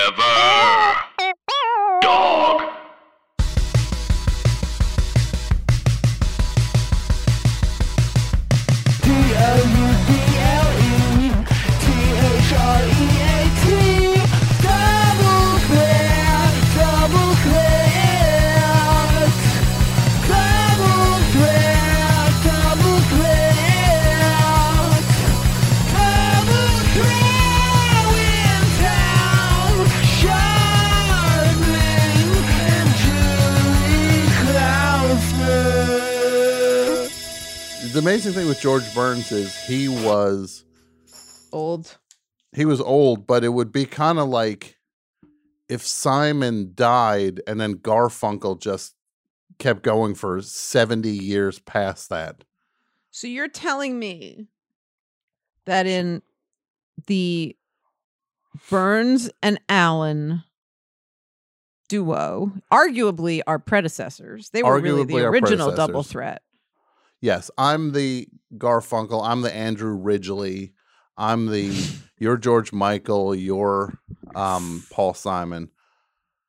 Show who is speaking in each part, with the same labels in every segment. Speaker 1: Forever. Dog.
Speaker 2: The amazing thing with George Burns is he was
Speaker 3: Old.
Speaker 2: he was old, but it would be kind of like if Simon died and then Garfunkel just kept going for 70 years past that.
Speaker 3: So you're telling me that in the Burns and Allen duo, arguably our predecessors, they were really
Speaker 2: Arguably
Speaker 3: the
Speaker 2: our
Speaker 3: original double
Speaker 2: predecessors.
Speaker 3: threat.
Speaker 2: Yes, I'm the Garfunkel, I'm the Andrew Ridgely, I'm the you're George Michael, you're um Paul Simon.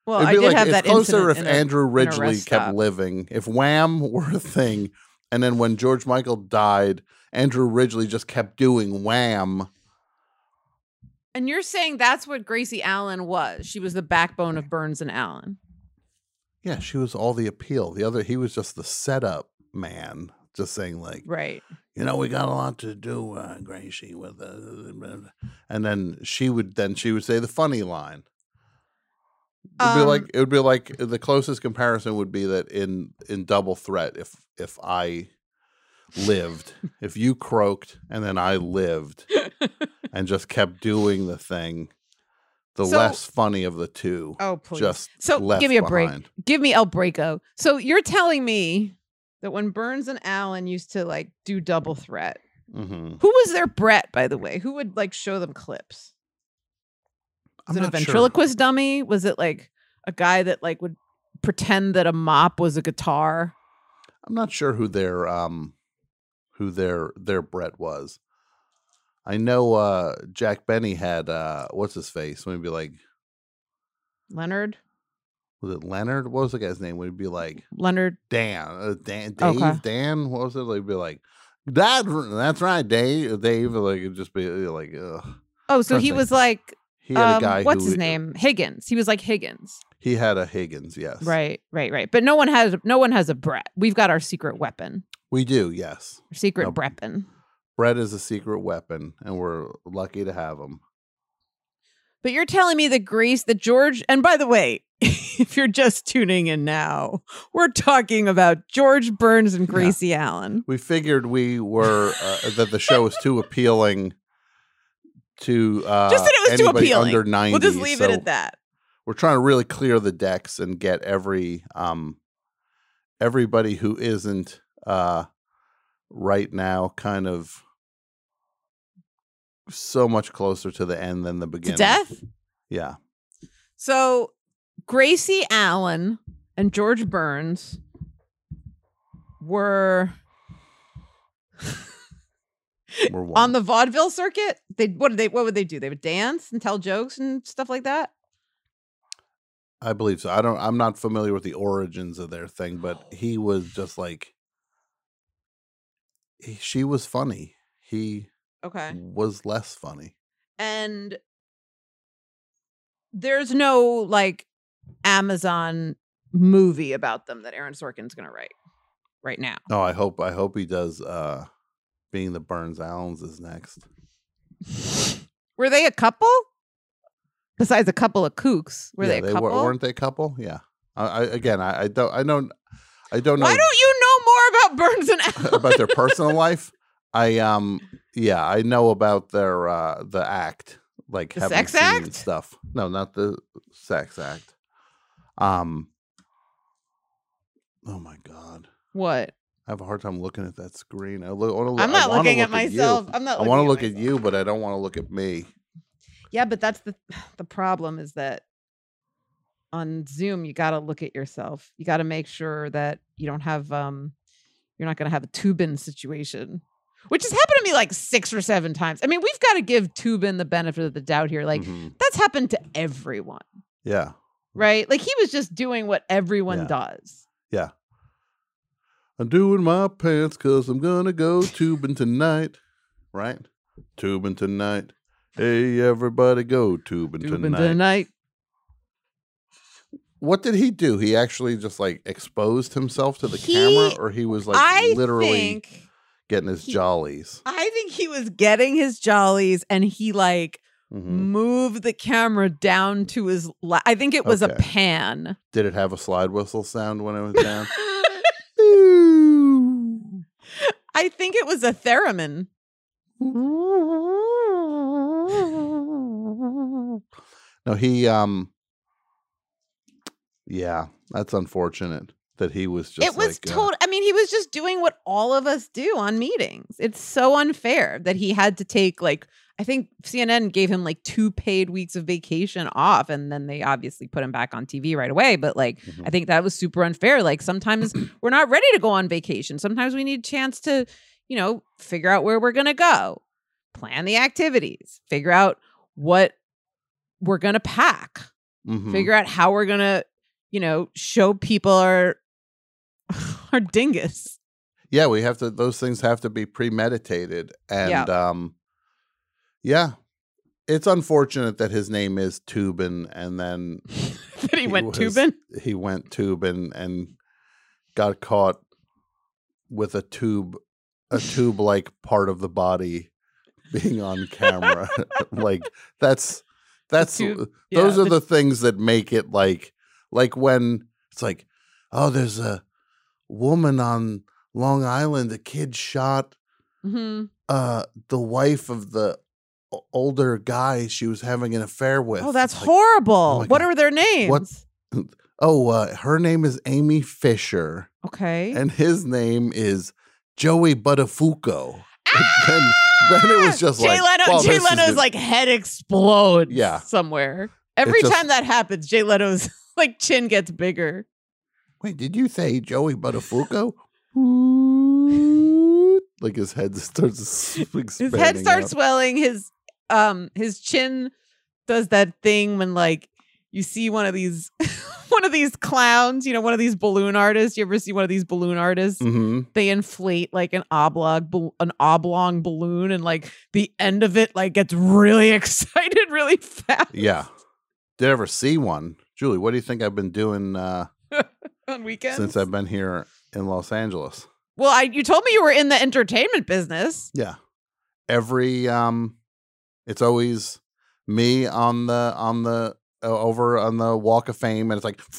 Speaker 3: Well,
Speaker 2: It'd
Speaker 3: I
Speaker 2: be
Speaker 3: did
Speaker 2: like
Speaker 3: have
Speaker 2: it's
Speaker 3: that
Speaker 2: closer
Speaker 3: incident
Speaker 2: if
Speaker 3: in a-
Speaker 2: Andrew Ridgely
Speaker 3: rest
Speaker 2: kept
Speaker 3: stop.
Speaker 2: living. If Wham were a thing, and then when George Michael died, Andrew Ridgely just kept doing Wham.
Speaker 3: And you're saying that's what Gracie Allen was. She was the backbone of Burns and Allen.
Speaker 2: Yeah, she was all the appeal. The other, he was just the setup man, just saying like,
Speaker 3: Right.
Speaker 2: you know, we got a lot to do, uh, Gracie, with, uh, and then she would then she would say the funny line. It'd be
Speaker 3: Um,
Speaker 2: like it would be like the closest comparison would be that in in Double Threat, if if I lived, if you croaked and then I lived, and just kept doing the thing, the
Speaker 3: So-
Speaker 2: less funny of the two,
Speaker 3: Oh, please.
Speaker 2: just
Speaker 3: so
Speaker 2: left
Speaker 3: give me a break.
Speaker 2: behind.
Speaker 3: Give me El Breako. So you're telling me that when Burns and Allen used to like do double threat,
Speaker 2: Mm-hmm.
Speaker 3: who was their Brett, by the way? Who would like show them clips? Was it a
Speaker 2: not sure.
Speaker 3: ventriloquist dummy? Was it like a guy that like would pretend that a mop was a guitar?
Speaker 2: I'm not sure who their um who their their Brett was. I know uh Jack Benny had uh what's his face? When he'd be like
Speaker 3: Leonard?
Speaker 2: was it Leonard? What was the guy's name? Would be like
Speaker 3: Leonard
Speaker 2: Dan uh, Dan Dave
Speaker 3: Okay.
Speaker 2: Dan? What was it? Like be like that that's right, Dave Dave like it'd just be uh, like ugh.
Speaker 3: Oh, so
Speaker 2: Trying to
Speaker 3: he
Speaker 2: think.
Speaker 3: was like
Speaker 2: He had a guy
Speaker 3: um, what's
Speaker 2: who
Speaker 3: his name? Higgins. He was like Higgins.
Speaker 2: he had a Higgins, yes.
Speaker 3: Right, right, right. But no one has no one has a Brett. We've got our secret weapon.
Speaker 2: We do, yes.
Speaker 3: Our secret
Speaker 2: Nope.
Speaker 3: Breppin.
Speaker 2: Brett is a secret weapon and we're lucky to have him.
Speaker 3: But you're telling me that Greece, that George, and by the way, if you're just tuning in now, we're talking about George Burns and Gracie Allen.
Speaker 2: we figured we were uh, that the show was too appealing to uh,
Speaker 3: Just that it was too
Speaker 2: anybody
Speaker 3: appealing.
Speaker 2: under 90
Speaker 3: We'll just leave it
Speaker 2: so
Speaker 3: at that.
Speaker 2: we're trying to really clear the decks and get every um everybody who isn't uh right now kind of so much closer to the end than the
Speaker 3: To
Speaker 2: beginning
Speaker 3: death.
Speaker 2: yeah
Speaker 3: So Gracie Allen and George Burns were
Speaker 2: we're one.
Speaker 3: on the vaudeville circuit. They what did they what would they do? They would dance and tell jokes and stuff like that.
Speaker 2: i believe so i don't i'm not familiar with the origins of their thing but
Speaker 3: Oh.
Speaker 2: he was just like he, she was funny he
Speaker 3: Okay.
Speaker 2: was less funny.
Speaker 3: and there's no like Amazon movie about them that Aaron Sorkin's going to write right now.
Speaker 2: No, Oh, I hope I hope he does uh being the Burns Allens is next.
Speaker 3: Were they a couple? Besides a couple of kooks, were
Speaker 2: yeah,
Speaker 3: they a couple? Hmm.
Speaker 2: weren't they a couple? Yeah. I, I again I, I don't I don't I don't know
Speaker 3: Why don't you know more about Burns and Allen?
Speaker 2: about their personal life. I um yeah, I know about their uh the act. Like
Speaker 3: The
Speaker 2: having
Speaker 3: sex
Speaker 2: seen
Speaker 3: act?
Speaker 2: stuff. No, not the sex act. Um Oh my god.
Speaker 3: what?
Speaker 2: I have a hard time looking at that screen. I look, I wanna, look-
Speaker 3: I'm
Speaker 2: I
Speaker 3: not
Speaker 2: wanna
Speaker 3: looking
Speaker 2: look
Speaker 3: at myself.
Speaker 2: you.
Speaker 3: I'm not.
Speaker 2: I
Speaker 3: Looking
Speaker 2: want to look at
Speaker 3: myself.
Speaker 2: you, but I don't want to look at me.
Speaker 3: Yeah, but that's the the problem is that on Zoom you got to look at yourself. You got to make sure that you don't have um you're not going to have a tubin situation which has happened to me like six or seven times. I mean, we've got to give Tubin the benefit of the doubt here. Like,
Speaker 2: Mhm.
Speaker 3: that's happened to everyone,
Speaker 2: yeah,
Speaker 3: right? Like, he was just doing what everyone
Speaker 2: Mm-hmm. Yeah.
Speaker 3: does.
Speaker 2: I'm doing my pants because I'm gonna go tubing tonight, right? Tubing tonight. Hey, everybody, go tubing
Speaker 3: Tubin
Speaker 2: tonight.
Speaker 3: tonight.
Speaker 2: What did he do? He actually just like exposed himself to the
Speaker 3: He-
Speaker 2: camera, or he was like
Speaker 3: I
Speaker 2: literally
Speaker 3: think
Speaker 2: getting his
Speaker 3: he-
Speaker 2: jollies.
Speaker 3: I think he was getting his jollies and he like Mm-hmm.
Speaker 2: Mhm.
Speaker 3: moved the camera down to his la- I think it was a
Speaker 2: Okay.
Speaker 3: pan.
Speaker 2: Did it have a slide whistle sound when it was down?
Speaker 3: I think it was a theremin.
Speaker 2: No, he um Yeah, that's unfortunate that he was just
Speaker 3: it was
Speaker 2: like, uh,
Speaker 3: total I mean he was just doing what all of us do on meetings. It's so unfair that he had to take like I think CNN gave him like two paid weeks of vacation off and then they obviously put him back on TV right away but like
Speaker 2: mhm.
Speaker 3: I think that was super unfair. Like sometimes we're not ready to go on vacation. Sometimes we need a chance to, you know, figure out where we're going to go, plan the activities, figure out what we're going to pack,
Speaker 2: Mhm.
Speaker 3: figure out how we're going to, you know, show people our our dingus.
Speaker 2: yeah we have to those things have to be premeditated and
Speaker 3: Yeah.
Speaker 2: um yeah it's unfortunate that his name is tubin and then
Speaker 3: that he,
Speaker 2: He
Speaker 3: went
Speaker 2: was-
Speaker 3: tubing.
Speaker 2: he went tubing and got caught with a tube a tube like part of the body being on camera like that's that's
Speaker 3: tube,
Speaker 2: those
Speaker 3: Yeah,
Speaker 2: are the things that make it like like when it's like oh there's a woman on long island a kid shot
Speaker 3: Mhm.
Speaker 2: uh the wife of the o- older guy she was having an affair with
Speaker 3: Oh, that's
Speaker 2: It's like,
Speaker 3: horrible.
Speaker 2: my
Speaker 3: what
Speaker 2: God.
Speaker 3: are their names?
Speaker 2: oh uh, her name is amy fisher
Speaker 3: Okay.
Speaker 2: and his name is Joey Buttafuoco. then, then it was just
Speaker 3: Ah, Jay
Speaker 2: like
Speaker 3: Leno.
Speaker 2: well,
Speaker 3: Jay
Speaker 2: this is
Speaker 3: Leno's
Speaker 2: good.
Speaker 3: like head explodes.
Speaker 2: Yeah.
Speaker 3: somewhere. Every
Speaker 2: just-
Speaker 3: time that happens, Jay Leno's like chin gets bigger.
Speaker 2: Wait, did you say Joey Buttafuoco? Ooh, like his head starts
Speaker 3: His head starts swelling. His um his chin does that thing when like you see one of these one of these clowns. You know, one of these balloon artists. You ever see one of these balloon artists?
Speaker 2: hmm
Speaker 3: They inflate like an oblong bal- an oblong balloon, and like the end of it like gets really excited really fast
Speaker 2: Yeah. Did I ever see one? Julie, what do you think I've been doing uh,
Speaker 3: on weekends.
Speaker 2: since I've been here in Los Angeles?
Speaker 3: Well, I you told me you were in the entertainment business.
Speaker 2: Yeah. Every um it's always me on the on the uh, over on the Walk of Fame and it's like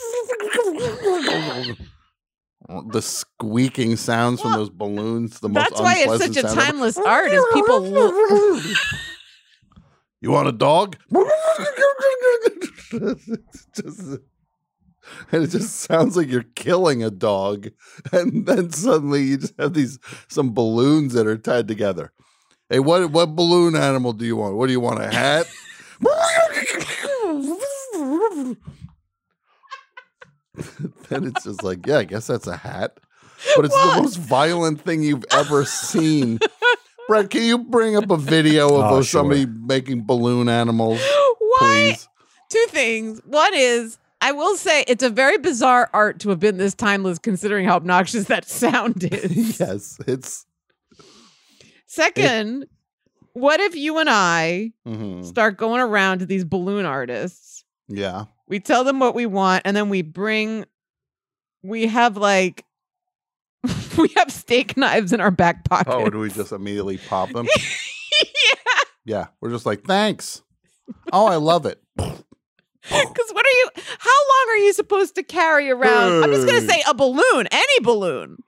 Speaker 2: the squeaking sounds from
Speaker 3: Well,
Speaker 2: those balloons the most
Speaker 3: That's why it's
Speaker 2: unpleasant
Speaker 3: such a
Speaker 2: sound ever.
Speaker 3: timeless art is people lo-
Speaker 2: You want a dog? It's just- and it just sounds like you're killing a dog. And then suddenly you just have these some balloons that are tied together. Hey, what what balloon animal do you want? What do you want? A hat? then it's just like, yeah, I guess that's a hat. But it's
Speaker 3: Well-
Speaker 2: the most violent thing you've ever seen. Brett, can you bring up a video of
Speaker 4: Oh,
Speaker 2: those- somebody making balloon animals,
Speaker 3: Why?
Speaker 2: please?
Speaker 3: Two things. One is I will say it's a very bizarre art to have been this timeless considering how obnoxious that sound is.
Speaker 2: yes, it's
Speaker 3: Second, what if you and I
Speaker 2: mhm,
Speaker 3: start going around to these balloon artists?
Speaker 2: yeah.
Speaker 3: We tell them what we want and then we bring we have like we have steak knives in our back pocket.
Speaker 2: Oh, do we just immediately pop them?
Speaker 3: yeah.
Speaker 2: yeah, we're just like, thanks. Oh, I love it.
Speaker 3: Because what are you? How long are you supposed to carry around? I'm just gonna
Speaker 2: Hey.
Speaker 3: say a balloon, any balloon.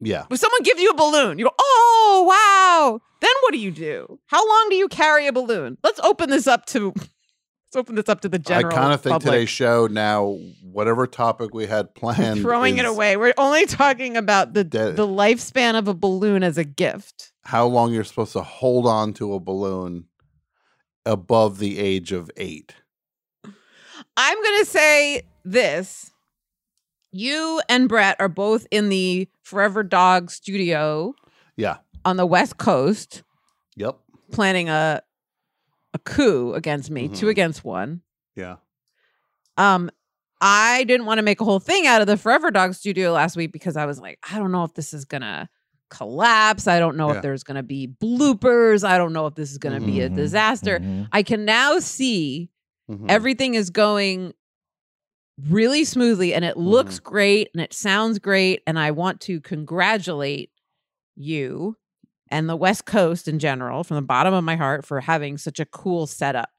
Speaker 2: Yeah,
Speaker 3: If someone gives you a balloon, you go, "Oh wow!" Then what do you do? How long do you carry a balloon? Let's open this up to. Let's open this up to the general.
Speaker 2: I kind of think
Speaker 3: public.
Speaker 2: today's show now, whatever topic we had planned,
Speaker 3: throwing it
Speaker 2: is
Speaker 3: away. We're only talking about the
Speaker 2: Dead.
Speaker 3: the lifespan of a balloon as a gift.
Speaker 2: How long you're supposed to hold on to a balloon above the age of eight?
Speaker 3: I'm gonna say this. You and Brett are both in the Forever Dog studio.
Speaker 2: Yeah,
Speaker 3: on the West Coast
Speaker 2: Yep.
Speaker 3: planning a a coup against me, two
Speaker 2: Mhm.
Speaker 3: against one.
Speaker 2: Yeah.
Speaker 3: Um, I didn't want to make a whole thing out of the Forever Dog studio last week because I was like, I don't know if this is gonna collapse. I don't know
Speaker 2: Yeah.
Speaker 3: if there's gonna be bloopers. I don't know if this is gonna be a
Speaker 4: Mhm.
Speaker 3: disaster.
Speaker 4: Mhm.
Speaker 3: I can now see
Speaker 2: Mhm.
Speaker 3: everything is going really smoothly and it looks great and it sounds great. And I want to congratulate you and the West Coast in general from the bottom of my heart for having such a cool setup.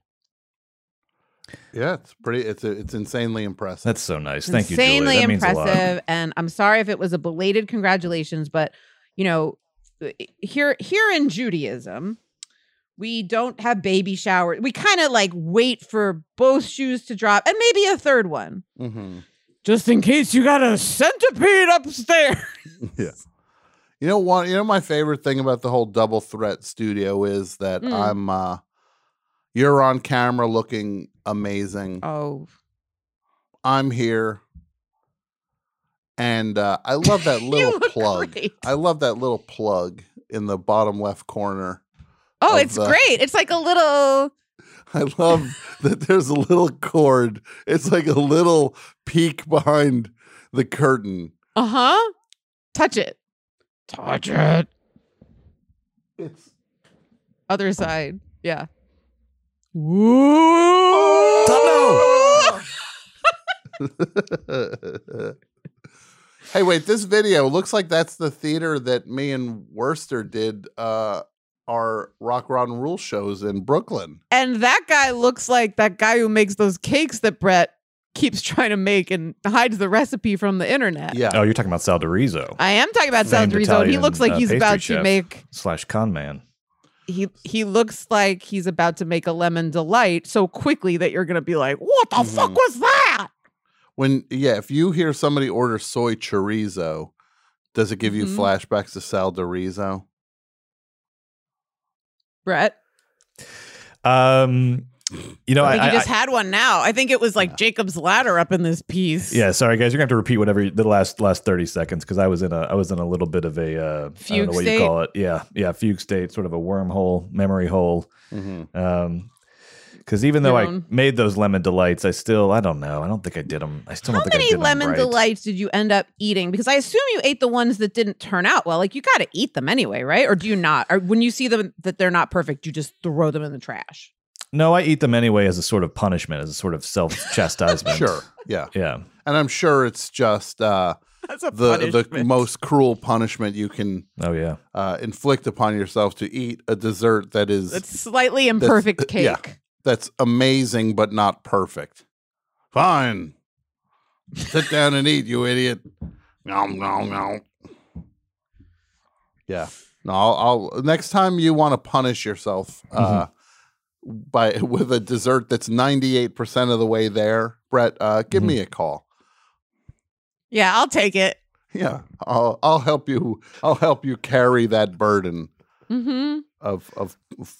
Speaker 2: yeah, it's pretty. It's a, it's insanely impressive.
Speaker 4: That's so nice. Thank you, Julie.
Speaker 3: insanely
Speaker 4: That means a lot.
Speaker 3: impressive. And I'm sorry if it was a belated congratulations, but you know, here here in Judaism, we don't have baby showers. We kind of like wait for both shoes to drop and maybe a third one.
Speaker 2: hmm
Speaker 3: Just in case you got a centipede upstairs.
Speaker 2: Yeah. You know what? You know my favorite thing about the whole double threat studio is that
Speaker 3: Mm.
Speaker 2: I'm. uh You're on camera looking amazing.
Speaker 3: Oh,
Speaker 2: I'm here. And uh, I love that
Speaker 3: You
Speaker 2: little
Speaker 3: look
Speaker 2: plug.
Speaker 3: great.
Speaker 2: I love that little plug in the bottom left corner.
Speaker 3: oh,
Speaker 2: Of
Speaker 3: it's
Speaker 2: the-
Speaker 3: great. It's like a little
Speaker 2: I love that there's a little cord. It's like a little peek behind the curtain.
Speaker 3: uh huh. Touch it. Touch it.
Speaker 2: It's
Speaker 3: Other side. Yeah. Woo!
Speaker 2: hey, wait, this video looks like that's the theater that me and Worcester did uh, our Rock Rock and Rule shows in Brooklyn.
Speaker 3: And that guy looks like that guy who makes those cakes that Brett keeps trying to make and hides the recipe from the internet.
Speaker 2: Yeah.
Speaker 4: Oh, you're talking about Sal DiRiso
Speaker 3: I am talking about
Speaker 4: Famed
Speaker 3: Saldrizzo. He
Speaker 4: Italian,
Speaker 3: looks like
Speaker 4: uh,
Speaker 3: he's
Speaker 4: pastry
Speaker 3: about to
Speaker 4: chef.
Speaker 3: make
Speaker 4: slash con man.
Speaker 3: he he looks like he's about to make a lemon delight so quickly that you're gonna be like, what the fuck
Speaker 2: Mhm.
Speaker 3: was that?
Speaker 2: When, yeah, if you hear somebody order soy chorizo, does it give you
Speaker 3: Mhm.
Speaker 2: flashbacks to Sal DiRiso?
Speaker 3: Brett,
Speaker 4: Um, you know,
Speaker 3: I
Speaker 4: I,
Speaker 3: think you
Speaker 4: I-
Speaker 3: just had one now. I think it was like Jacob's ladder up in this piece.
Speaker 4: Yeah, sorry guys, you're gonna have to repeat whatever you- the last last thirty seconds because I was in a I was in a little bit of a uh, I
Speaker 3: Fugue
Speaker 4: don't know what
Speaker 3: state?
Speaker 4: you call it. Yeah, yeah, fugue state, sort of a wormhole, memory hole.
Speaker 2: Mhm.
Speaker 4: Um, because even though
Speaker 3: Your
Speaker 4: I
Speaker 3: own-
Speaker 4: made those lemon delights, I still I don't know. I don't think I did them. I still
Speaker 3: How
Speaker 4: don't think I
Speaker 3: many
Speaker 4: did 'em
Speaker 3: lemon
Speaker 4: right.
Speaker 3: delights did you end up eating? Because I assume you ate the ones that didn't turn out well. Like you got to eat them anyway, right? Or do you not? Or when you see them that they're not perfect, you just throw them in the trash.
Speaker 4: No, I eat them anyway as a sort of punishment, as a sort of self chastisement.
Speaker 2: Sure. Yeah.
Speaker 4: Yeah.
Speaker 2: And I'm sure it's just uh,
Speaker 3: That's a
Speaker 2: the the most cruel punishment you can
Speaker 4: Oh yeah.
Speaker 2: uh, inflict upon yourself to eat a dessert that is
Speaker 3: It's slightly imperfect cake.
Speaker 2: yeah. that's amazing but not perfect. Fine. Sit down and eat, you idiot. Nom, nom, nom. Yeah. No, I'll, I'll next time you want to punish yourself uh, by with a dessert that's 98% of the way there, Brett, uh, give me a call.
Speaker 3: Yeah, I'll take it.
Speaker 2: Yeah. I'll I'll help you I'll help you carry that burden
Speaker 3: hmm
Speaker 2: of of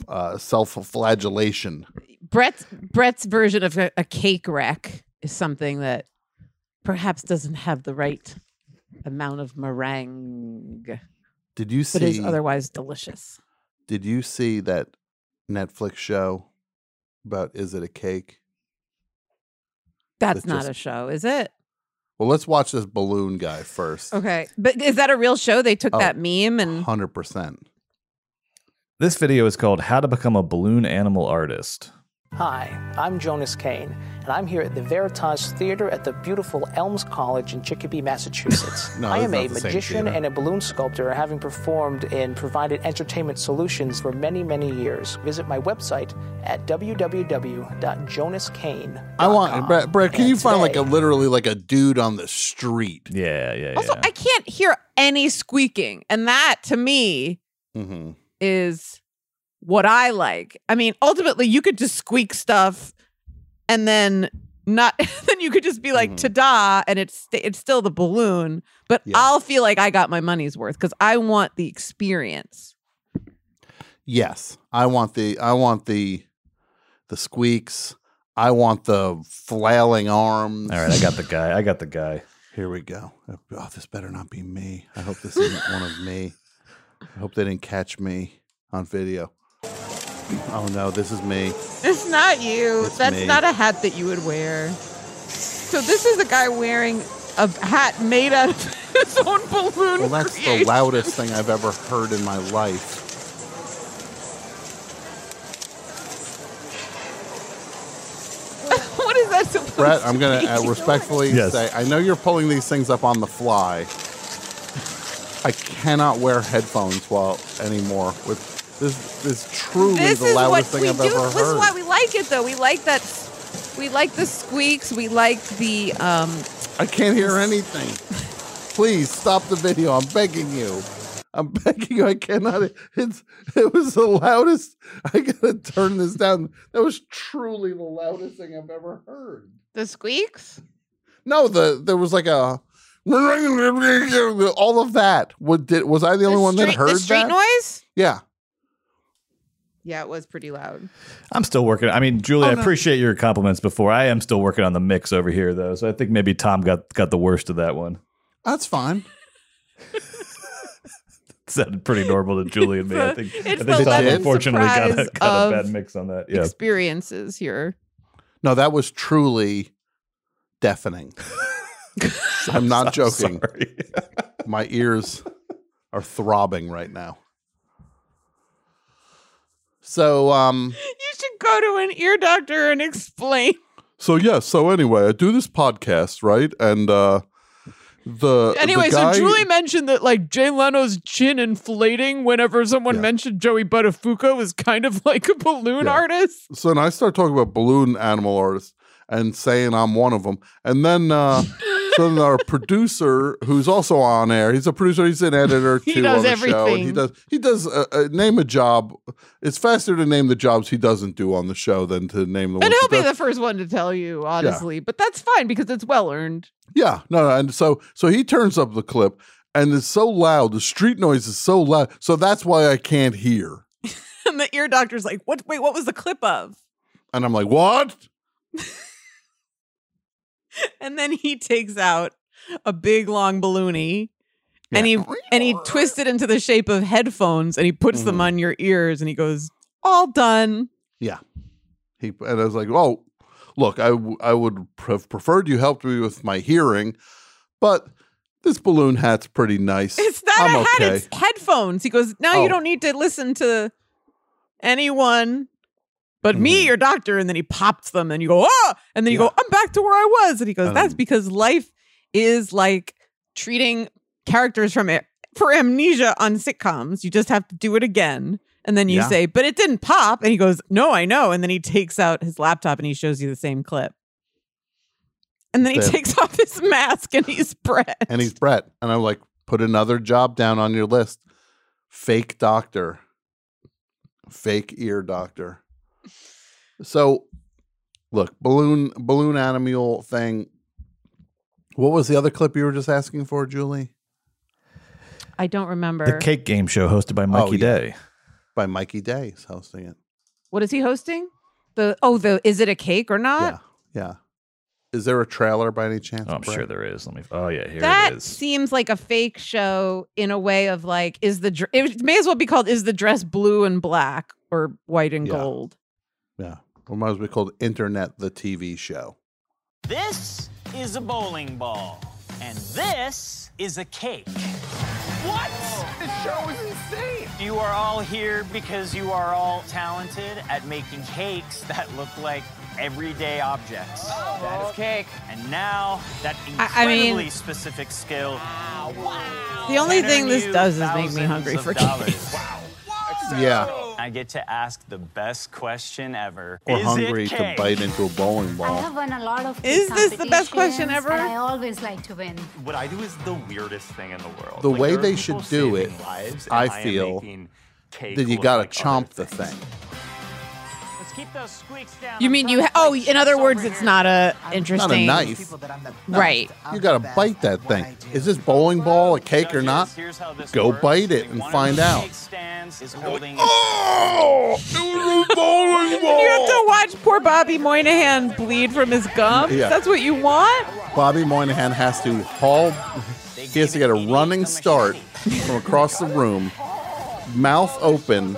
Speaker 2: uh, self-flagellation.
Speaker 3: Brett's Brett's version of a, a cake wreck is something that perhaps doesn't have the right amount of meringue,
Speaker 2: Did you see
Speaker 3: but is otherwise delicious.
Speaker 2: Did you see that Netflix show about is it a cake?
Speaker 3: That's
Speaker 2: That
Speaker 3: not
Speaker 2: just-
Speaker 3: a show, is it?
Speaker 2: Well, let's watch this balloon guy first.
Speaker 3: Okay, but is that a real show? They took
Speaker 2: Oh.
Speaker 3: that meme and
Speaker 2: Hundred percent.
Speaker 4: This video is called "How to Become a Balloon Animal Artist."
Speaker 5: Hi, I'm Jonas Kane, and I'm here at the Veritas Theater at the beautiful Elms College in Chicopee, Massachusetts.
Speaker 2: No,
Speaker 5: I
Speaker 2: that's
Speaker 5: am
Speaker 2: not
Speaker 5: a
Speaker 2: the same
Speaker 5: magician
Speaker 2: theater.
Speaker 5: and a balloon sculptor, having performed and provided entertainment solutions for many, many years. Visit my website at www.jonaskane.com.
Speaker 2: I want Brad. Brad can
Speaker 5: And
Speaker 2: you find like
Speaker 5: today-
Speaker 2: a literally like a dude on the street?
Speaker 4: Yeah, yeah,
Speaker 3: also
Speaker 4: yeah.
Speaker 3: I can't hear any squeaking, and that to me
Speaker 2: Mm-hmm.
Speaker 3: is what I like. I mean, ultimately, you could just squeak stuff, and then not. then you could just be like,
Speaker 2: Mhm.
Speaker 3: "Ta-da!" and it's st- it's still the balloon, but
Speaker 2: Yeah.
Speaker 3: I'll feel like I got my money's worth because I want the experience.
Speaker 2: Yes, I want the I want the the squeaks. I want the flailing arms.
Speaker 4: All right, I got the guy. I got the guy.
Speaker 2: oh, Here we go. Oh, this better not be me. I hope this isn't one of me. I hope they didn't catch me on video. Oh no, this is me.
Speaker 3: It's not you.
Speaker 2: It's
Speaker 3: That's
Speaker 2: me.
Speaker 3: not a hat that you would wear. So this is a guy wearing a hat made out of his own balloon.
Speaker 2: Well, that's the
Speaker 3: creation.
Speaker 2: loudest thing I've ever heard in my life.
Speaker 3: what is that supposed
Speaker 2: Brett,
Speaker 3: to
Speaker 2: I'm gonna
Speaker 3: be?
Speaker 2: uh, respectfully
Speaker 4: Yes.
Speaker 2: say I know you're pulling these things up on the fly. I cannot wear headphones while anymore. With this is truly
Speaker 3: This
Speaker 2: the
Speaker 3: is what
Speaker 2: loudest
Speaker 3: we
Speaker 2: thing I've
Speaker 3: do.
Speaker 2: ever
Speaker 3: This is
Speaker 2: heard.
Speaker 3: why we like it, though. We like that. We like the squeaks. We like the um,
Speaker 2: I can't hear anything. Please stop the video. I'm begging you. I'm begging you. I cannot. It's it was the loudest. I gotta turn this down. That was truly the loudest thing I've ever heard.
Speaker 3: the squeaks.
Speaker 2: No, the there was like a all of that. What did was I the only
Speaker 3: the
Speaker 2: one that
Speaker 3: street,
Speaker 2: heard
Speaker 3: the street
Speaker 2: that?
Speaker 3: noise.
Speaker 2: Yeah.
Speaker 3: Yeah, it was pretty loud.
Speaker 4: I'm still working. I mean, Julie,
Speaker 2: Oh,
Speaker 4: I
Speaker 2: no.
Speaker 4: appreciate your compliments before. I am still working on the mix over here, though. So I think maybe Tom got got the worst of that one.
Speaker 2: That's fine.
Speaker 4: sounded pretty normal to Julie and me. I think,
Speaker 3: It's
Speaker 4: I think
Speaker 3: the
Speaker 4: Tom
Speaker 2: lemon
Speaker 4: unfortunately got, a,
Speaker 3: surprise
Speaker 4: got a
Speaker 3: of
Speaker 4: bad mix on that. Yeah.
Speaker 3: Experiences here.
Speaker 2: No, that was truly deafening. I'm not joking.
Speaker 4: Sorry.
Speaker 2: My ears are throbbing right now. So um
Speaker 3: You should go to an ear doctor and explain.
Speaker 2: so yeah, so anyway, I do this podcast, right? And uh the
Speaker 3: Anyway,
Speaker 2: the guy,
Speaker 3: so Julie mentioned that like Jay Leno's chin inflating whenever someone
Speaker 2: Yeah.
Speaker 3: mentioned Joey Buttafuoco was kind of like a balloon
Speaker 2: Yeah.
Speaker 3: artist.
Speaker 2: so then I start talking about balloon animal artists and saying I'm one of them. And then uh so then our producer who's also on air, he's a producer, he's an editor too
Speaker 3: He does
Speaker 2: on the show. And he
Speaker 3: everything.
Speaker 2: does he does uh, uh, name a job. It's faster to name the jobs he doesn't do on the show than to name the
Speaker 3: And
Speaker 2: ones
Speaker 3: he'll
Speaker 2: he
Speaker 3: be
Speaker 2: does.
Speaker 3: the first one to tell you, honestly. But that's fine because it's well earned.
Speaker 2: Yeah, no, no, and so so he turns up the clip and it's so loud, the street noise is so loud. So that's why I can't hear.
Speaker 3: And the ear doctor's like, "What? Wait, what was the clip of?"
Speaker 2: And I'm like, "What?"
Speaker 3: And then he takes out a big long balloony, and he
Speaker 2: Yeah.
Speaker 3: and he twists it into the shape of headphones, and he puts them
Speaker 2: Mhm.
Speaker 3: on your ears, and he goes, "All done."
Speaker 2: He and I was like, "Oh, look, I w- I would have preferred you helped me with my hearing, but this balloon hat's pretty nice.
Speaker 3: It's not
Speaker 2: I'm
Speaker 3: a hat,
Speaker 2: okay.
Speaker 3: it's headphones. He goes, Now
Speaker 2: Oh.
Speaker 3: you don't need to listen to anyone but me,
Speaker 2: Mhm.
Speaker 3: your doctor. And then he pops them and you go, Oh, and then you
Speaker 2: Yeah.
Speaker 3: go, I'm back to where I was. And he goes, That's
Speaker 2: Um.
Speaker 3: because life is like treating characters from it for amnesia on sitcoms. You just have to do it again. And then you
Speaker 2: Yeah.
Speaker 3: say, But it didn't pop. And he goes, No, I know. And then he takes out his laptop and he shows you the same clip. And then he
Speaker 2: Damn.
Speaker 3: takes off his mask and he's Brett.
Speaker 2: And he's Brett, and I'm like, "Put another job down on your list. Fake doctor. Fake ear doctor." So, look, balloon balloon animal thing. What was the other clip you were just asking for, Julie?
Speaker 3: I don't remember.
Speaker 4: The cake game show hosted by Mikey
Speaker 2: Oh, yeah.
Speaker 4: Day.
Speaker 2: By Mikey Day is hosting it.
Speaker 3: What is he hosting? The oh the is it a cake or not?
Speaker 2: yeah, yeah. Is there a trailer by any chance?
Speaker 4: Oh, I'm
Speaker 2: Brett?
Speaker 4: sure there is. Let me. Oh yeah, here it
Speaker 3: that
Speaker 4: is.
Speaker 3: seems like a fake show in a way of like is the dr- it may as well be called is the dress blue and black or white and
Speaker 2: Yeah.
Speaker 3: gold.
Speaker 2: Yeah. Or might as well be called Internet the TV show.
Speaker 6: This is a bowling ball, and this is a cake. What? This show is insane. You are all here because you are all talented at making cakes that look like everyday objects.
Speaker 7: That is cake.
Speaker 6: And now that
Speaker 3: I- I mean-
Speaker 6: incredibly specific skill.
Speaker 3: The only
Speaker 6: can earn
Speaker 3: thing this
Speaker 6: you
Speaker 3: does is make me
Speaker 6: thousands
Speaker 3: hungry
Speaker 6: of
Speaker 3: for cake.
Speaker 6: dollars.
Speaker 2: Yeah.
Speaker 6: I get to ask the best question ever.
Speaker 2: Or
Speaker 6: Is it
Speaker 2: hungry to
Speaker 6: cake?
Speaker 2: bite into a bowling
Speaker 8: I
Speaker 2: ball.
Speaker 8: have won a lot of
Speaker 3: Is this the best question
Speaker 8: competitions,
Speaker 3: ever?
Speaker 8: and I always like to win.
Speaker 9: what I do is the weirdest thing in the world.
Speaker 2: The way
Speaker 9: there are
Speaker 2: they
Speaker 9: people
Speaker 2: should do
Speaker 9: saving
Speaker 2: it,
Speaker 9: lives,
Speaker 2: I
Speaker 9: and am
Speaker 2: feel,
Speaker 9: making cake
Speaker 2: Then you
Speaker 9: look
Speaker 2: gotta
Speaker 9: like other
Speaker 2: chomp the
Speaker 9: things.
Speaker 2: thing.
Speaker 6: Let's keep those squeaks down.
Speaker 3: You
Speaker 6: I'm
Speaker 3: mean
Speaker 6: trying
Speaker 3: you
Speaker 6: to
Speaker 3: ha- oh
Speaker 6: play
Speaker 3: in other
Speaker 6: chess
Speaker 3: words
Speaker 6: over
Speaker 3: it's
Speaker 6: here.
Speaker 3: not a interesting
Speaker 2: Not a knife.
Speaker 3: Right.
Speaker 2: You gotta bite that thing. Is this bowling ball a cake or
Speaker 6: Judges,
Speaker 2: not?
Speaker 6: here's how this
Speaker 2: Go
Speaker 6: works.
Speaker 2: bite it and
Speaker 6: One of
Speaker 2: find
Speaker 6: the
Speaker 2: out.
Speaker 6: cake stands is holding
Speaker 2: Oh, it was a bowling
Speaker 3: You have to watch poor Bobby Moynihan bleed from his gums.
Speaker 2: Yeah.
Speaker 3: That's what you want?
Speaker 2: Bobby Moynihan has to haul. He has to get a running start from across the room mouth open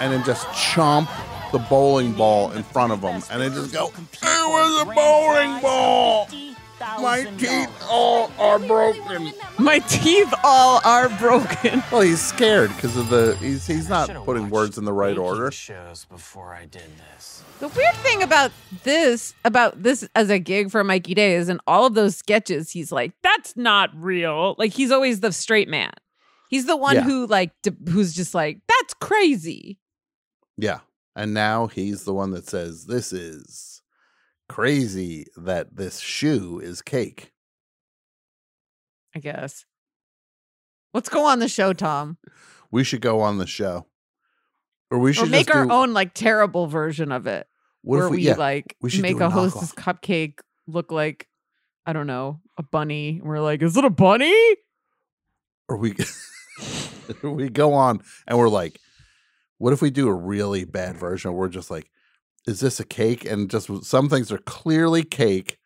Speaker 2: and then just chomp the bowling ball in front of them and they just go, It was a bowling ball! My teeth all are broken.
Speaker 3: My teeth all are broken.
Speaker 2: Well, he's scared because of the. He's, he's not putting words in the right order.
Speaker 6: Shows before I did this.
Speaker 3: The weird thing about this, about this as a gig for Mikey Day, is in all of those sketches, he's like, "That's not real." Like he's always the straight man. He's the one
Speaker 2: Yeah.
Speaker 3: who like d- who's just like, "That's crazy."
Speaker 2: Yeah. And now he's the one that says, This is crazy that this shoe is cake.
Speaker 3: I guess. Let's go on the show, Tom,
Speaker 2: We should go on the show. Or we should
Speaker 3: or make
Speaker 2: just
Speaker 3: our
Speaker 2: do-
Speaker 3: own like terrible version of it,
Speaker 2: What
Speaker 3: where
Speaker 2: if we,
Speaker 3: we
Speaker 2: yeah,
Speaker 3: like
Speaker 2: we should
Speaker 3: make
Speaker 2: do a
Speaker 3: a hostess cupcake look like I don't know a bunny. We're like, "Is it a bunny?"
Speaker 2: or we we go on and we're like, what if we do a really bad version? We're just like, is this a cake? And just some things are clearly cake,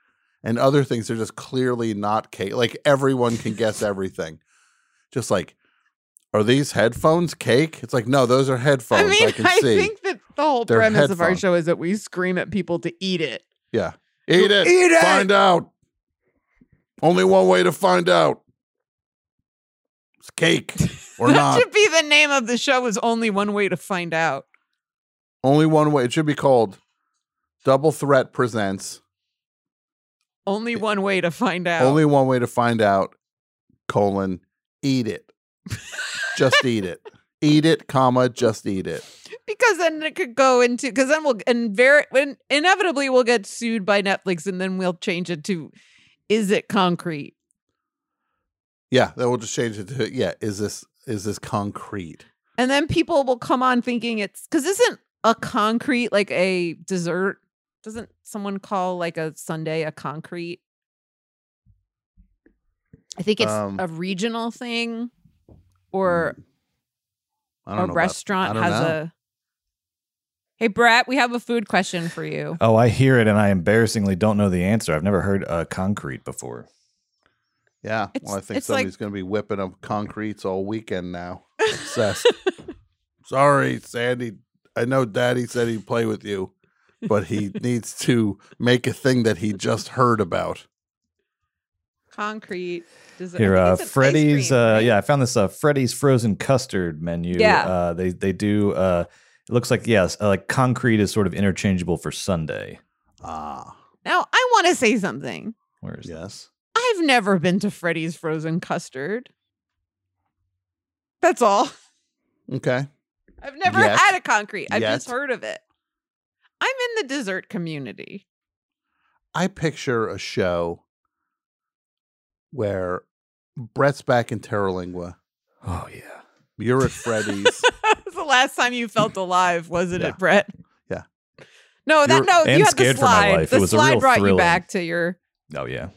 Speaker 2: and other things are just clearly not cake. Like everyone can guess everything. Just like, are these headphones cake? It's like, no, those are headphones. I,
Speaker 3: I mean,
Speaker 2: can
Speaker 3: I
Speaker 2: see.
Speaker 3: think that the whole
Speaker 2: They're
Speaker 3: premise of our
Speaker 2: headphones.
Speaker 3: show is that we scream at people to eat it.
Speaker 2: yeah, eat it.
Speaker 3: Eat it!
Speaker 2: Find out. Only one way to find out. It's cake or
Speaker 3: that
Speaker 2: not.
Speaker 3: should be the name of the show. Is only one way to find out.
Speaker 2: Only one way. It should be called Double Threat Presents.
Speaker 3: Only one way to find out.
Speaker 2: Only one way to find out, colon, eat it. just eat it. Eat it, comma, just eat it.
Speaker 3: because then it could go into because then we'll and very when inevitably we'll get sued by Netflix and then we'll change it to is it concrete?
Speaker 2: Yeah, then we'll just change it to yeah, is this is this concrete?
Speaker 3: And then people will come on thinking it's because isn't a concrete like a dessert? Doesn't someone call like a Sunday a concrete? I think it's
Speaker 2: Um,
Speaker 3: a regional thing or
Speaker 2: I
Speaker 3: a
Speaker 2: don't know. about-
Speaker 3: restaurant
Speaker 2: I don't
Speaker 3: has
Speaker 2: know.
Speaker 3: a. Hey, Brett, we have a food question for you.
Speaker 4: Oh, I hear it, and I embarrassingly don't know the answer. I've never heard uh, concrete before.
Speaker 2: Yeah.
Speaker 3: it's-
Speaker 2: Well, I think
Speaker 3: it's like-
Speaker 2: somebody's gonna be whipping up concretes all weekend now. Obsessed. Sorry, Sandy. I know Daddy said he'd play with you, but he needs to make a thing that he just heard about.
Speaker 3: Concrete dessert.
Speaker 4: Here, uh, Freddy's. uh,
Speaker 3: yeah.
Speaker 4: Yeah, I found this uh, Freddy's frozen custard menu.
Speaker 3: Yeah.
Speaker 4: uh, they they do. Uh, it looks like yes, uh, like concrete is sort of interchangeable for Sunday.
Speaker 2: Ah,
Speaker 3: Now, I want to say something.
Speaker 4: Where is that?
Speaker 2: yes.
Speaker 3: I've never been to Freddy's Frozen Custard. That's all.
Speaker 2: Okay.
Speaker 3: I've never
Speaker 2: Yet.
Speaker 3: had a concrete. I've just
Speaker 2: Yet.
Speaker 3: heard of it. I'm in the dessert community.
Speaker 2: I picture a show where Brett's back in Terralingua.
Speaker 4: Oh yeah.
Speaker 2: You're at Freddy's.
Speaker 3: the last time you felt alive, wasn't
Speaker 2: Yeah.
Speaker 3: it, Brett?
Speaker 2: Yeah.
Speaker 3: No, that
Speaker 2: You're-
Speaker 3: no,
Speaker 4: and
Speaker 3: you had the
Speaker 4: scared for my
Speaker 3: slide.
Speaker 4: life.
Speaker 3: The
Speaker 4: It was a
Speaker 3: slide
Speaker 4: real
Speaker 3: brought you
Speaker 4: thrilling-
Speaker 3: back to your
Speaker 4: Oh yeah.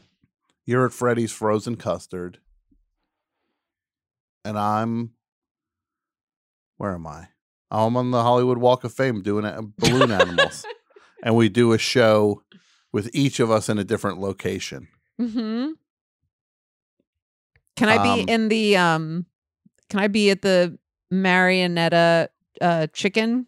Speaker 2: You're at Freddy's frozen custard. And I'm where am I? I'm on the Hollywood Walk of Fame doing a- balloon animals. And we do a show with each of us in a different location.
Speaker 3: hmm Can I be
Speaker 2: Um,
Speaker 3: in the um can I be at the marionetta uh chicken?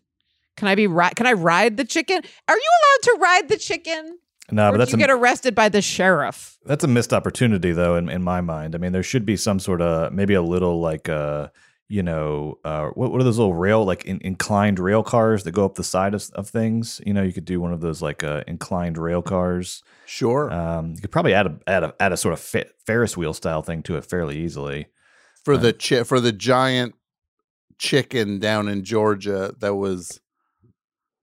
Speaker 3: Can I be ri- can I ride the chicken? Are you allowed to ride the chicken?
Speaker 4: No,
Speaker 3: or
Speaker 4: but
Speaker 3: do
Speaker 4: that's
Speaker 3: you
Speaker 4: a,
Speaker 3: get arrested by the sheriff?
Speaker 4: that's a missed opportunity though. In in my mind, I mean, there should be some sort of maybe a little like uh you know uh what, what are those little rail like in, inclined rail cars that go up the side of, of things? You know, you could do one of those like uh, inclined rail cars.
Speaker 2: Sure.
Speaker 4: Um, you could probably add a add a add a sort of fer- Ferris wheel style thing to it fairly easily.
Speaker 2: for
Speaker 4: Right.
Speaker 2: the chi- for the giant chicken down in Georgia that was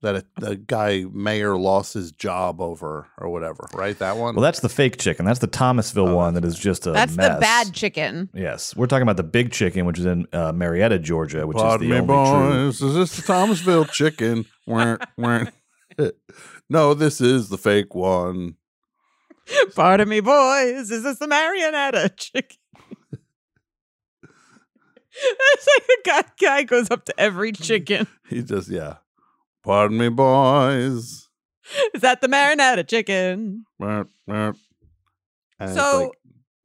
Speaker 2: that a, the guy mayor lost his job over or whatever, right? That one.
Speaker 4: Well, that's the fake chicken. That's the Thomasville
Speaker 2: Oh,
Speaker 4: one
Speaker 2: that's
Speaker 4: that is just a
Speaker 3: That's
Speaker 4: mess.
Speaker 3: the bad chicken.
Speaker 4: Yes, we're talking about the big chicken, which is in uh, Marietta, Georgia, which
Speaker 2: Pardon
Speaker 4: is
Speaker 2: me,
Speaker 4: the only true.
Speaker 2: boys. Is this the Thomasville chicken? Wah, wah. no, this is the fake one.
Speaker 3: Pardon me, boys. Is this the marionetta chicken? it's like the guy, guy goes up to every chicken.
Speaker 2: He just yeah. Pardon me, boys.
Speaker 3: Is that the marinetta chicken?
Speaker 2: Wah, wah. And it's
Speaker 3: So-
Speaker 2: like,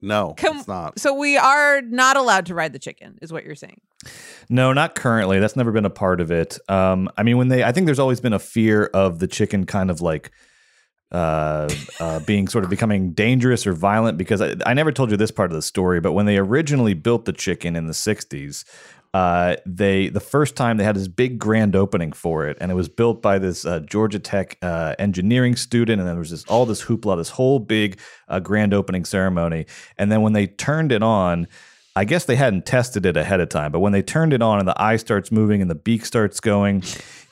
Speaker 2: No,
Speaker 3: Can-
Speaker 2: it's not.
Speaker 3: So we are not allowed to ride the chicken, is what you're saying.
Speaker 4: No, not currently. That's never been a part of it. Um, I mean, when they, I think there's always been a fear of the chicken kind of like uh, uh, being sort of becoming dangerous or violent because I, I never told you this part of the story, but when they originally built the chicken in the 60s, uh, they the first time they had this big grand opening for it, and it was built by this uh, Georgia Tech uh, engineering student, and there was this all this hoopla, this whole big uh, grand opening ceremony, and then when they turned it on, I guess they hadn't tested it ahead of time, but when they turned it on and the eye starts moving and the beak starts going,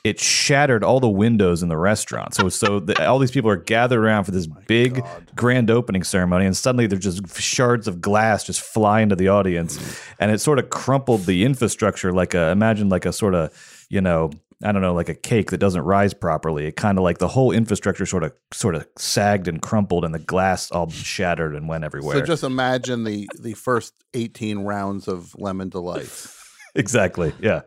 Speaker 4: it shattered all the windows in the restaurant. So, so the, all these people are gathered around for this big grand opening ceremony, and suddenly there's just shards of glass just fly into the audience, and it sort of crumpled the infrastructure like a imagine like a sort of you know I don't know, like a cake that doesn't rise properly. It kind of like the whole infrastructure sort of sort of sagged and crumpled, and the glass all shattered and went everywhere.
Speaker 2: So just imagine the the first 18 rounds of lemon delight
Speaker 4: exactly, yeah.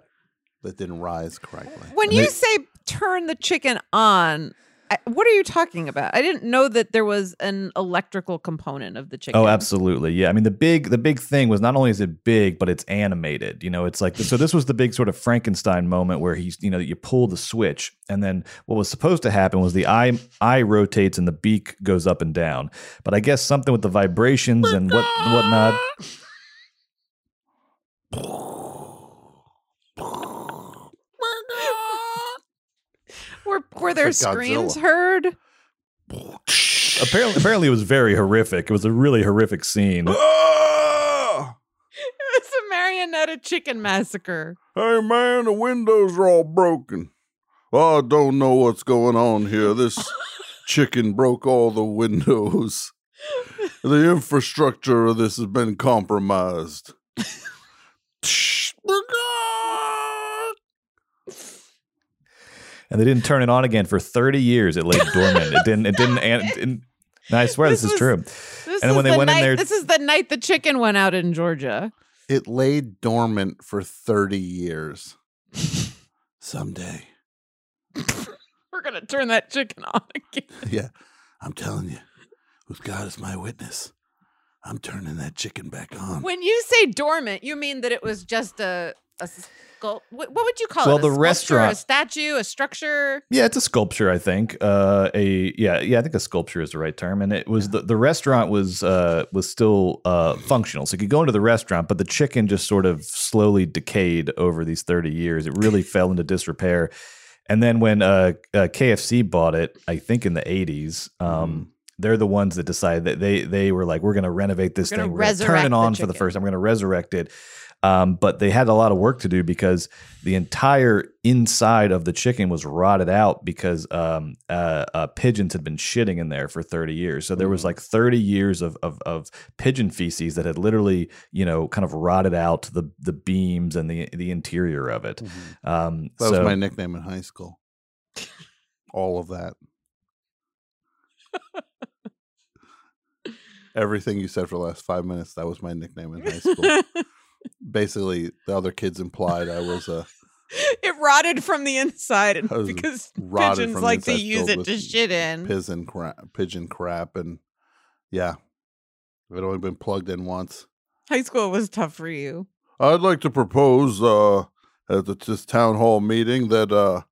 Speaker 2: that didn't rise correctly.
Speaker 3: When you say turn the chicken on, I, what are you talking about? I didn't know that there was an electrical component of the chicken.
Speaker 4: Oh, absolutely. Yeah. I mean, the big the big thing was not only is it big, but it's animated. You know, it's like so this was the big sort of Frankenstein moment where he's, you know, you pull the switch and then what was supposed to happen was the eye eye rotates and the beak goes up and down. But I guess something with the vibrations and what whatnot.
Speaker 3: Were, were there
Speaker 2: It's like
Speaker 3: screams
Speaker 2: Godzilla.
Speaker 3: heard?
Speaker 4: Apparently apparently it was very horrific. It was a really horrific scene.
Speaker 2: Ah!
Speaker 3: It's a marionette a chicken massacre.
Speaker 2: Hey man, the windows are all broken. I don't know what's going on here. This chicken broke all the windows. The infrastructure of this has been compromised.
Speaker 4: And they didn't turn it on again for 30 years. It lay dormant. It didn't it didn't, an- it didn't I swear
Speaker 3: This
Speaker 4: this, is
Speaker 3: was-
Speaker 4: true.
Speaker 3: This
Speaker 4: And
Speaker 3: is
Speaker 4: when they
Speaker 3: the
Speaker 4: went in
Speaker 3: night,
Speaker 4: there-
Speaker 3: this is the night the chicken went out in Georgia.
Speaker 2: It lay dormant for 30 years. Someday.
Speaker 3: We're gonna turn that chicken on again.
Speaker 2: Yeah. I'm telling you, with God as my witness, I'm turning that chicken back on.
Speaker 3: When you say dormant, you mean that it was just a a sculpt. What, what would you call
Speaker 4: Well,
Speaker 3: it? A
Speaker 4: the
Speaker 3: sculpture, a
Speaker 4: restaurant-
Speaker 3: statue, a structure.
Speaker 4: Yeah, it's a sculpture, I think. Uh, a yeah, yeah, I think a sculpture is the right term. And it was the, the restaurant was uh, was still uh, functional, so you could go into the restaurant, but the chicken just sort of slowly decayed over these thirty years. It really fell into disrepair. And then when uh, uh, KFC bought it, I think in the eighties,
Speaker 3: Mm-hmm.
Speaker 4: um, they're the ones that decided that they they were like, we're going to renovate this
Speaker 3: We're gonna
Speaker 4: thing, we're going to turn
Speaker 3: resurrect
Speaker 4: it
Speaker 3: the
Speaker 4: on for the
Speaker 3: chicken."
Speaker 4: first time, we're going to resurrect it. Um, but they had a lot of work to do because the entire inside of the chicken was rotted out because um, uh, uh, pigeons had been shitting in there for 30 years. So
Speaker 2: Mm.
Speaker 4: there was like 30 years of, of, of pigeon feces that had literally, you know, kind of rotted out the, the beams and the, the interior of it.
Speaker 2: Mm-hmm.
Speaker 4: Um,
Speaker 2: Mm. That
Speaker 4: so
Speaker 2: was my nickname in high school. All of that. Everything you said for the last five minutes, that was my nickname in high school. Basically, the other kids implied I was a
Speaker 3: It rotted from the inside, and
Speaker 2: I was
Speaker 3: because
Speaker 2: rotted
Speaker 3: pigeons
Speaker 2: from
Speaker 3: like to
Speaker 2: inside
Speaker 3: use
Speaker 2: filled
Speaker 3: it
Speaker 2: with
Speaker 3: to shit in.
Speaker 2: pigeon crap, pigeon crap, and yeah, I'd only been plugged in once.
Speaker 3: High school was tough for you.
Speaker 2: I'd like to propose uh, at the, this town hall meeting that uh,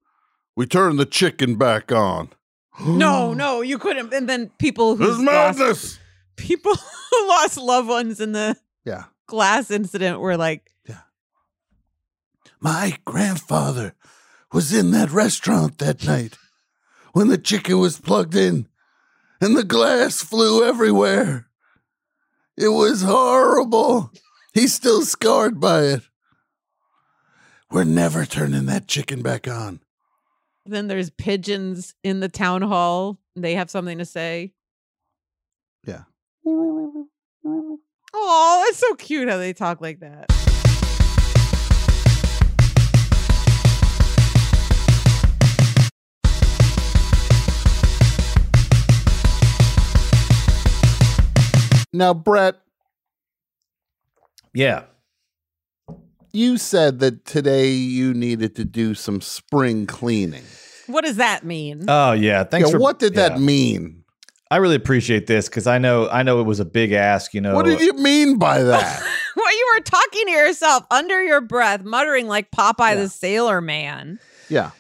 Speaker 2: we turn the chicken back on.
Speaker 3: No, no, you couldn't. And then people
Speaker 2: This
Speaker 3: who
Speaker 2: is madness.
Speaker 3: people who lost loved ones in the
Speaker 2: Yeah.
Speaker 3: glass incident were like,
Speaker 2: My grandfather was in that restaurant that night when the chicken was plugged in and the glass flew everywhere. It was horrible. He's still scarred by it. We're never turning that chicken back on.
Speaker 3: then there's pigeons in the town hall. and They have something to say.
Speaker 2: Yeah.
Speaker 3: Oh, it's so cute how they talk like that.
Speaker 2: Now, Brett,
Speaker 4: yeah,
Speaker 2: you said that today you needed to do some spring cleaning.
Speaker 3: What does that mean?
Speaker 2: Uh
Speaker 4: Oh yeah, thanks.
Speaker 2: Yeah,
Speaker 4: for,
Speaker 2: what did
Speaker 4: yeah.
Speaker 2: that mean?
Speaker 4: I really appreciate this because I know I know it was a big ask. You know,
Speaker 2: What did you mean by that?
Speaker 3: well, you were talking to yourself under your breath, muttering like Popeye the Sailor Man.
Speaker 2: yeah.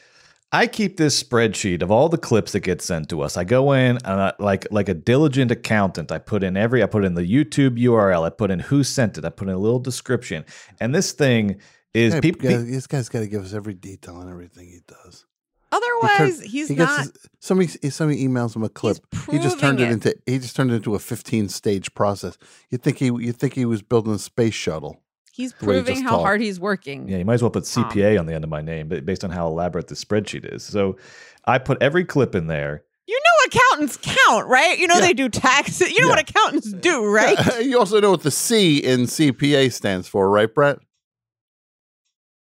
Speaker 4: I keep this spreadsheet of all the clips that get sent to us. I go in and I, like like a diligent accountant, I put in every I put in the YouTube URL, I put in who sent it, I put in a little description. And this thing is
Speaker 2: Hey,
Speaker 4: people
Speaker 2: guys, this guy's got to give us every detail on everything he does.
Speaker 3: Otherwise,
Speaker 2: Because
Speaker 3: he's
Speaker 2: he gets
Speaker 3: not.
Speaker 2: his- somebody somebody emails him a clip. He just turned
Speaker 3: proving
Speaker 2: it,
Speaker 3: it.
Speaker 2: into he just turned it into a 15 stage process. You think he you think he was building a space shuttle.
Speaker 3: he's
Speaker 2: the way he
Speaker 3: proving
Speaker 2: just
Speaker 3: how
Speaker 2: talked.
Speaker 3: hard he's working.
Speaker 4: Yeah, you might as well put CPA on the end of my name, but based on how elaborate the spreadsheet is. So I put every clip in there.
Speaker 3: You know, accountants count, right? You know, they do taxes. You know what accountants do, right?
Speaker 2: you also know what the C in CPA stands for, right, Brett?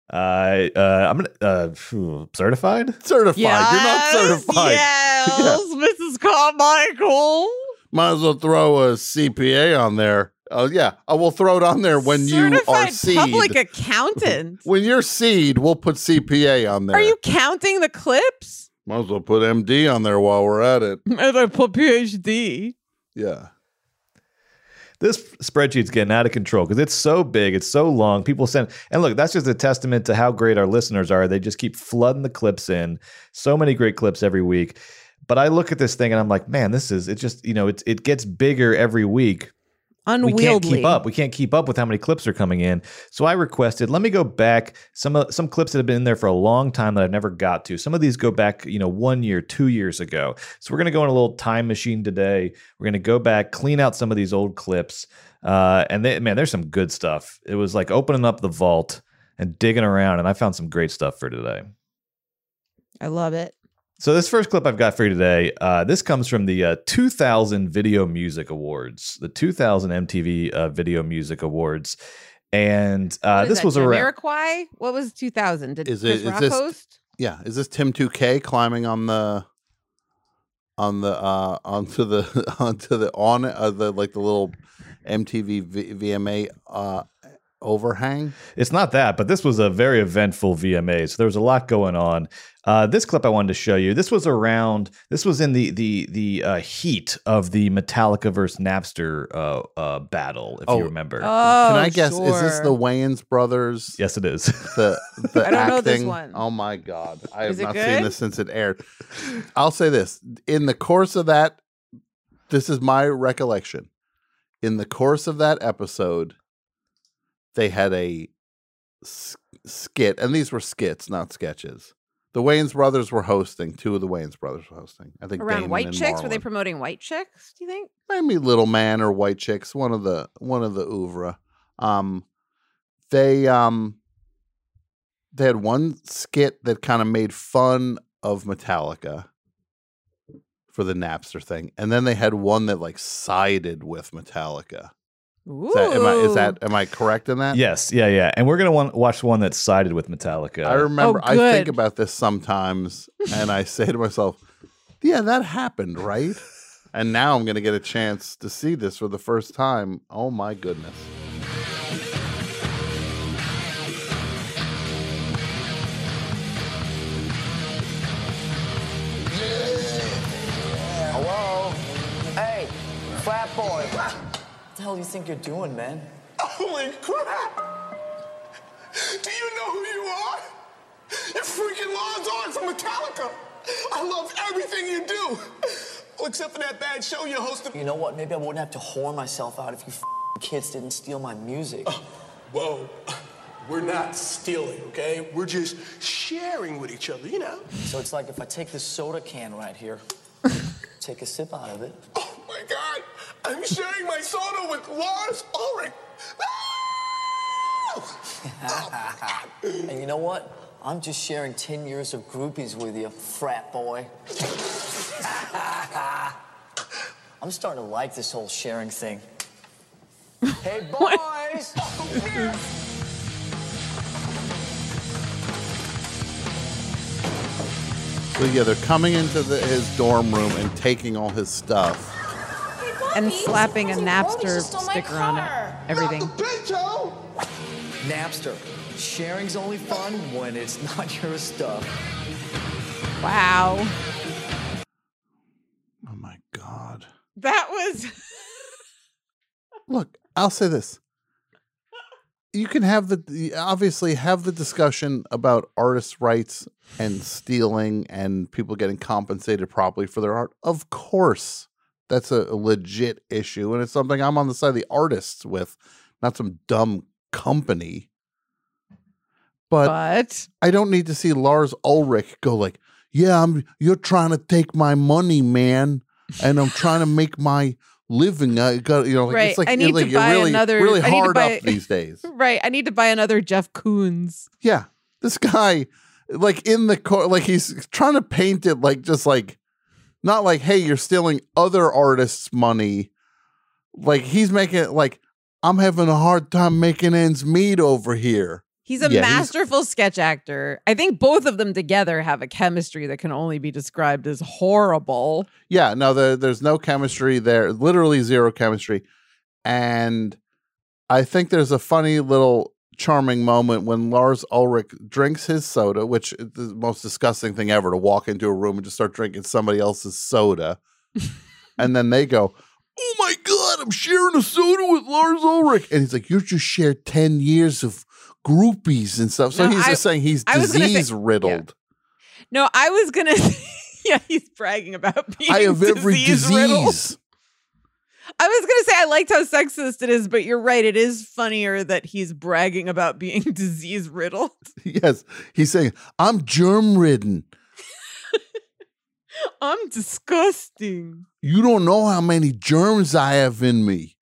Speaker 4: I uh, I'm gonna, uh, phew, certified.
Speaker 2: Certified. You're not certified.
Speaker 3: Yes, Mrs. Carmichael.
Speaker 2: Might as well throw a CPA on there. Oh yeah, I will throw it on there when you are
Speaker 3: Certified
Speaker 2: seed.
Speaker 3: public accountant.
Speaker 2: when you're seed, we'll put CPA on there.
Speaker 3: Are you counting the clips?
Speaker 2: Might as well put MD on there while we're at it.
Speaker 3: And I put PhD.
Speaker 2: Yeah.
Speaker 4: this spreadsheet's getting out of control because it's so big, it's so long. People send, and look, that's just a testament to how great our listeners are. They just keep flooding the clips in, so many great clips every week. But I look at this thing and I'm like, man, this is it. Just you know, it it gets bigger every week.
Speaker 3: Unwieldy.
Speaker 4: We can't keep up. We can't keep up with how many clips are coming in. So I requested, let me go back some uh, some clips that have been in there for a long time that I've never got to. Some of these go back, you know, one year, two years ago. So we're gonna go in a little time machine today. We're gonna go back, clean out some of these old clips. Uh, and they, man, there's some good stuff. It was like opening up the vault and digging around, and I found some great stuff for today.
Speaker 3: I love it.
Speaker 4: So this first clip I've got for you today, uh, this comes from the uh, 2000 Video Music Awards, the 2000 MTV uh, Video Music Awards, and uh,
Speaker 3: What is
Speaker 4: this
Speaker 3: that,
Speaker 4: was around.
Speaker 3: Jamiroquai. What was 2000? Did
Speaker 2: Is it-
Speaker 3: Chris
Speaker 2: is
Speaker 3: Rock
Speaker 2: this-
Speaker 3: host?
Speaker 2: Yeah. Is this Tim 2K climbing on the on the uh onto the onto the on uh, the like the little MTV v- VMA uh overhang?
Speaker 4: It's not that, but this was a very eventful VMA. So there was a lot going on. Uh, this clip I wanted to show you. This was around. This was in the the the uh, heat of the Metallica versus Napster uh, uh, battle, if
Speaker 2: Oh.
Speaker 4: you remember.
Speaker 3: Oh,
Speaker 2: Can I guess is this the
Speaker 3: sure.
Speaker 2: Wayans brothers?
Speaker 4: yes, it is.
Speaker 2: The, the
Speaker 3: I don't know this
Speaker 2: acting?
Speaker 3: one.
Speaker 2: Oh my god. I have
Speaker 3: Is it
Speaker 2: not seen
Speaker 3: good?
Speaker 2: this since it aired. I'll say this. In the course of that this is my recollection. In the course of that episode, they had a s- skit, and these were skits, not sketches. The Wayans brothers were hosting. Two of the Wayans brothers were hosting. I think
Speaker 3: around
Speaker 2: Damon
Speaker 3: white
Speaker 2: and
Speaker 3: chicks? Were they
Speaker 2: Marlon.
Speaker 3: promoting white chicks? Do you think?
Speaker 2: maybe Little Man or White Chicks? One of the one of the oeuvre. Um, they um, they had one skit that kind of made fun of Metallica for the Napster thing, and then they had one that like sided with Metallica.
Speaker 3: Ooh.
Speaker 2: Is that, am I is that am I correct in that?
Speaker 4: yes, yeah, yeah. And we're gonna want, watch one that sided with Metallica.
Speaker 2: I remember. I
Speaker 3: good.
Speaker 2: think about this sometimes, and I say to myself, "Yeah, that happened, right?" And now I'm going to get a chance to see this for the first time. Oh my goodness!
Speaker 7: Hello? Hey, frat boy. What the hell do you think you're doing, man?
Speaker 10: Holy crap! Do you know who you are? You're freaking Lon's on from Metallica! I love everything you do! Well, except for that bad show you hosted.
Speaker 7: You know what? Maybe I wouldn't have to whore myself out if you f***ing kids didn't steal my music.
Speaker 10: Uh, Whoa, we're not stealing, okay? We're just sharing with each other, you know?
Speaker 7: So it's like if I take this soda can right here, take a sip out of it.
Speaker 10: Oh my god, I'm sharing my soda with Lars Ulrich! Ah!
Speaker 7: And you know what? I'm just sharing 10 years of groupies with you, frat boy. I'm starting to like this whole sharing thing. Hey, boys!
Speaker 2: So yeah, they're coming into the, his dorm room and taking all his stuff.
Speaker 3: And slapping a Napster sticker on it. Everything.
Speaker 10: Not the Pinto!
Speaker 7: Napster. Sharing's only fun when it's not your stuff.
Speaker 3: Wow.
Speaker 2: Oh my god!
Speaker 3: That was
Speaker 2: Look, I'll say this. You can have the- the obviously have the discussion about artists' rights and stealing and people getting compensated properly for their art. Of course, that's a, a legit issue, and it's something I'm on the side of the artists with, not some dumb company. But
Speaker 3: but
Speaker 2: I don't need to see Lars Ulrich go like, "Yeah, I'm you're trying to take my money, man, and I'm trying to make my living." I got you know, like,
Speaker 3: Right,
Speaker 2: it's like,
Speaker 3: I need
Speaker 2: like
Speaker 3: to
Speaker 2: you're
Speaker 3: buy
Speaker 2: really,
Speaker 3: another-
Speaker 2: really
Speaker 3: I need to
Speaker 2: hard
Speaker 3: buy-
Speaker 2: up these days.
Speaker 3: right. I need to buy another Jeff Koons.
Speaker 2: Yeah, this guy, like in the court, like he's trying to paint it like just like, not like, "Hey, you're stealing other artists' money." Like he's making it like I'm having a hard time making ends meet over here.
Speaker 3: He's a
Speaker 2: Yeah, he's-
Speaker 3: masterful sketch actor. I think both of them together have a chemistry that can only be described as horrible.
Speaker 2: Yeah, no, there, there's no chemistry there, literally zero chemistry. And I think there's a funny little charming moment when Lars Ulrich drinks his soda, which is the most disgusting thing ever to walk into a room and just start drinking somebody else's soda. and then they go, Oh my God, I'm sharing a soda with Lars Ulrich. And he's like, You just shared 10 years of groupies and stuff. So
Speaker 3: No,
Speaker 2: he's
Speaker 3: I-
Speaker 2: just saying he's
Speaker 3: I was gonna say-
Speaker 2: disease riddled.
Speaker 3: No, I was gonna. yeah, he's bragging about being.
Speaker 2: I have every
Speaker 3: disease-riddled.
Speaker 2: disease.
Speaker 3: I was gonna say I liked how sexist it is, but you're right. It is funnier that he's bragging about being disease riddled.
Speaker 2: Yes, he's saying, I'm germ ridden.
Speaker 3: I'm disgusting.
Speaker 2: You don't know how many germs I have in me.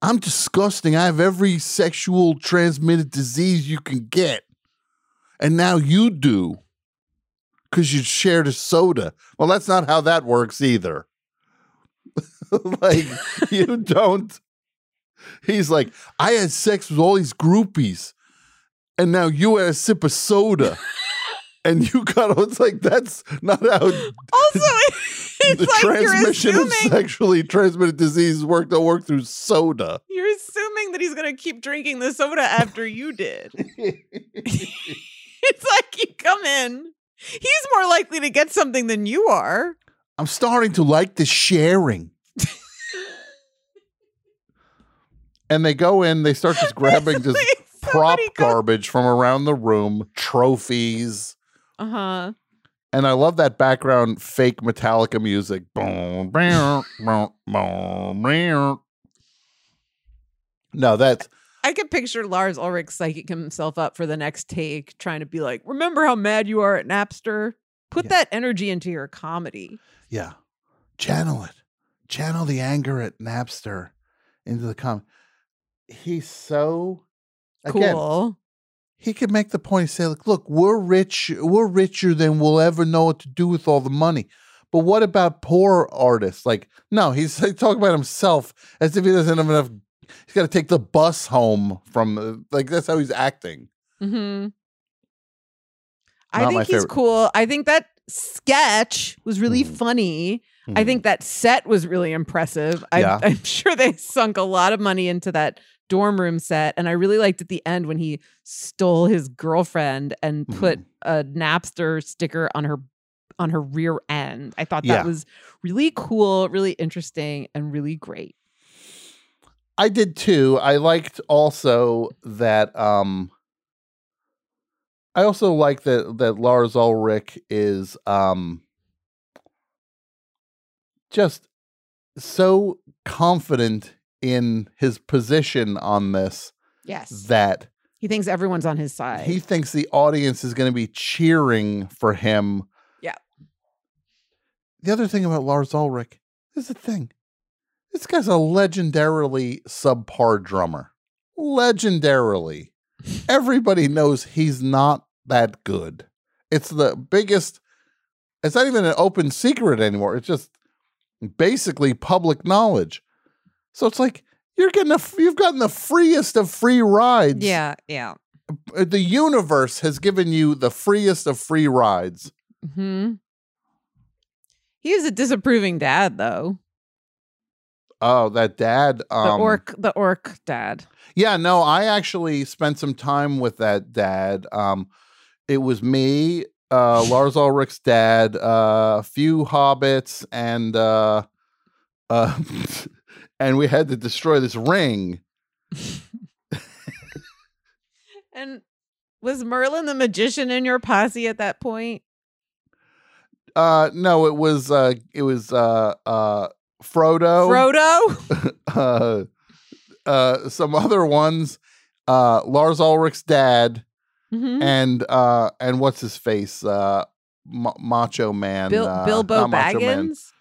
Speaker 2: I'm disgusting. I have every sexual transmitted disease you can get. And now you do because you shared a soda. Well, that's not how that works either. like, you don't. He's like, I had sex with all these groupies, and now you had a sip of soda. And you got, it's like, that's not how
Speaker 3: Also, it's
Speaker 2: the
Speaker 3: like you're
Speaker 2: transmission of
Speaker 3: assuming
Speaker 2: sexually transmitted diseases work don't work through soda.
Speaker 3: you're assuming that he's gonna keep drinking the soda after you did. it's like you come in. He's more likely to get something than you are.
Speaker 2: I'm starting to like the sharing. and they go in, they start just grabbing just
Speaker 3: Like,
Speaker 2: prop
Speaker 3: somebody goes-
Speaker 2: garbage from around the room, trophies.
Speaker 3: Uh huh.
Speaker 2: And I love that background fake Metallica music. Boom, boom, boom, boom, boom. No, that's
Speaker 3: I could picture Lars Ulrich psyching himself up for the next take, trying to be like, "Remember how mad you are at Napster? Put that energy into your comedy."
Speaker 2: Yeah. Channel it. Channel the anger at Napster into the comment. He's so again,
Speaker 3: Cool.
Speaker 2: he could make the point and say, like, look, we're rich, we're richer than we'll ever know what to do with all the money. But what about poor artists? Like, no, he's like, talking about himself as if he doesn't have enough. He's got to take the bus home from, uh, like, that's how he's acting.
Speaker 3: hmm
Speaker 2: Not
Speaker 3: I
Speaker 2: my
Speaker 3: think he's
Speaker 2: favorite.
Speaker 3: cool. I think that sketch was really
Speaker 2: Mhm.
Speaker 3: funny. I think that set was really impressive. I,
Speaker 2: Yeah.
Speaker 3: I'm sure they sunk a lot of money into that dorm room set. And I really liked at the end when he stole his girlfriend and put a
Speaker 2: Mm-hmm.
Speaker 3: Napster sticker on her on her rear end. I thought
Speaker 2: Yeah.
Speaker 3: that was really cool, really interesting, and really great.
Speaker 2: I did too. I liked also that um I also like that that Lars Ulrich is um just so confident in his position on this
Speaker 3: Yes.
Speaker 2: that
Speaker 3: he thinks everyone's on his side.
Speaker 2: he thinks the audience is going to be cheering for him.
Speaker 3: Yeah.
Speaker 2: The other thing about Lars Ulrich is the thing. This guy's a legendarily subpar drummer. Legendarily. Everybody knows he's not that good. It's the biggest, it's not even an open secret anymore. It's just basically public knowledge. So it's like, you're getting a, f- you've gotten the freest of free rides
Speaker 3: yeah, yeah.
Speaker 2: uh, the universe has given you the freest of free rides.
Speaker 3: Hmm. He is a disapproving dad, though.
Speaker 2: Oh, that dad.
Speaker 3: The
Speaker 2: Um,
Speaker 3: orc, the orc dad.
Speaker 2: Yeah, no, I actually spent some time with that dad. Um, it was me, uh, Lars Ulrich's dad, uh, a few hobbits, and uh, Uh, and we had to destroy this ring.
Speaker 3: And was Merlin the magician in your posse at that point?
Speaker 2: Uh, no, it was uh, it was uh, uh, Frodo.
Speaker 3: Frodo?
Speaker 2: uh, uh, some other ones, uh, Lars Ulrich's dad,
Speaker 3: Mhm.
Speaker 2: and uh, and what's his face, uh, Ma- Macho Man,
Speaker 3: Bil-
Speaker 2: uh,
Speaker 3: Bilbo
Speaker 2: not Macho Man.
Speaker 3: Baggins?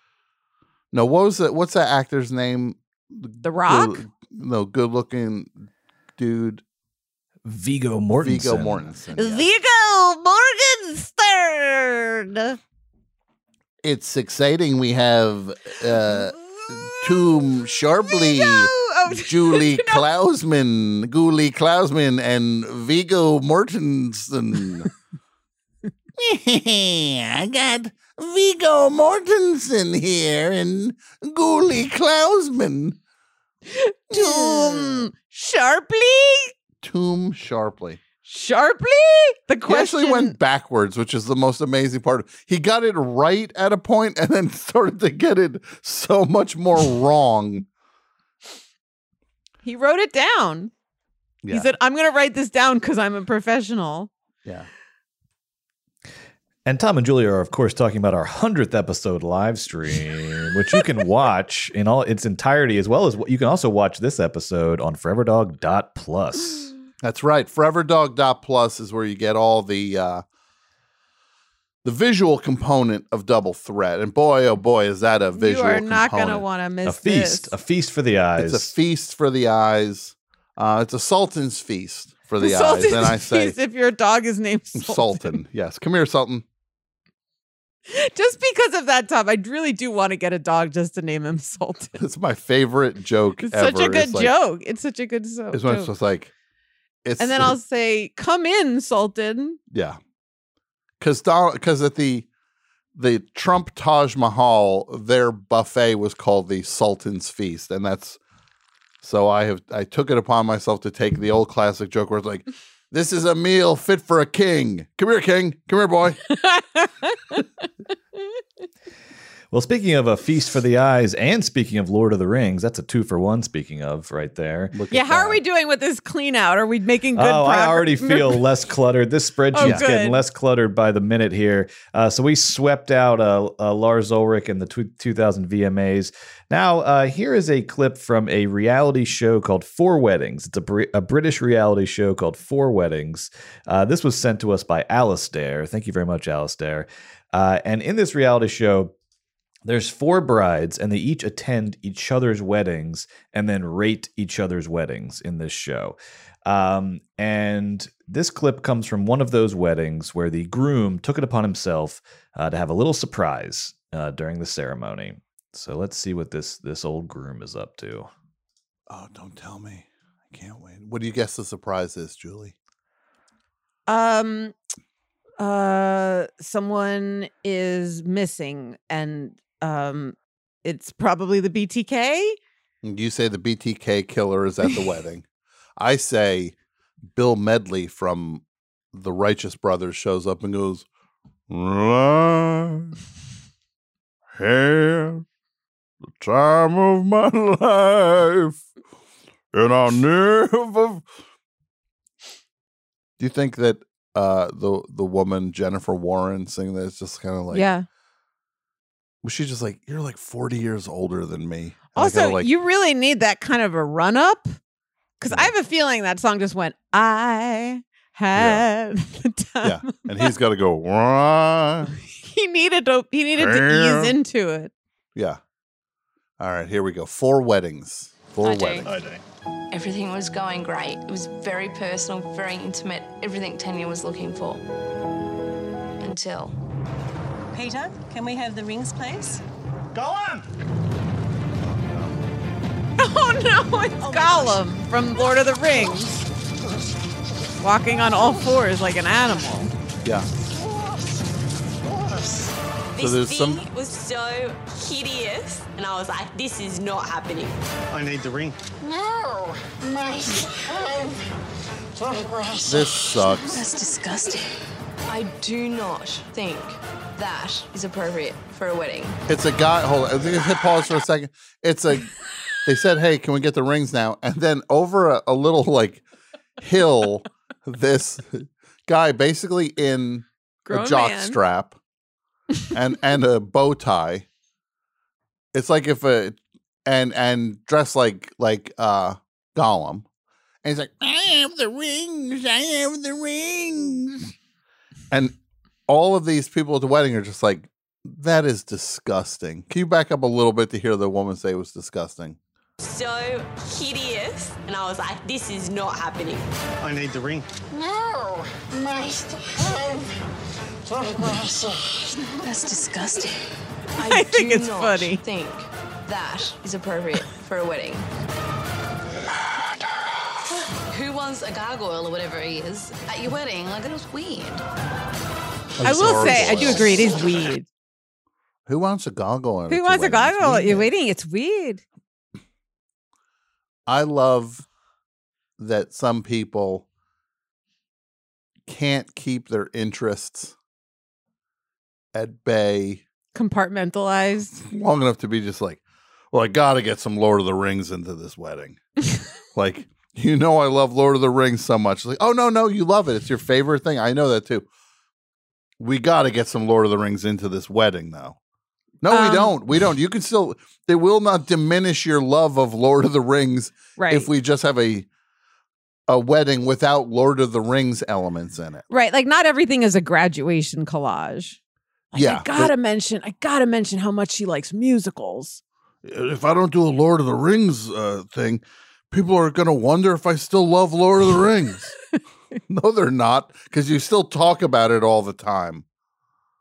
Speaker 2: No, what was that? What's that actor's name?
Speaker 3: The Rock?
Speaker 2: no, good looking dude,
Speaker 4: Vigo Mortensen.
Speaker 2: Vigo Mortensen. yeah.
Speaker 3: Vigo
Speaker 2: Uh,
Speaker 3: Morgenstern.
Speaker 2: it's exciting. We have uh, Tomb Sharply.
Speaker 3: Oh,
Speaker 2: Julie Klausman, Julie Klausman, and Vigo Mortensen. I got Vigo Mortensen here and Julie Klausman.
Speaker 3: Doom Sharply?
Speaker 2: Tomb Sharply.
Speaker 3: Sharply? The
Speaker 2: He
Speaker 3: question
Speaker 2: actually went backwards, which is the most amazing part. He got it right at a point and then started to get it so much more wrong.
Speaker 3: He wrote it down. He
Speaker 2: Yeah.
Speaker 3: said, I'm going to write this down because I'm a professional.
Speaker 2: yeah.
Speaker 4: And Tom and Julia are, of course, talking about our hundredth episode live stream, which you can watch in all its entirety, as well as you can also watch this episode on ForeverDog.plus.
Speaker 2: That's right. ForeverDog.plus is where you get all the uh, the visual component of Double Threat, and boy, oh boy, is that a
Speaker 3: You
Speaker 2: visual!
Speaker 3: are not going to
Speaker 2: component.
Speaker 3: want to miss
Speaker 4: A feast,
Speaker 3: this.
Speaker 4: a feast for the eyes.
Speaker 2: It's a feast for the eyes. Uh, it's a Sultan's feast for the eyes,
Speaker 3: Sultan's
Speaker 2: and I say
Speaker 3: feast if your dog is named
Speaker 2: Sultan.
Speaker 3: Sultan.
Speaker 2: Yes, come here, Sultan.
Speaker 3: Just because of that, Tom, I really do want to get a dog just to name him Sultan.
Speaker 2: It's my favorite joke.
Speaker 3: It's
Speaker 2: ever.
Speaker 3: such a good
Speaker 2: It's like-
Speaker 3: joke. It's such a good so-
Speaker 2: It's when it's
Speaker 3: joke.
Speaker 2: just like, it's
Speaker 3: And then I'll say, "Come in, Sultan."
Speaker 2: Yeah. Cause Don because at the the Trump Taj Mahal, their buffet was called the Sultan's Feast. And that's so I have I took it upon myself to take the old classic joke where it's like, This is a meal fit for a king. Come here, king. Come here, boy.
Speaker 4: Well, speaking of a feast for the eyes, and speaking of Lord of the Rings, that's a two for one. Speaking of right there.
Speaker 2: Look
Speaker 3: Yeah,
Speaker 2: at
Speaker 3: how are
Speaker 2: that.
Speaker 3: we doing with this clean out? Are we making good
Speaker 4: oh, I
Speaker 3: progress?
Speaker 4: already feel less cluttered. This
Speaker 3: Oh,
Speaker 4: spreadsheet's
Speaker 3: good.
Speaker 4: getting less cluttered by the minute here. Uh, so we swept out uh, uh, Lars Ulrich and the tw- 2000 VMAs. Now, uh, here is a clip from a reality show called Four Weddings. It's a, Br- a British reality show called Four Weddings. Uh, this was sent to us by Alistair. Thank you very much, Alistair. Uh, and in this reality show, there's four brides, and they each attend each other's weddings and then rate each other's weddings in this show. Um, and this clip comes from one of those weddings where the groom took it upon himself uh, to have a little surprise uh, during the ceremony. So let's see what this this old groom is up to.
Speaker 2: Oh, don't tell me. I can't wait. What do you guess the surprise is, Julie?
Speaker 3: um uh someone is missing and um it's probably the BTK.
Speaker 2: You say the BTK killer is at the wedding. I say Bill Medley from the Righteous Brothers shows up and goes, "Life had the time of my life, and I'll never." Do you think that uh, the the woman Jennifer Warren singing that is just kind of like
Speaker 3: yeah.
Speaker 2: Was she just like you're like forty years older than me? And I
Speaker 3: Also,
Speaker 2: kinda like,
Speaker 3: you really need that kind of a run up cuz I have a feeling that song just went I had the
Speaker 2: yeah,
Speaker 3: time.
Speaker 2: and he's got to go. "Wah."
Speaker 3: He needed to he needed to ease
Speaker 2: Yeah.
Speaker 3: into it.
Speaker 2: Yeah. All right, here we go. Four weddings. Four
Speaker 11: I do.
Speaker 2: weddings.
Speaker 11: Everything was going great. It was very personal, very intimate, everything Tanya was looking for. Until.
Speaker 12: Peter, can we have the rings, please?
Speaker 9: Go on!
Speaker 3: Oh no, it's Gollum from Lord of the Rings. Walking on all fours like an animal.
Speaker 2: Yeah. So
Speaker 13: This
Speaker 2: there's
Speaker 13: thing
Speaker 2: some.
Speaker 13: was so hideous, and I was like, this is not happening.
Speaker 9: I need the ring.
Speaker 13: No, my
Speaker 2: This sucks.
Speaker 11: That's disgusting.
Speaker 13: I do not think
Speaker 11: that is appropriate for a wedding.
Speaker 2: It's a guy. Hold on. Let's hit pause for a second. It's a. They said, "Hey, can we get the rings now?" And then over a, a little like hill, this guy basically in
Speaker 3: Grown
Speaker 2: a jock
Speaker 3: man.
Speaker 2: strap and and a bow tie. It's like if a and and dressed like like uh Gollum, and he's like, I have the rings. I have the rings. and all of these people at the wedding are just like, that is disgusting. Can you back up a little bit to hear the woman say it was disgusting?
Speaker 13: So hideous. And I was like, this is not happening.
Speaker 9: I need the ring.
Speaker 13: No. Nice to have.
Speaker 11: That's disgusting. I,
Speaker 3: I think
Speaker 11: do
Speaker 3: it's
Speaker 11: not
Speaker 3: funny.
Speaker 11: think that is appropriate for a wedding. Who wants a gargoyle or whatever he is at your wedding? Like, it was weird.
Speaker 3: I will say, I do agree. It is weird.
Speaker 2: Who wants a gargoyle? at
Speaker 3: Who
Speaker 2: your
Speaker 3: wants a
Speaker 2: wedding? It's
Speaker 3: gargoyle? You're
Speaker 2: weird.
Speaker 3: waiting. It's weird.
Speaker 2: I love that some people can't keep their interests at bay
Speaker 3: Compartmentalized.
Speaker 2: long enough to be just like, well, I got to get some Lord of the Rings into this wedding. like, you know, I love Lord of the Rings so much. Like, oh, no, no, you love it. It's your favorite thing. I know that too. We got to get some Lord of the Rings into this wedding, though. No,
Speaker 3: Um,
Speaker 2: we don't. We don't. You can still, they will not diminish your love of Lord of the Rings
Speaker 3: Right.
Speaker 2: if we just have a, a wedding without Lord of the Rings elements in it.
Speaker 3: Right. Like not everything is a graduation collage. Like,
Speaker 2: yeah.
Speaker 3: I gotta mention, I gotta mention how much she likes musicals.
Speaker 2: if I don't do a Lord of the Rings uh, thing, people are going to wonder if I still love Lord of the Rings. no, they're not, because you still talk about it all the time.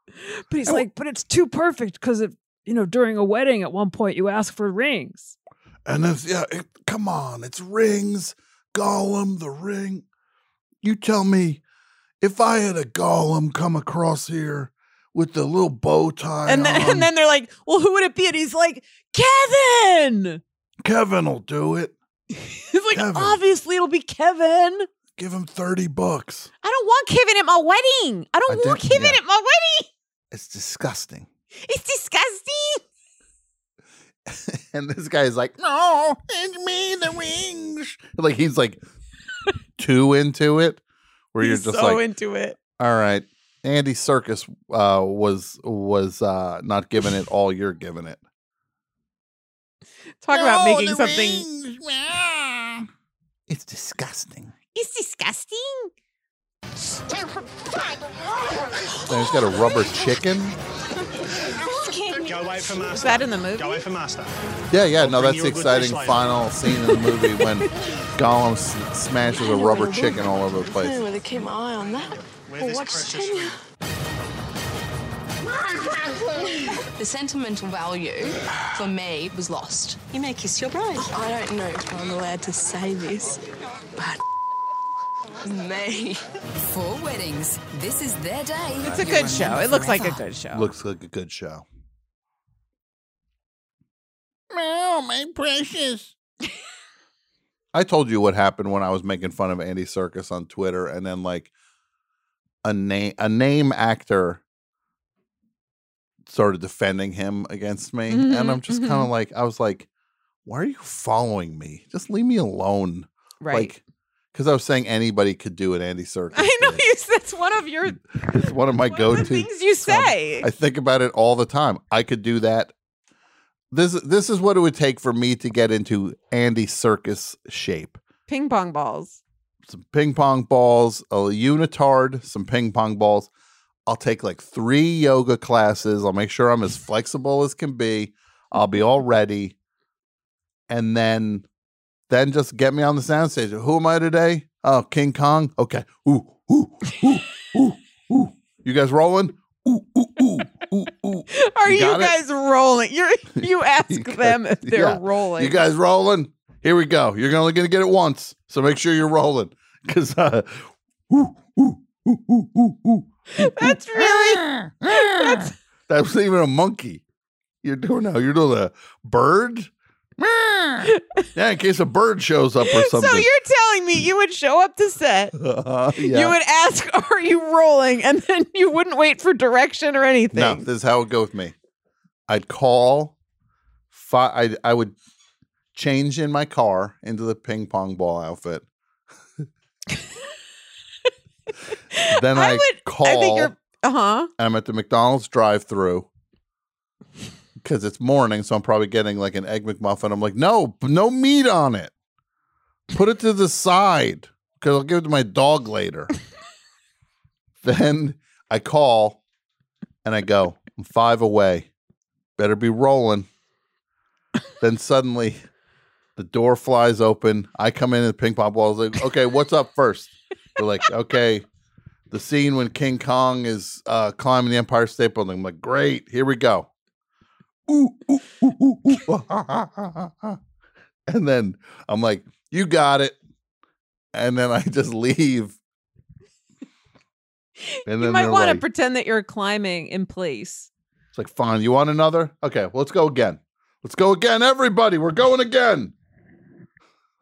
Speaker 3: But
Speaker 2: Oh.
Speaker 3: he's like, but it's too perfect because it, you know, during a wedding at one point you ask for rings.
Speaker 2: And it's, yeah, it, come on, it's rings, Gollum, the ring. You tell me if I had a Gollum come across here with the little bow tie
Speaker 3: and then
Speaker 2: on,
Speaker 3: and then they're like, well, who would it be? And he's like, Kevin.
Speaker 2: Kevin will do it.
Speaker 3: He's like,
Speaker 2: Kevin.
Speaker 3: obviously it'll be Kevin.
Speaker 2: Give him 30 bucks.
Speaker 3: I don't want Kevin at my wedding. I don't
Speaker 2: I
Speaker 3: want
Speaker 2: didn't-
Speaker 3: Kevin
Speaker 2: yeah.
Speaker 3: at my wedding.
Speaker 2: It's disgusting.
Speaker 3: It's disgusting.
Speaker 2: And this guy's like, no, it's me, the rings. Like he's like too into it, where
Speaker 3: He's
Speaker 2: you're just
Speaker 3: so
Speaker 2: like,
Speaker 3: into it.
Speaker 2: all right, Andy Circus uh, was was uh, not giving it all you're giving it.
Speaker 3: Talk about
Speaker 2: No,
Speaker 3: making
Speaker 2: the
Speaker 3: something.
Speaker 2: It's disgusting.
Speaker 3: It's disgusting.
Speaker 2: And he's got a rubber chicken.
Speaker 9: Go away from master.
Speaker 3: that in the movie?
Speaker 9: Go away from master.
Speaker 2: Yeah, yeah. No,
Speaker 9: bring
Speaker 2: that's
Speaker 9: you
Speaker 2: the
Speaker 9: a good
Speaker 2: exciting
Speaker 9: fish
Speaker 2: final scene in the movie when Gollum s- smashes a rubber chicken all over the
Speaker 11: I
Speaker 2: place.
Speaker 11: don't really keep my eye on that.
Speaker 9: Where
Speaker 11: Or
Speaker 9: this
Speaker 11: watch
Speaker 9: precious
Speaker 11: tenure. The sentimental value for me was lost.
Speaker 12: You may kiss your bride.
Speaker 11: I don't know if I'm allowed to say this, but me.
Speaker 14: Four weddings. This is their day.
Speaker 3: It's a good show. It looks like a good show.
Speaker 2: Looks like a good show.
Speaker 14: Meow, my precious.
Speaker 2: I told you what happened when I was making fun of Andy Circus on Twitter, and then like a name a name actor started defending him against me, and I'm just kind of
Speaker 3: Mhm.
Speaker 2: like, I was like, why are you following me? Just leave me alone,
Speaker 3: Right.
Speaker 2: Like, because I was saying anybody could do what Andy Circus.
Speaker 3: I know
Speaker 2: did.
Speaker 3: you. That's one of your
Speaker 2: It's one of my
Speaker 3: one
Speaker 2: go
Speaker 3: of the
Speaker 2: to.
Speaker 3: things you say.
Speaker 2: I think about it all the time. I could do that. This this is what it would take for me to get into Andy Circus shape.
Speaker 3: Ping pong balls.
Speaker 2: some ping pong balls, a unitard, some ping pong balls. I'll take like three yoga classes. I'll make sure I'm as flexible as can be. I'll be all ready. And then then just get me on the sound stage. Who am I today? Oh, King Kong. Okay. Ooh, ooh, ooh, ooh, ooh. You guys rolling?
Speaker 3: Are
Speaker 2: You
Speaker 3: you,
Speaker 2: got it?
Speaker 3: guys rolling? You you ask
Speaker 2: You got-
Speaker 3: them if they're
Speaker 2: yeah.
Speaker 3: rolling.
Speaker 2: You guys rolling? Here we go. You're only going to get it once. So make sure you're rolling. Because uh,
Speaker 3: That's really that's
Speaker 2: That was even a monkey. You're doing now. You're doing a bird. yeah, in case a bird shows up or something.
Speaker 3: So you're telling me you would show up to set,
Speaker 2: Uh, yeah.
Speaker 3: you would ask, "Are you rolling?" and then you wouldn't wait for direction or anything.
Speaker 2: No, this is how it goes with me. I'd call. Fi- I I would change in my car into the ping pong ball outfit. then I, call.
Speaker 3: I think you're. Uh huh.
Speaker 2: and I'm at the McDonald's drive through because it's morning, so I'm probably getting like an egg McMuffin. I'm like, no, b- no meat on it. Put it to the side because I'll give it to my dog later. then I call and I go, I'm five away. Better be rolling. then suddenly the door flies open. I come in and the ping pong ball is like, okay, what's up first? We're like, okay, the scene when King Kong is uh, climbing the Empire State Building. I'm like, great, here we go. And then I'm like, you got it. And then I just leave. And
Speaker 3: You
Speaker 2: then
Speaker 3: might
Speaker 2: they're
Speaker 3: want to
Speaker 2: like,
Speaker 3: pretend that you're climbing in place.
Speaker 2: it's like, fine, you want another? Okay, well, let's go again. Let's go again, everybody. We're going again.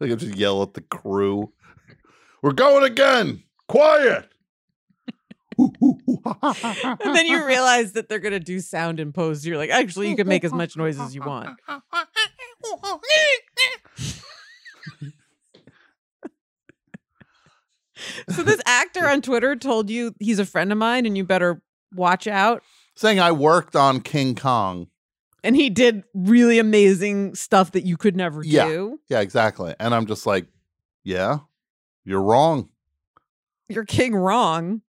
Speaker 2: Like I just yell at the crew. We're going again. Quiet.
Speaker 3: and then you realize that they're gonna do sound imposed. You're like, actually, you can make as much noise as you want. So this actor on Twitter told you he's a friend of mine, and you better watch out.
Speaker 2: Saying I worked on King Kong.
Speaker 3: And he did really amazing stuff that you could never
Speaker 2: Yeah.
Speaker 3: do.
Speaker 2: Yeah, exactly. And I'm just like, yeah, you're wrong.
Speaker 3: You're king wrong.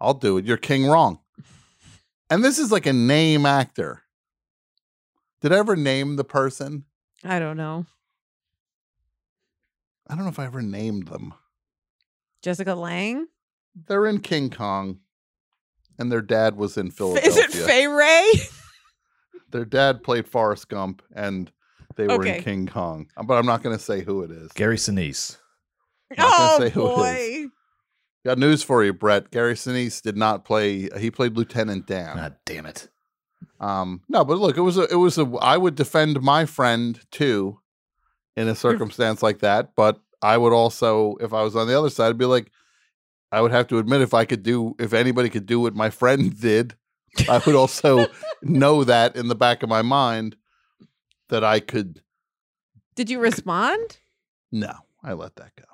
Speaker 2: I'll do it. You're king wrong. And this is like a name actor. Did I ever name the person?
Speaker 3: I don't know.
Speaker 2: I don't know if I ever named them.
Speaker 3: Jessica Lang?
Speaker 2: They're in King Kong, and their dad was in Philadelphia.
Speaker 3: Is it Fay Ray?
Speaker 2: Their dad played Forrest Gump, and they were
Speaker 3: Okay.
Speaker 2: in King Kong. But I'm not going to say who it is.
Speaker 4: Gary Sinise.
Speaker 2: I'm not
Speaker 3: oh
Speaker 2: gonna say who it is.
Speaker 3: boy.
Speaker 2: Got news for you, Brett. Gary Sinise did not play. He played Lieutenant Dan.
Speaker 4: God damn it.
Speaker 2: Um, no, but look, it was a, it was a. I would defend my friend too, in
Speaker 3: Mm.
Speaker 2: a circumstance like that. But I would also, if I was on the other side, I'd be like, I would have to admit if I could do, if anybody could do what my friend did, I would also know that in the back of my mind that I could.
Speaker 3: Did you respond?
Speaker 2: No, I let that go.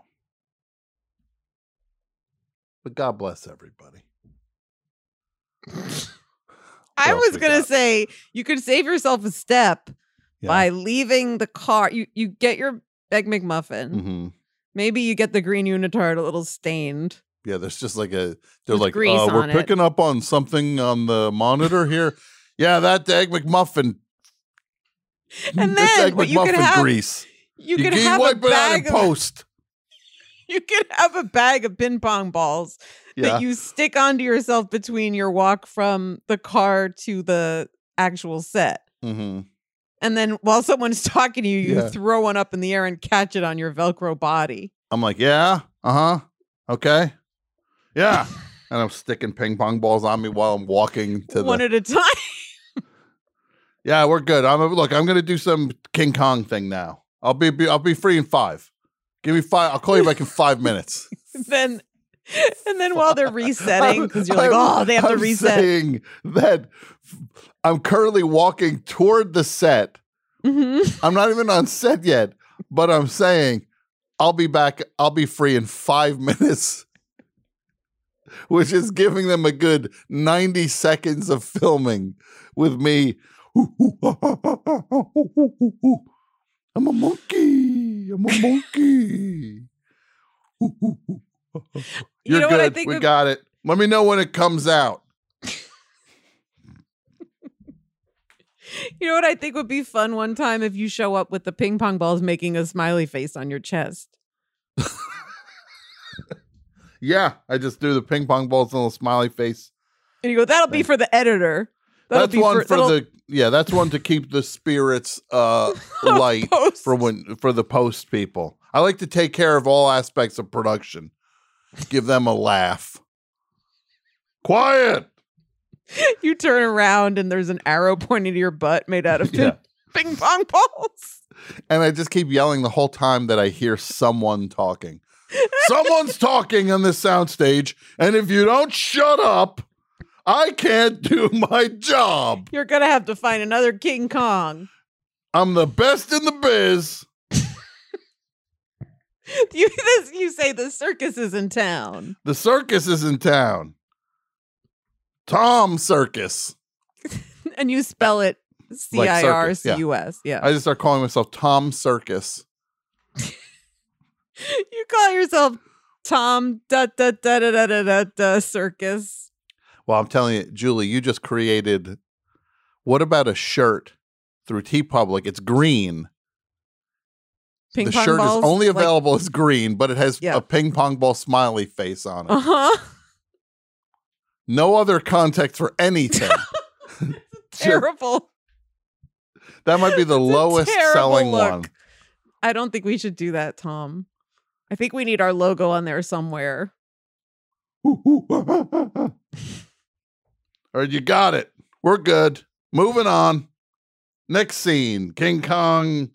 Speaker 2: But God bless everybody.
Speaker 3: I
Speaker 2: else
Speaker 3: was
Speaker 2: we
Speaker 3: gonna
Speaker 2: got?
Speaker 3: say you could save yourself a step
Speaker 2: Yeah.
Speaker 3: by leaving the car. You you get your egg McMuffin.
Speaker 2: hmm
Speaker 3: Maybe you get the green unitard a little stained.
Speaker 2: Yeah, there's just like a they're
Speaker 3: With
Speaker 2: like
Speaker 3: grease
Speaker 2: uh, we're
Speaker 3: on it.
Speaker 2: picking up on something on the monitor here. yeah, that egg McMuffin.
Speaker 3: And
Speaker 2: this
Speaker 3: then
Speaker 2: egg
Speaker 3: what you could
Speaker 2: McMuffin
Speaker 3: have
Speaker 2: grease.
Speaker 3: you could
Speaker 2: can
Speaker 3: have a
Speaker 2: wipe it out in
Speaker 3: bag of,
Speaker 2: post.
Speaker 3: you could have a bag of ping pong balls
Speaker 2: Yeah.
Speaker 3: that you stick onto yourself between your walk from the car to the actual set.
Speaker 2: hmm
Speaker 3: And then while someone's talking to you, you
Speaker 2: Yeah.
Speaker 3: throw one up in the air and catch it on your Velcro body.
Speaker 2: I'm like, yeah, uh huh, okay, yeah, and I'm sticking ping pong balls on me while I'm walking to
Speaker 3: One
Speaker 2: the.
Speaker 3: at a time.
Speaker 2: Yeah, we're good. I'm look. I'm gonna do some King Kong thing now. I'll be, be I'll be free in five. Give me five. I'll call you back in five minutes.
Speaker 3: then and then while they're resetting, because you're like,
Speaker 2: I'm-
Speaker 3: oh, they have to
Speaker 2: I'm
Speaker 3: reset.
Speaker 2: Saying that f- I'm currently walking toward the set.
Speaker 3: Mhm.
Speaker 2: I'm not even on set yet, but I'm saying I'll be back. I'll be free in five minutes, which is giving them a good 90 seconds of filming with me. I'm a monkey. I'm a monkey.
Speaker 3: You
Speaker 2: You're
Speaker 3: know what
Speaker 2: good.
Speaker 3: I think
Speaker 2: we
Speaker 3: would-
Speaker 2: got it. Let me know when it comes out.
Speaker 3: You know what I think would be fun one time if you show up with the ping pong balls making a smiley face on your chest.
Speaker 2: Yeah, I just threw the ping pong balls and a little smiley face.
Speaker 3: And you go, that'll be for the editor. That'll
Speaker 2: that's
Speaker 3: be
Speaker 2: one for
Speaker 3: that'll-
Speaker 2: the yeah. That's one to keep the spirits uh light
Speaker 3: Post.
Speaker 2: for when for the post people. I like to take care of all aspects of production. Give them a laugh. Quiet.
Speaker 3: you turn around and there's an arrow pointing to your butt made out of ping, ping pong balls.
Speaker 2: And I just keep yelling the whole time that I hear someone talking. Someone's talking on this soundstage, and if you don't shut up, I can't do my job.
Speaker 3: You're gonna have to find another King Kong.
Speaker 2: I'm the best in the biz.
Speaker 3: You this, you say the circus is in town.
Speaker 2: The circus is in town. Tom Circus.
Speaker 3: and you spell it C I R
Speaker 2: circus,
Speaker 3: C
Speaker 2: yeah.
Speaker 3: U S. Yeah.
Speaker 2: I just start calling myself Tom Circus.
Speaker 3: you call yourself Tom da da da da da da da, da circus.
Speaker 2: Well, I'm telling you, Julie, you just created. What about a shirt through T Public? It's green.
Speaker 3: Ping
Speaker 2: the
Speaker 3: pong
Speaker 2: shirt
Speaker 3: balls,
Speaker 2: is only
Speaker 3: like-
Speaker 2: available as green, but it has
Speaker 3: Yeah.
Speaker 2: a ping pong ball smiley face on it.
Speaker 3: uh-huh.
Speaker 2: No other context for anything.
Speaker 3: Terrible.
Speaker 2: that might be the lowest
Speaker 3: terrible
Speaker 2: selling
Speaker 3: look.
Speaker 2: one.
Speaker 3: I don't think we should do that, Tom. I think we need our logo on there somewhere.
Speaker 2: All right, you got it. We're good. Moving on. Next scene King Kong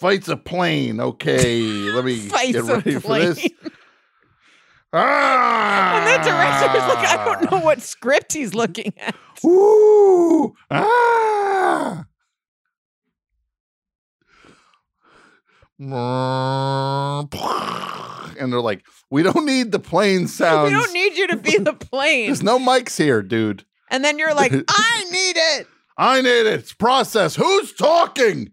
Speaker 2: fights a plane. Okay, let me
Speaker 3: Fights
Speaker 2: get
Speaker 3: a
Speaker 2: ready for this.
Speaker 3: plane.
Speaker 2: Ah!
Speaker 3: And that director's like, I don't know what script he's looking at.
Speaker 2: Ooh, ah. And they're like, we don't need the plane sounds.
Speaker 3: we don't need you to be the plane.
Speaker 2: There's no mics here, dude.
Speaker 3: and then you're like, I need it.
Speaker 2: I need it. It's process. Who's talking?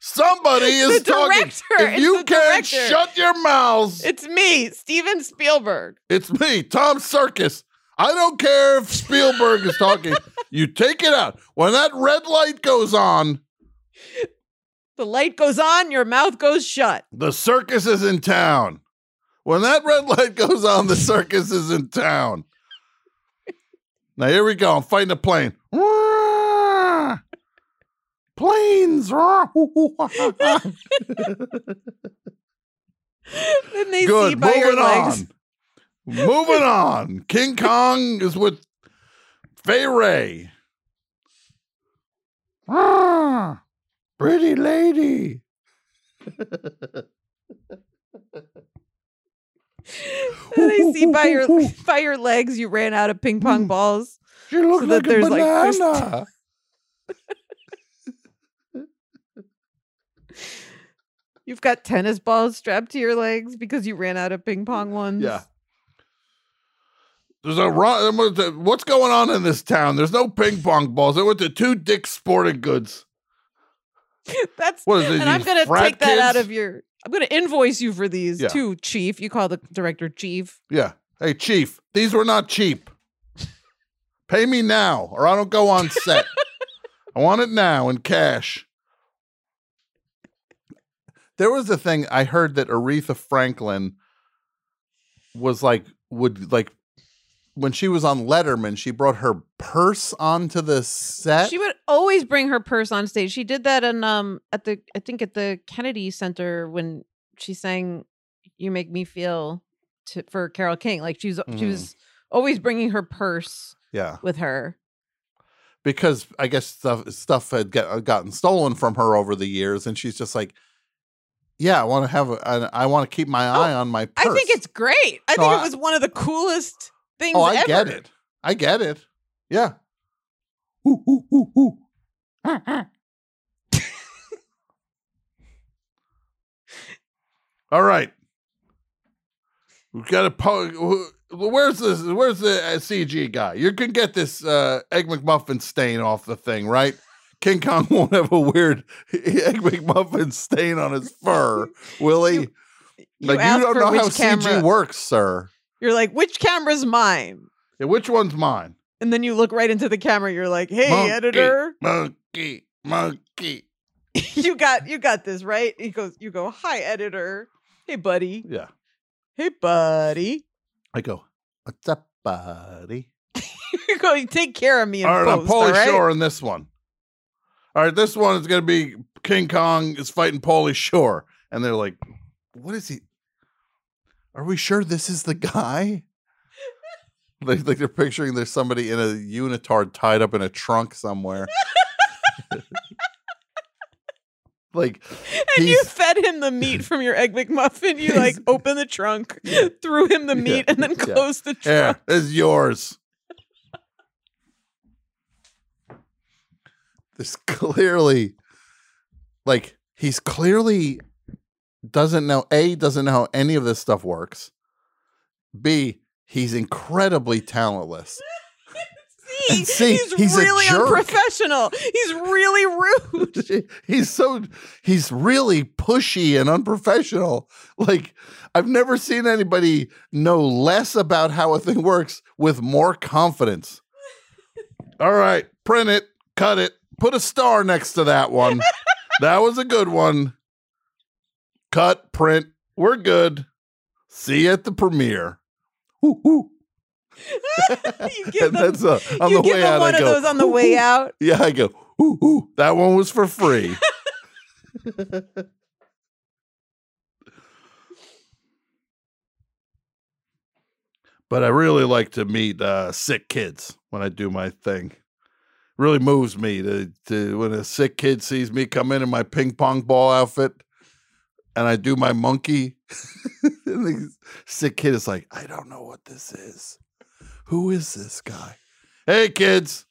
Speaker 2: Somebody
Speaker 3: The
Speaker 2: is talking.
Speaker 3: director.
Speaker 2: If
Speaker 3: It's
Speaker 2: you
Speaker 3: the
Speaker 2: can't
Speaker 3: director.
Speaker 2: shut your mouths,
Speaker 3: It's me, Steven Spielberg.
Speaker 2: it's me, Tom Circus. I don't care if Spielberg is talking. You take it out. When that red light goes on,
Speaker 3: The light goes on, your mouth goes shut.
Speaker 2: the circus is in town. When that red light goes on, the circus is in town. Now here we go. I'm fighting a plane. Planes.
Speaker 3: Then they see
Speaker 2: Good.
Speaker 3: by your
Speaker 2: Moving
Speaker 3: legs.
Speaker 2: on. Moving on. King Kong is with Fay Ray. Ah, pretty lady.
Speaker 3: Then they see by your by your legs you ran out of ping
Speaker 2: Hmm.
Speaker 3: pong balls.
Speaker 2: She looks
Speaker 3: that
Speaker 2: like a
Speaker 3: there's, like, there's-
Speaker 2: banana.
Speaker 3: You've got tennis balls strapped to your legs because you ran out of ping pong ones.
Speaker 2: Yeah. There's a wrong. What's going on in this town? There's no ping pong balls. I went to two Dick's Sporting Goods.
Speaker 3: That's
Speaker 2: What is it,
Speaker 3: and I'm
Speaker 2: these
Speaker 3: gonna
Speaker 2: frat
Speaker 3: take that out
Speaker 2: kids?
Speaker 3: of your I'm gonna invoice you for these
Speaker 2: Yeah.
Speaker 3: too, Chief. You call the director Chief.
Speaker 2: Yeah. Hey, Chief, these were not cheap. Pay me now, or I don't go on set. I want it now in cash. There was a thing I heard that Aretha Franklin was like, would like, when she was on Letterman, she brought her purse onto the set.
Speaker 3: She would always bring her purse on stage. She did that in um at the I think at the Kennedy Center when she sang "You Make Me Feel" to, for Carol King. Like she was she
Speaker 2: Mhm.
Speaker 3: was always bringing her purse
Speaker 2: yeah.
Speaker 3: with her.
Speaker 2: because I guess stuff stuff had get, uh, gotten stolen from her over the years, and she's just like, "Yeah, I want to have, a, I, I want to keep my eye on my purse."
Speaker 3: Oh, I think it's great. I
Speaker 2: No,
Speaker 3: think
Speaker 2: I-
Speaker 3: it was one of the coolest things.
Speaker 2: oh, I
Speaker 3: ever.
Speaker 2: get it, I get it, yeah. All right, we've got a po- Where's this? Where's the uh, CG guy? You can get this uh, egg McMuffin stain off the thing, right? King Kong won't have a weird egg McMuffin stain on his fur, will he?
Speaker 3: You
Speaker 2: like you
Speaker 3: asked
Speaker 2: don't
Speaker 3: for
Speaker 2: know how
Speaker 3: which camera-
Speaker 2: CG works, sir.
Speaker 3: You're like, which camera's mine?
Speaker 2: Yeah, which one's mine?
Speaker 3: And then you look right into the camera. You're like, hey,
Speaker 2: Monkey.
Speaker 3: editor,
Speaker 2: Monkey, monkey.
Speaker 3: you got you got this right. He goes, you go, hi, editor. Hey, buddy.
Speaker 2: Yeah,
Speaker 3: Hey, buddy.
Speaker 2: I go. What's up, buddy?
Speaker 3: you go, take care of me. In
Speaker 2: all right, I'm
Speaker 3: post,
Speaker 2: Paulie
Speaker 3: all right?
Speaker 2: Shore in this one. All right, this one is going to be King Kong is fighting Paulie Shore, and they're like, "What is he? Are we sure this is the guy?" like, like they're picturing there's somebody in a unitard tied up in a trunk somewhere. like
Speaker 3: And you
Speaker 2: he's-
Speaker 3: fed him the meat from your egg McMuffin. You like open the trunk, threw him the meat, and then
Speaker 2: yeah.
Speaker 3: closed the trunk.
Speaker 2: Here, this is yours. This clearly, like, he's clearly doesn't know. A doesn't know how any of this stuff works. B he's incredibly talentless.
Speaker 3: See,
Speaker 2: And see,
Speaker 3: he's,
Speaker 2: he's a
Speaker 3: really
Speaker 2: jerk.
Speaker 3: unprofessional. He's really rude.
Speaker 2: he's so he's really pushy and unprofessional. Like I've never seen anybody know less about how a thing works with more confidence. All right, print it, cut it, put a star next to that one. that was a good one. Cut, print, we're good. See you at the premiere. Woo, woo.
Speaker 3: you give
Speaker 2: And
Speaker 3: them,
Speaker 2: that's, uh, on
Speaker 3: you
Speaker 2: the
Speaker 3: give
Speaker 2: way
Speaker 3: them
Speaker 2: out, I
Speaker 3: one of
Speaker 2: go,
Speaker 3: those on the
Speaker 2: "Ooh,
Speaker 3: way
Speaker 2: ooh."
Speaker 3: out.
Speaker 2: Yeah, I go, ooh, ooh, that one was for free. but I really like to meet uh, sick kids when I do my thing. Really moves me to, to when a sick kid sees me come in in my ping pong ball outfit and I do my monkey. and the sick kid is like, I don't know what this is. Who is this guy? Hey, kids.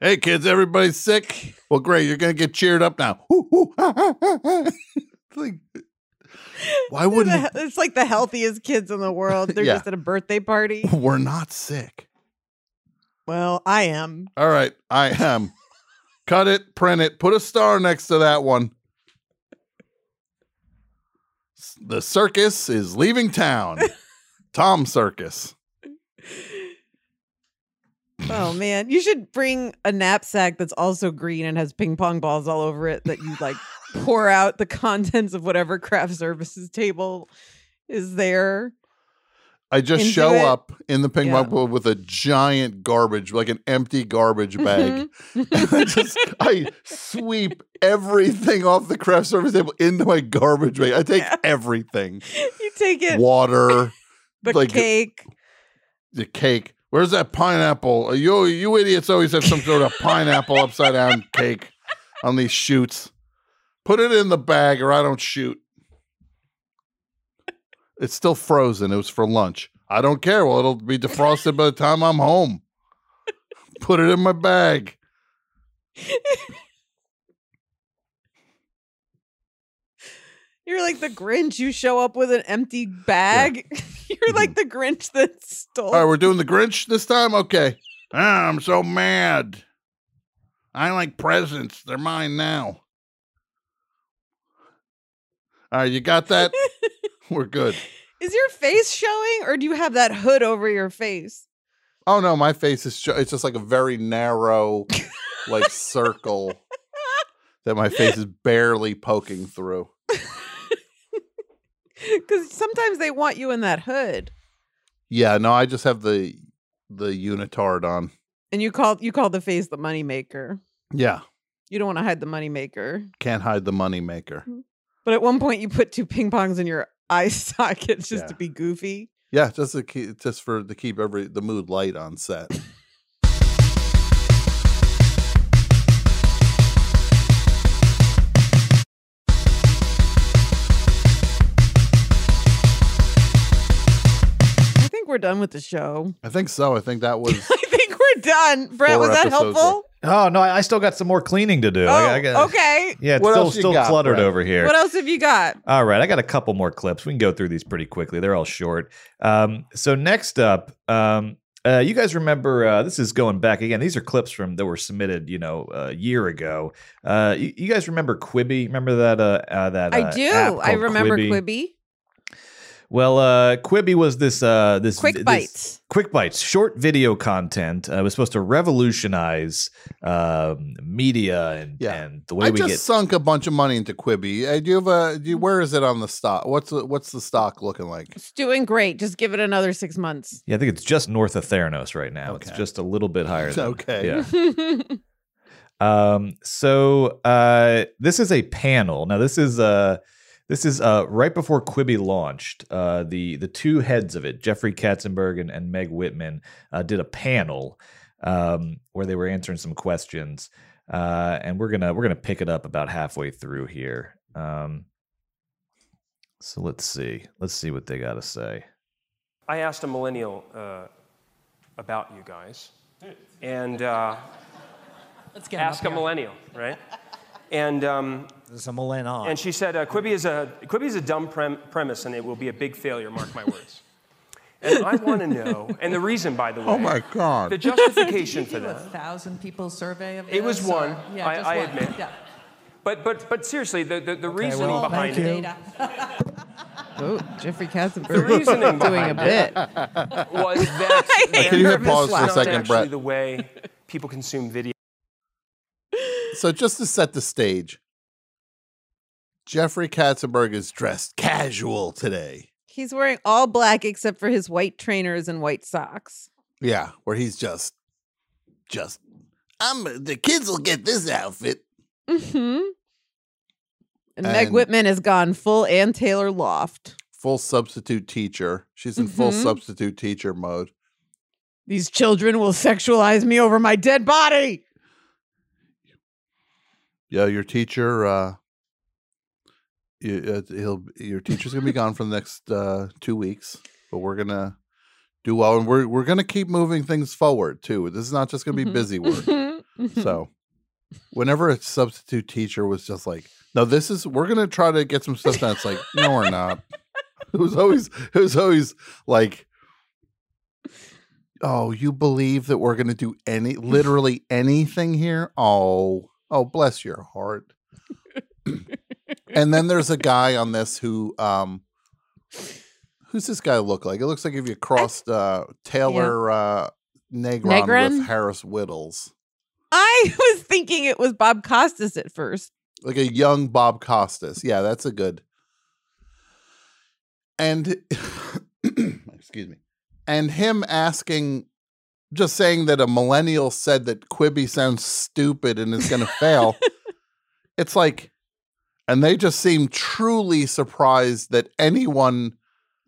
Speaker 2: Hey, kids, everybody's sick? Well, great. You're going to get cheered up now. Ooh, ooh, ah, ah, ah, ah. like, why
Speaker 3: They're the
Speaker 2: wouldn't
Speaker 3: he- it's like the healthiest kids in the world. They're
Speaker 2: Yeah.
Speaker 3: just at a birthday party.
Speaker 2: we're not sick?
Speaker 3: Well, I am.
Speaker 2: All right, I am. Cut it, print it, put a star next to that one. S- The circus is leaving town. Tom Circus.
Speaker 3: Oh man, you should bring a knapsack that's also green and has ping pong balls all over it that you like pour out the contents of whatever craft services table is there.
Speaker 2: I just
Speaker 3: Into
Speaker 2: show
Speaker 3: it.
Speaker 2: up in the ping
Speaker 3: Yeah.
Speaker 2: pong pool with a giant garbage, like an empty garbage bag.
Speaker 3: Mm-hmm.
Speaker 2: And I just I sweep everything off the craft service table into my garbage bag. I take everything.
Speaker 3: You take it,
Speaker 2: Water,
Speaker 3: the
Speaker 2: like-
Speaker 3: cake.
Speaker 2: the cake. Where's that pineapple? Uh, You you idiots always have some sort of pineapple upside down cake on these shoots. Put it in the bag or I don't shoot. It's still frozen. It was for lunch. I don't care. Well, it'll be defrosted by the time I'm home. Put it in my bag.
Speaker 3: You're like the Grinch. You show up with an empty bag. You're like the Grinch that stole.
Speaker 2: Mm-hmm. All right, we're doing the Grinch this time? Okay. Ah, I'm so mad. I like presents. They're mine now. All right, you got that? we're good.
Speaker 3: Is your face showing, or do you have that hood over your face?
Speaker 2: Oh no, my face is ju- it's just like a very narrow like circle that my face is barely poking through.
Speaker 3: Because sometimes they want you in that hood,
Speaker 2: Yeah, no, I just have the the unitard on.
Speaker 3: and you call you call the face the moneymaker.
Speaker 2: Yeah,
Speaker 3: You don't want to hide the moneymaker.
Speaker 2: can't hide the moneymaker.
Speaker 3: But at one point, you put two ping pongs in your eye sockets just to be goofy.
Speaker 2: Yeah, just to keep, just for to keep every the mood light on set.
Speaker 3: I think we're done with the show.
Speaker 2: I think so. I think that was
Speaker 3: I think we're done. Brett,
Speaker 2: Four
Speaker 3: was that
Speaker 2: episodes
Speaker 3: helpful? Oh,
Speaker 4: Oh no, I, I still got some more cleaning to do. I, I got,
Speaker 3: Okay.
Speaker 4: Yeah, it's Uh,
Speaker 2: Oh, What
Speaker 4: still
Speaker 2: else you
Speaker 4: still
Speaker 2: got,
Speaker 4: cluttered
Speaker 2: Brett?
Speaker 4: over here.
Speaker 3: What else have you got?
Speaker 4: All right, I got a couple more clips. We can go through these pretty quickly. They're all short. Um, so next up, um, uh, you guys remember uh, this is going back again. These are clips from that were submitted, you know, a year ago. Uh, you, you guys remember Quibi? Remember that? Uh, uh, that uh,
Speaker 3: I do.
Speaker 4: app
Speaker 3: I
Speaker 4: called
Speaker 3: remember
Speaker 4: Quibi?
Speaker 3: Quibi.
Speaker 4: Well, uh, Quibi was this uh, this
Speaker 3: Quick
Speaker 4: this-
Speaker 3: Bites.
Speaker 4: quick bites, short video content. Uh, was supposed to revolutionize um, media and
Speaker 2: Yeah.
Speaker 4: and the way
Speaker 2: I
Speaker 4: we
Speaker 2: just
Speaker 4: get
Speaker 2: sunk a bunch of money into Quibi. Uh, do you have a do you, where is it on the stock? What's the, what's the stock looking like?
Speaker 3: It's doing great. Just give it another six months.
Speaker 4: Yeah, I think it's just north of Theranos right now. It's just a little bit higher. Than,
Speaker 2: Okay.
Speaker 4: Yeah.
Speaker 3: Quibi.
Speaker 4: Um. So uh, this is a panel. Now this is uh, this is uh, right before Quibi launched. Uh, the the two heads of it, Jeffrey Katzenberg and, and Meg Whitman, uh, did a panel um, where they were answering some questions. uh, and we're gonna we're gonna pick it up about halfway through here. Um, so let's see, let's see what they got to say.
Speaker 15: I asked a millennial uh, about you guys, and uh,
Speaker 16: Let's
Speaker 15: ask a millennial, right? And um,
Speaker 16: It's a millennial.
Speaker 15: and she said, uh, "Quibi is a Quibi is a dumb prem- premise, and it will be a big failure. Mark my words." and I want to know, and the reason, by the way,
Speaker 2: Oh my God.
Speaker 15: the justification for
Speaker 17: do a
Speaker 15: that.
Speaker 17: thousand people survey of
Speaker 15: It was
Speaker 17: this,
Speaker 15: one.
Speaker 17: or- Yeah,
Speaker 15: I-
Speaker 17: just
Speaker 15: I
Speaker 17: one.
Speaker 15: admit.
Speaker 17: Yeah.
Speaker 15: But but but seriously, the the, the
Speaker 17: Okay,
Speaker 15: reasoning
Speaker 17: well,
Speaker 15: behind
Speaker 17: thank
Speaker 15: it.
Speaker 17: you.
Speaker 3: Oh, Jeffrey
Speaker 15: The
Speaker 3: Katzenberg is
Speaker 15: reasoning
Speaker 3: doing a
Speaker 15: behind
Speaker 3: bit.
Speaker 15: it was that
Speaker 2: Can you hit
Speaker 15: that
Speaker 2: pause for a
Speaker 15: is not
Speaker 2: second,
Speaker 15: actually
Speaker 2: Brett?
Speaker 15: The way people consume video.
Speaker 2: So just to set the stage, Jeffrey Katzenberg is dressed casual today.
Speaker 3: He's wearing all black except for his white trainers and white socks.
Speaker 2: Yeah, where he's just, just. I'm the kids will get this outfit.
Speaker 3: hmm And Meg
Speaker 2: And-
Speaker 3: Whitman has gone full Ann Taylor Loft.
Speaker 2: Full substitute teacher. She's in full
Speaker 3: Mhm.
Speaker 2: substitute teacher mode.
Speaker 3: These children will sexualize me over my dead body.
Speaker 2: Yeah, your teacher. uh you, uh, he'll your teacher's gonna be gone for the next uh two weeks, but we're gonna do well, and we're we're gonna keep moving things forward too. This is not just gonna be busy work. so whenever a substitute teacher was just like no this is we're gonna try to get some stuff done it's like no we're not it was always it was always like oh you believe that we're gonna do any literally anything here oh oh bless your heart and then there's a guy on this who um who's this guy look like it looks like if you crossed uh taylor uh negron,
Speaker 3: Negron?
Speaker 2: with harris whittles
Speaker 3: I was thinking it was Bob Costas at first.
Speaker 2: like a young Bob Costas. Yeah, that's a good. And excuse me. And him asking just saying that a millennial said that Quibi sounds stupid and is going to fail. It's like and they just seem truly surprised that anyone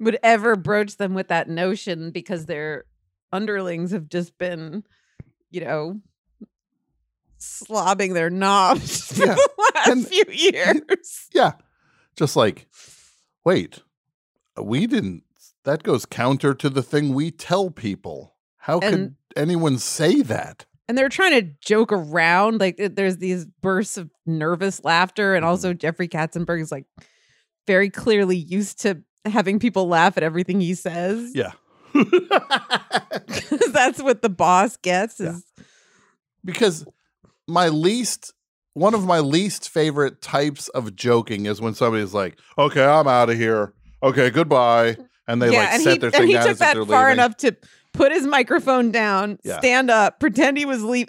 Speaker 3: Would ever broach them with that notion because their underlings have just been, you know, slobbing their knobs for
Speaker 2: Yeah.
Speaker 3: the last few years.
Speaker 2: Yeah. Just like, wait, we didn't, that goes counter to the thing we tell people. How could
Speaker 3: And-
Speaker 2: anyone say that?
Speaker 3: and they're trying to joke around like it- there's these bursts of nervous laughter and also jeffrey katzenberg is like very clearly used to having people laugh at everything he says
Speaker 2: Yeah.
Speaker 3: 'Cause that's what the boss gets is
Speaker 2: Because my least, one of my least favorite types of joking is when somebody's like, okay, I'm out of here. Okay, goodbye. And they
Speaker 3: yeah
Speaker 2: like
Speaker 3: and
Speaker 2: set
Speaker 3: he,
Speaker 2: their
Speaker 3: and
Speaker 2: thing
Speaker 3: he
Speaker 2: down
Speaker 3: took
Speaker 2: as if
Speaker 3: that
Speaker 2: they're
Speaker 3: far
Speaker 2: leaving.
Speaker 3: enough to put his microphone down
Speaker 2: Yeah.
Speaker 3: stand up pretend he was leave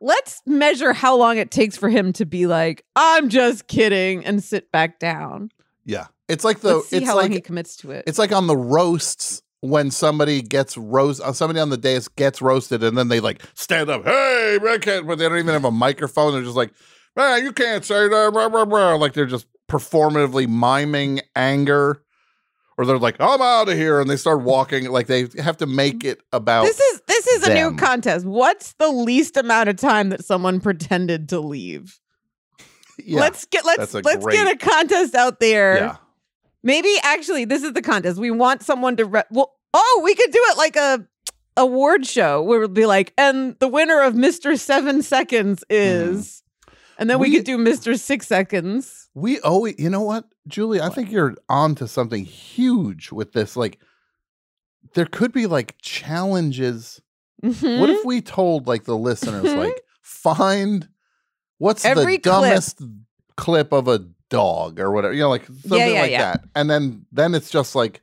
Speaker 3: let's measure how long it takes for him to be like i'm just kidding and sit back down
Speaker 2: Yeah. It's like the,
Speaker 3: let's see
Speaker 2: it's
Speaker 3: how
Speaker 2: like,
Speaker 3: long he commits to it
Speaker 2: It's like on the roasts when somebody gets roast, uh, somebody on the dais gets roasted, and then they like stand up, hey, redcat, but they don't even have a microphone. They're just like, man, you can't say that, blah, blah, blah. like they're just performatively miming anger, or they're like, I'm out of here, and they start walking. Like they have to make it about
Speaker 3: This is this is a
Speaker 2: them.
Speaker 3: new contest. What's the least amount of time that someone pretended to leave?
Speaker 2: Yeah,
Speaker 3: let's get let's
Speaker 2: that's a
Speaker 3: let's get
Speaker 2: great-
Speaker 3: a contest out there.
Speaker 2: Yeah.
Speaker 3: Maybe actually this is the contest. We want someone to re- well, oh, we could do it like a award show where it'll be like, and the winner of Mr. Seven Seconds is and then we,
Speaker 2: Mm-hmm. We-
Speaker 3: could do Mr. Six Seconds.
Speaker 2: We always, you know what, Julie? I think you're on to something huge with this. Like, there could be like challenges.
Speaker 3: Mm-hmm.
Speaker 2: What if we told like the listeners,
Speaker 3: Mhm.
Speaker 2: like, find what's
Speaker 3: Every clip.
Speaker 2: the dumbest clip. of a dog or whatever, you know, like something
Speaker 3: yeah,
Speaker 2: like
Speaker 3: yeah.
Speaker 2: that, and then then it's just like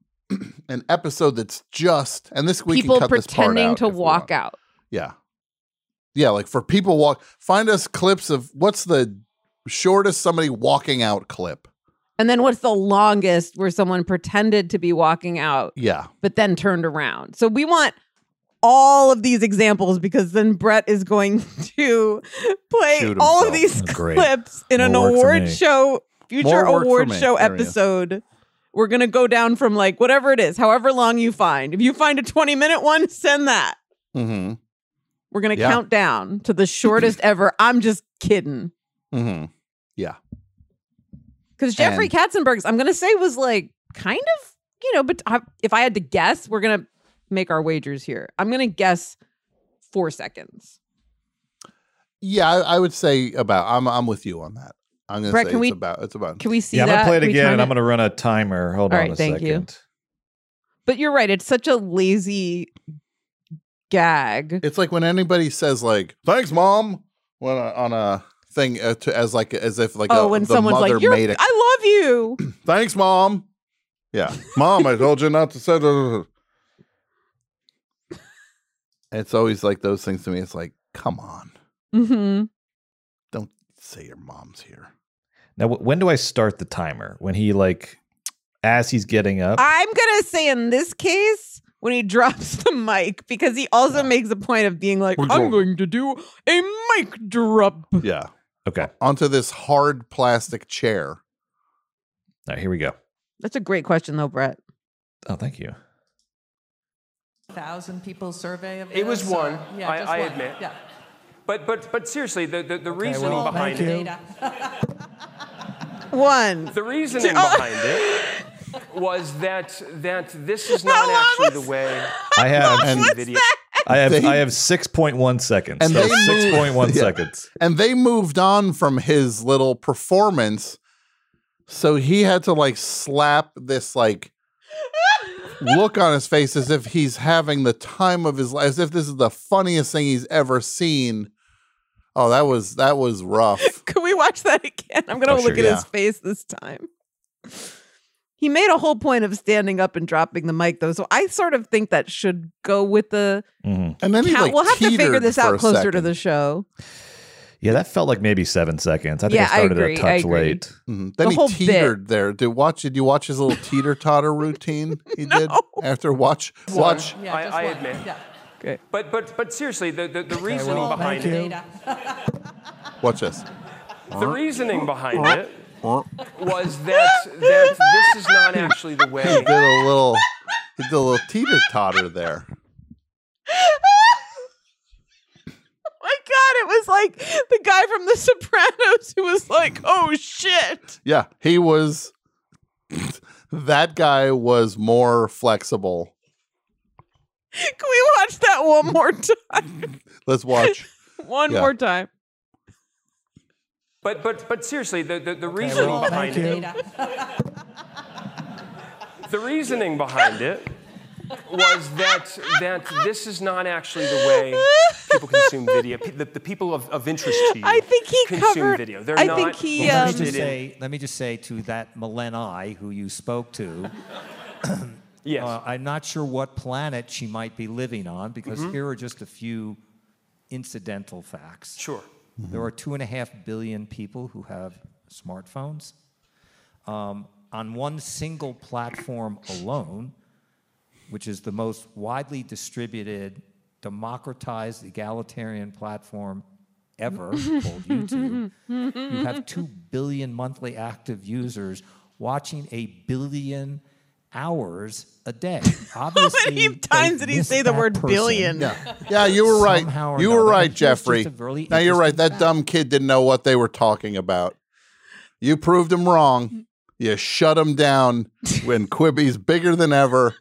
Speaker 2: an episode that's just and this we
Speaker 3: People
Speaker 2: can cut this part
Speaker 3: pretending
Speaker 2: out
Speaker 3: to
Speaker 2: if we
Speaker 3: walk
Speaker 2: want.
Speaker 3: out.
Speaker 2: Yeah. Yeah, like for people walk find us clips of what's the shortest somebody walking out clip.
Speaker 3: And then what's the longest where someone pretended to be walking out?
Speaker 2: Yeah.
Speaker 3: but then turned around. So we want all of these examples because then Brett is going to play
Speaker 2: Shoot
Speaker 3: all of
Speaker 2: himself.
Speaker 3: these
Speaker 2: Great.
Speaker 3: clips in an
Speaker 2: More work for me.
Speaker 3: award show, future
Speaker 2: More work for
Speaker 3: award
Speaker 2: me.
Speaker 3: show
Speaker 2: There we go.
Speaker 3: episode. We're going to go down from like whatever it is, however long you find. If you find a 20 minute one, send that.
Speaker 2: Mm-hmm.
Speaker 3: We're gonna
Speaker 2: Yeah.
Speaker 3: count down to the shortest ever. I'm just kidding.
Speaker 2: Mm-hmm. Yeah.
Speaker 3: Because Jeffrey Katzenberg's, I'm gonna say, was like kind of, you know, but I- if I had to guess, we're gonna make our wagers here. I'm gonna guess four seconds.
Speaker 2: Yeah, I, I would say about. I'm I'm with you on that. I'm gonna
Speaker 3: Brett,
Speaker 2: say
Speaker 3: can
Speaker 2: it's
Speaker 3: we-
Speaker 2: about. It's about.
Speaker 3: Can we see
Speaker 4: yeah, I'm
Speaker 3: that?
Speaker 4: gonna play it
Speaker 3: Can we
Speaker 4: again,
Speaker 3: time
Speaker 4: and I'm gonna run a timer. Hold
Speaker 3: All
Speaker 4: on
Speaker 3: right,
Speaker 4: a
Speaker 3: thank
Speaker 4: second.
Speaker 3: you. But you're right. It's such a lazy gag.
Speaker 2: It's like when anybody says like "Thanks, mom" when a, on a thing uh, to, as like as if like
Speaker 3: oh,
Speaker 2: a,
Speaker 3: when
Speaker 2: the
Speaker 3: someone's
Speaker 2: mother
Speaker 3: like, "You're,
Speaker 2: made a
Speaker 3: I love you."
Speaker 2: Thanks, mom. Yeah, mom, I told you not to say. that." It's always like those things to me. It's like, come on,
Speaker 3: mm-hmm.
Speaker 2: don't say your mom's here.
Speaker 4: Now, wh- when do I start the timer? When he like, as he's getting up.
Speaker 3: I'm gonna say in this case when he drops the mic because he also makes a point of being like,
Speaker 2: We're
Speaker 3: "I'm
Speaker 2: going-
Speaker 3: going to do a mic drop."
Speaker 2: Yeah.
Speaker 4: Okay.
Speaker 2: Onto this hard plastic chair.
Speaker 4: All right, here we go.
Speaker 3: That's a great question, though, Brett.
Speaker 4: Oh, thank you.
Speaker 17: thousand people survey of
Speaker 15: It was
Speaker 17: this,
Speaker 15: one,
Speaker 17: or- Yeah,
Speaker 15: I-
Speaker 17: just
Speaker 15: I
Speaker 17: one.
Speaker 15: admit.
Speaker 17: Yeah.
Speaker 15: But but but seriously, the the, the reasoning
Speaker 17: well,
Speaker 15: behind
Speaker 17: thank
Speaker 15: it,
Speaker 17: you.
Speaker 3: One.
Speaker 15: the reasoning behind it was that that this is not actually the way.
Speaker 4: I have.
Speaker 15: the video.
Speaker 4: I have.
Speaker 2: They-
Speaker 4: I have six point one seconds.
Speaker 2: And
Speaker 4: so
Speaker 2: they moved-
Speaker 4: six point one
Speaker 2: Yeah.
Speaker 4: seconds.
Speaker 2: And they moved on from his little performance. So he had to like slap this like look on his face as if he's having the time of his life, as if this is the funniest thing he's ever seen. Oh, that was that was rough.
Speaker 3: Can we watch that again? I'm gonna
Speaker 2: Oh, sure,
Speaker 3: look at
Speaker 2: yeah.
Speaker 3: his face this time. He made a whole point of standing up and dropping the mic, though, so I sort of think that should go with the.
Speaker 2: And then he,
Speaker 3: count.
Speaker 2: like,
Speaker 3: we'll have to figure
Speaker 2: teetered
Speaker 3: this
Speaker 2: for
Speaker 3: out
Speaker 2: a
Speaker 3: closer to
Speaker 2: second.
Speaker 3: the show.
Speaker 4: Yeah, that felt like maybe seven seconds. I think
Speaker 3: Yeah,
Speaker 4: it
Speaker 3: I
Speaker 4: started
Speaker 3: agree,
Speaker 4: a
Speaker 3: I
Speaker 4: touch
Speaker 3: agree.
Speaker 4: late.
Speaker 2: Mhm. Then
Speaker 3: The whole
Speaker 2: he
Speaker 3: bit.
Speaker 2: teetered there. Did watch? Did you watch his little teeter totter routine he did after watch watch?
Speaker 15: One, I, I admit.
Speaker 3: Okay.
Speaker 15: But but but seriously, the the, the reasoning
Speaker 2: well,
Speaker 15: behind
Speaker 2: thank
Speaker 15: it,
Speaker 2: Watch this.
Speaker 15: the reasoning behind
Speaker 2: Huh?
Speaker 15: it was that that this is not actually the
Speaker 2: he
Speaker 15: way.
Speaker 2: did a little. He did a little teeter totter there.
Speaker 3: Oh my god, it was like the guy from The Sopranos who was like, "Oh shit."
Speaker 2: Yeah, he was. that guy was more flexible.
Speaker 3: Can we watch that one more time?
Speaker 2: Let's watch.
Speaker 3: one
Speaker 2: Yeah.
Speaker 3: more time.
Speaker 15: But but but seriously, the the, the
Speaker 3: well,
Speaker 15: reasoning
Speaker 3: thank
Speaker 15: behind it, the reasoning behind it was that that this is not actually the way people consume video. Pe- The, the people of, of interest to you.
Speaker 3: I think he
Speaker 15: consume
Speaker 3: covered-
Speaker 15: video. They're
Speaker 3: I
Speaker 15: not
Speaker 3: think he, um,
Speaker 15: interested
Speaker 16: Well, let, me just say,
Speaker 15: in-
Speaker 16: let me just say to that Millenni who you spoke to.
Speaker 15: Yes.
Speaker 16: uh, I'm not sure what planet she might be living on because
Speaker 15: Mhm.
Speaker 16: here are just a few incidental facts.
Speaker 15: Sure.
Speaker 16: There are two and a half billion people who have smartphones. Um, on one single platform alone, which is the most widely distributed, democratized, egalitarian platform ever called YouTube. You have 2 billion monthly active users watching a billion hours a day. Obviously,
Speaker 3: many times did
Speaker 16: they've
Speaker 3: he say the
Speaker 16: missed that
Speaker 3: word
Speaker 16: person.
Speaker 3: billion?
Speaker 2: Yeah. Yeah, you were right.
Speaker 16: Somehow or
Speaker 2: You were
Speaker 16: another. And
Speaker 2: right,
Speaker 16: here's just
Speaker 2: Jeffrey.
Speaker 16: a really
Speaker 2: Now you're right.
Speaker 16: interesting
Speaker 2: That dumb kid didn't know what they were talking about. You proved him wrong. You shut him down when Quibby's bigger than ever.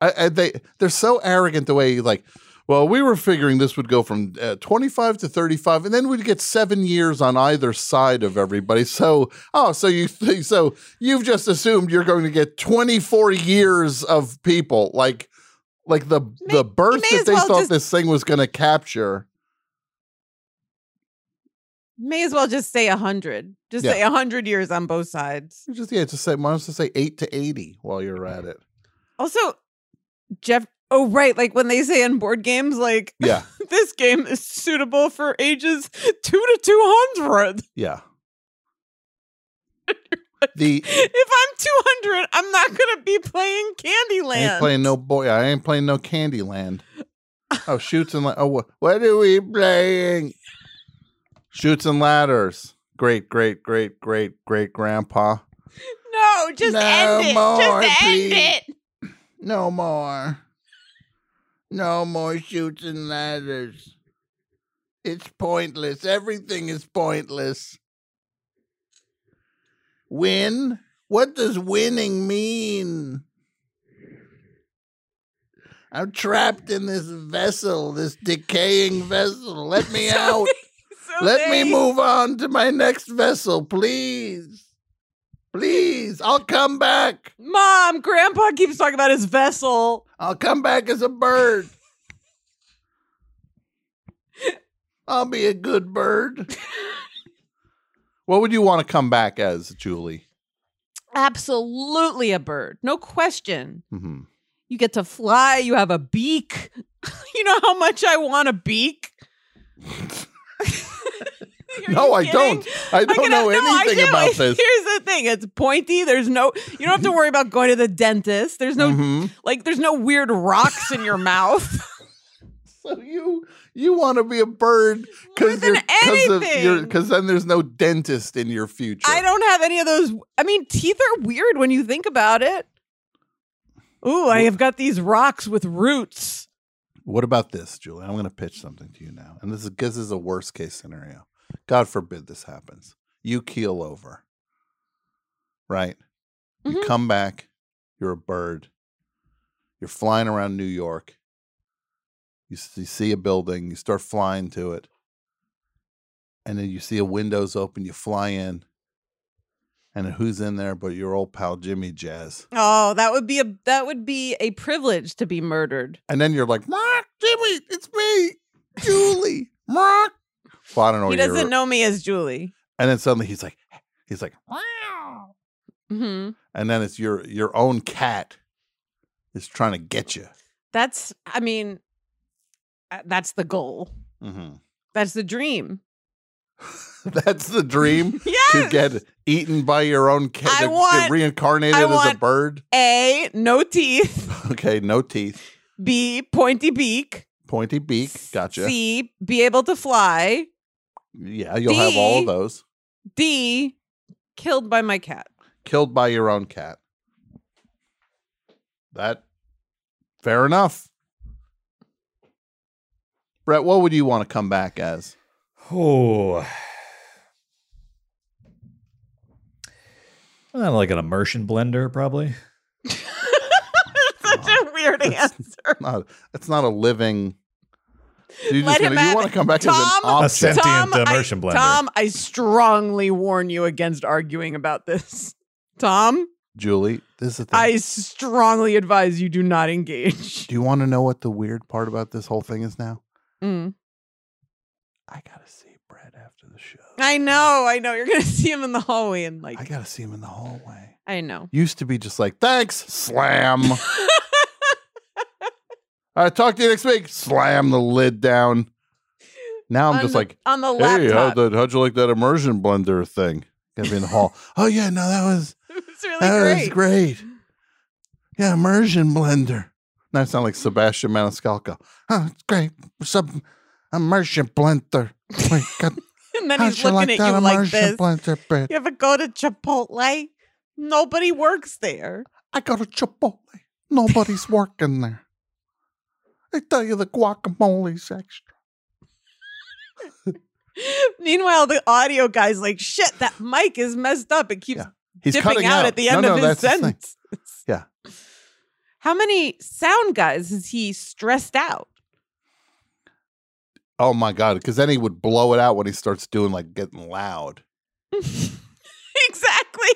Speaker 2: I, I- they they're so arrogant the way like, well, we were figuring this would go from uh, 25 to 35, and then we'd get seven years on either side of everybody. So oh, so you think so you've just assumed you're going to get 24 years of people like like the the burst
Speaker 3: may as
Speaker 2: that they
Speaker 3: well
Speaker 2: thought
Speaker 3: just-
Speaker 2: this thing was going to capture.
Speaker 3: May as well just say a hundred. Just
Speaker 2: Yeah.
Speaker 3: say a hundred years on both sides.
Speaker 2: Just yeah, just say why don't you say eight to 80 while you're at it.
Speaker 3: Also, Jeff. Oh right, like when they say in board games, like
Speaker 2: Yeah,
Speaker 3: this game is suitable for ages two to two hundred.
Speaker 2: yeah. The
Speaker 3: If I'm two hundred, I'm not gonna be playing
Speaker 2: I ain't
Speaker 3: Candyland.
Speaker 2: playing no boy. I ain't playing no Candyland. Oh, shoots and la- oh, wha- what are we playing? Shoots and ladders. Great, great, great, great, great grandpa.
Speaker 3: no, just
Speaker 1: No
Speaker 3: end it.
Speaker 1: more,
Speaker 3: just
Speaker 1: please.
Speaker 3: end it.
Speaker 2: No more.
Speaker 14: No more shoots and ladders. It's pointless. Everything is pointless. Win? What does winning mean? I'm trapped in this vessel, this decaying vessel. Let me out. Let me move on to my next vessel, please. Please, I'll come back.
Speaker 3: Mom, Grandpa keeps talking about his vessel.
Speaker 14: I'll come back as a bird. I'll be a good bird.
Speaker 2: What would you want to come back as, Julie?
Speaker 3: Absolutely a bird. No question.
Speaker 2: Mhm.
Speaker 3: You get to fly. You have a beak. you know how much I want a beak? Are
Speaker 2: No,
Speaker 3: you
Speaker 2: I don't.
Speaker 3: kidding?
Speaker 2: I don't
Speaker 3: can
Speaker 2: know
Speaker 3: have- no, I
Speaker 2: anything
Speaker 3: do.
Speaker 2: about this.
Speaker 3: Here's the thing. It's pointy. There's no you don't have to worry about going to the dentist. There's no
Speaker 2: Mhm.
Speaker 3: like there's no weird rocks in your mouth.
Speaker 2: So you you want to be a bird because
Speaker 3: than anything.
Speaker 2: because then there's no dentist in your future.
Speaker 3: I don't have any of those. I mean, teeth are weird when you think about it. Ooh, I have got these rocks with roots.
Speaker 2: What about this, Julie? I'm going to pitch something to you now, and this is this is a worst case scenario. God forbid this happens. You keel over, right? You come back. You're a bird. You're flying around New York. You, s- you see a building. You start flying to it, and then you see a windows open. You fly in, and who's in there? But your old pal Jimmy Jazz.
Speaker 3: Oh, that would be a that would be a privilege to be murdered.
Speaker 2: And then you're like, Mark, Jimmy, it's me, Julie, Mark. Well, I don't know.
Speaker 3: he
Speaker 2: what you're-
Speaker 3: doesn't know me as Julie.
Speaker 2: And then suddenly he's like, he's like,
Speaker 3: hmm
Speaker 2: and then it's your your own cat is trying to get you.
Speaker 3: That's I mean, uh, that's the goal.
Speaker 2: hmm
Speaker 3: That's the dream.
Speaker 2: That's the dream to
Speaker 3: Yes!
Speaker 2: get eaten by your own cat,
Speaker 3: I
Speaker 2: to get
Speaker 3: want-
Speaker 2: reincarnated
Speaker 3: I
Speaker 2: as a
Speaker 3: want-
Speaker 2: bird.
Speaker 3: A no teeth.
Speaker 2: Okay, no teeth,
Speaker 3: B pointy beak.
Speaker 2: pointy beak. Gotcha.
Speaker 3: C be able to fly.
Speaker 2: yeah, you'll have all
Speaker 3: D.
Speaker 2: of those.
Speaker 3: D killed by my cat.
Speaker 2: Killed by your own cat. That fair enough. Brett, what would you want to come back as?
Speaker 4: Oh. Uh, like an immersion blender, probably.
Speaker 3: Such a weird answer.
Speaker 2: Not, it's not a living. So you
Speaker 3: Let
Speaker 2: just
Speaker 3: him
Speaker 2: gonna, you
Speaker 3: have
Speaker 2: want
Speaker 3: it.
Speaker 2: to come back as
Speaker 3: Tom-
Speaker 2: an object.
Speaker 4: A sentient
Speaker 3: Tom,
Speaker 4: immersion blender.
Speaker 3: Tom, I strongly warn you against arguing about this. Tom,
Speaker 2: Julie, this is the thing.
Speaker 3: I strongly advise you do not engage.
Speaker 2: Do you want to know what the weird part about this whole thing is now?
Speaker 3: Mm.
Speaker 2: I gotta see Brett after the show.
Speaker 3: I know, I know. You're gonna see him in the hallway and like
Speaker 2: I gotta see him in the hallway.
Speaker 3: I know.
Speaker 2: Used to be just like, thanks, slam. All right, talk to you next week. Slam the lid down. Now I'm
Speaker 3: On
Speaker 2: just
Speaker 3: the-
Speaker 2: like,
Speaker 3: on the
Speaker 2: Hey,
Speaker 3: laptop.
Speaker 2: how'd, that, how'd you like that immersion blender thing? Gonna be in the hall. oh yeah, no, that was
Speaker 3: It's really
Speaker 2: that
Speaker 3: great.
Speaker 2: was great. Yeah, immersion blender. Now I sound like Sebastian Maniscalco. Oh, it's great. Sub immersion blender. Wait, God,
Speaker 3: And then
Speaker 2: how'd
Speaker 3: he's looking at
Speaker 2: that
Speaker 3: you like
Speaker 2: immersion
Speaker 3: this.
Speaker 2: blender, Brett?
Speaker 3: You ever go to Chipotle? Nobody works there.
Speaker 2: I got a Chipotle. Nobody's working there. They tell you the guacamole's extra.
Speaker 3: Meanwhile, the audio guy's like, shit, that mic is messed up. It keeps
Speaker 2: Yeah. He's
Speaker 3: dipping
Speaker 2: cutting
Speaker 3: out,
Speaker 2: out.
Speaker 3: at the
Speaker 2: No,
Speaker 3: end
Speaker 2: no,
Speaker 3: of his
Speaker 2: that's the thing.
Speaker 3: sentence.
Speaker 2: Yeah.
Speaker 3: How many sound guys is he stressed out?
Speaker 2: Oh my god, because then he would blow it out when he starts doing like getting loud.
Speaker 3: exactly.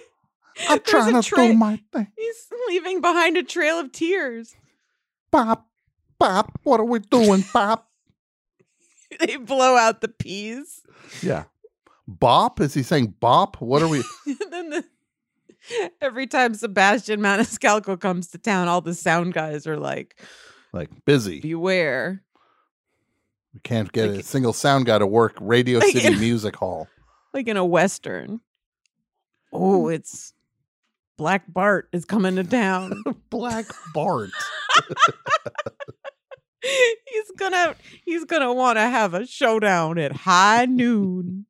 Speaker 2: I'm
Speaker 3: There's a
Speaker 2: trying to
Speaker 3: tra-
Speaker 2: do my thing.
Speaker 3: He's leaving behind a trail of tears.
Speaker 2: Pop, pop. What are we doing, pop?
Speaker 3: they blow out the peas.
Speaker 2: Yeah. Bop? Is he saying bop? What are we?
Speaker 3: and then the, every time Sebastian Maniscalco comes to town, all the sound guys are like,
Speaker 2: like busy.
Speaker 3: beware.
Speaker 2: We can't get a single sound guy to work Radio
Speaker 3: Like-
Speaker 2: City Music Hall.
Speaker 3: like in a western. Oh, it's Black Bart is coming to town.
Speaker 2: Black Bart.
Speaker 3: he's gonna he's gonna want to have a showdown at high noon.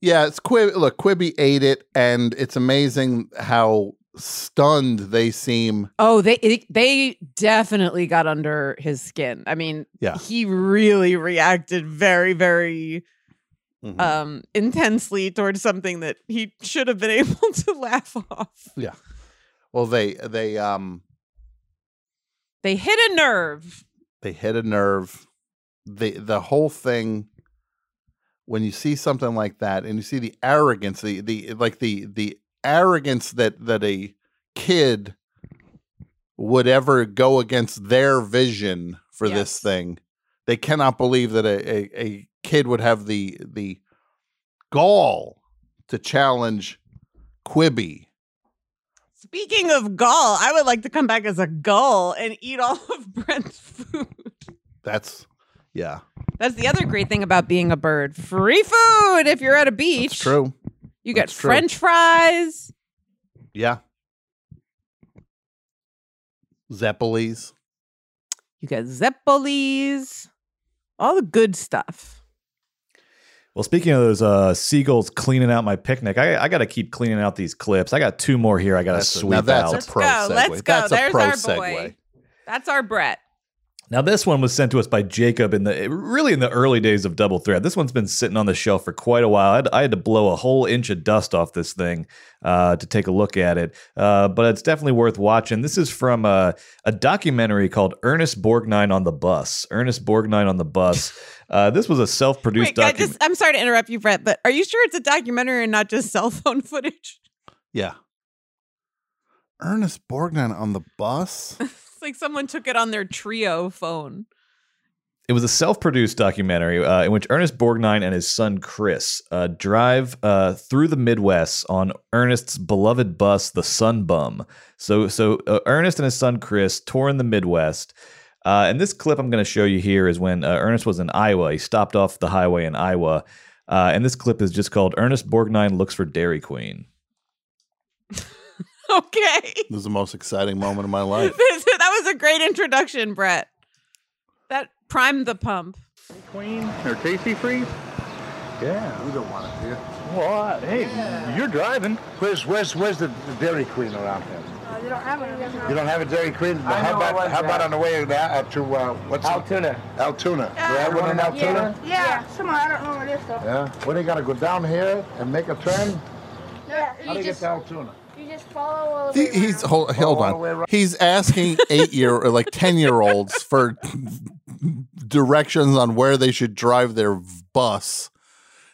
Speaker 2: Yeah, it's Quib. Look, Quibby ate it, and it's amazing how stunned they seem.
Speaker 3: Oh, they it- they definitely got under his skin. I mean,
Speaker 2: Yeah.
Speaker 3: he really reacted very, very
Speaker 2: Mhm.
Speaker 3: um intensely towards something that he should have been able to laugh off.
Speaker 2: yeah. Well, they they um
Speaker 3: They hit a nerve.
Speaker 2: they hit a nerve. The the whole thing when you see something like that and you see the arrogance, the the like the the arrogance that that a kid would ever go against their vision for this thing. They cannot believe that a, a, a kid would have the the gall to challenge Quibby.
Speaker 3: Speaking of gall, I would like to come back as a gull and eat all of Brent's food.
Speaker 2: That's yeah.
Speaker 3: That's the other great thing about being a bird. Free food if you're at a beach.
Speaker 2: It's true.
Speaker 3: You get
Speaker 2: That's true.
Speaker 3: french fries.
Speaker 2: Yeah. Zeppelis.
Speaker 3: You get Zeppolis. All the good stuff.
Speaker 4: Well, speaking of those uh, seagulls cleaning out my picnic, I, I got to keep cleaning out these clips. I got two more here. I got to
Speaker 2: That's a-
Speaker 4: sweep
Speaker 2: now that's a
Speaker 4: out.
Speaker 2: Let's pro go, segue. let's go. That's a There's pro our boy. segue.
Speaker 3: That's our Brett.
Speaker 4: Now, this one was sent to us by Jacob in the really in the early days of Double Threat. This one's been sitting on the shelf for quite a while. I had, I had to blow a whole inch of dust off this thing uh, to take a look at it, uh, but it's definitely worth watching. This is from uh, a documentary called Ernest Borgnine on the Bus. Ernest Borgnine on the Bus. Uh, this was a self-produced
Speaker 3: Wait, I
Speaker 4: documentary.
Speaker 3: just, I'm sorry to interrupt you, Brett, but are you sure it's a documentary and not just cell phone footage?
Speaker 2: Yeah. Ernest Borgnine on the bus?
Speaker 3: It's like someone took it on their trio phone.
Speaker 4: It was a self-produced documentary uh, in which Ernest Borgnine and his son Chris uh, drive uh, through the Midwest on Ernest's beloved bus, the Sunbum. So, so uh, Ernest and his son Chris tour in the Midwest. Uh, and this clip I'm going to show you here is when uh, Ernest was in Iowa. He stopped off the highway in Iowa, uh, and this clip is just called "Ernest Borgnine looks for Dairy Queen."
Speaker 3: Okay.
Speaker 2: This is the most exciting moment of my life.
Speaker 3: that was a great introduction, Brett. That primed the pump.
Speaker 17: Queen or Tasty Free? Yeah. We don't want it here. Well, uh, hey, you're driving. Where's where's where's the, the Dairy Queen around here?
Speaker 18: You don't have
Speaker 17: You don't have a Dairy Queen? But
Speaker 18: I
Speaker 17: how
Speaker 18: know I
Speaker 17: about
Speaker 18: wasn't
Speaker 17: how about
Speaker 18: there.
Speaker 17: on the way to, uh, to uh, what's Altoona? Altoona. Do they have one in
Speaker 18: Yeah,
Speaker 17: Altoona?
Speaker 18: yeah. Somehow I don't know where it is though.
Speaker 17: Yeah. Well, they gotta go down here and make a turn.
Speaker 18: Yeah,
Speaker 17: How do you get to Altoona?
Speaker 18: You just follow all the
Speaker 2: He,
Speaker 18: way around.
Speaker 2: he's hold, hold
Speaker 17: all the way
Speaker 2: on.
Speaker 17: around.
Speaker 2: He's asking eight year or like ten year olds for directions on where they should drive their v- bus.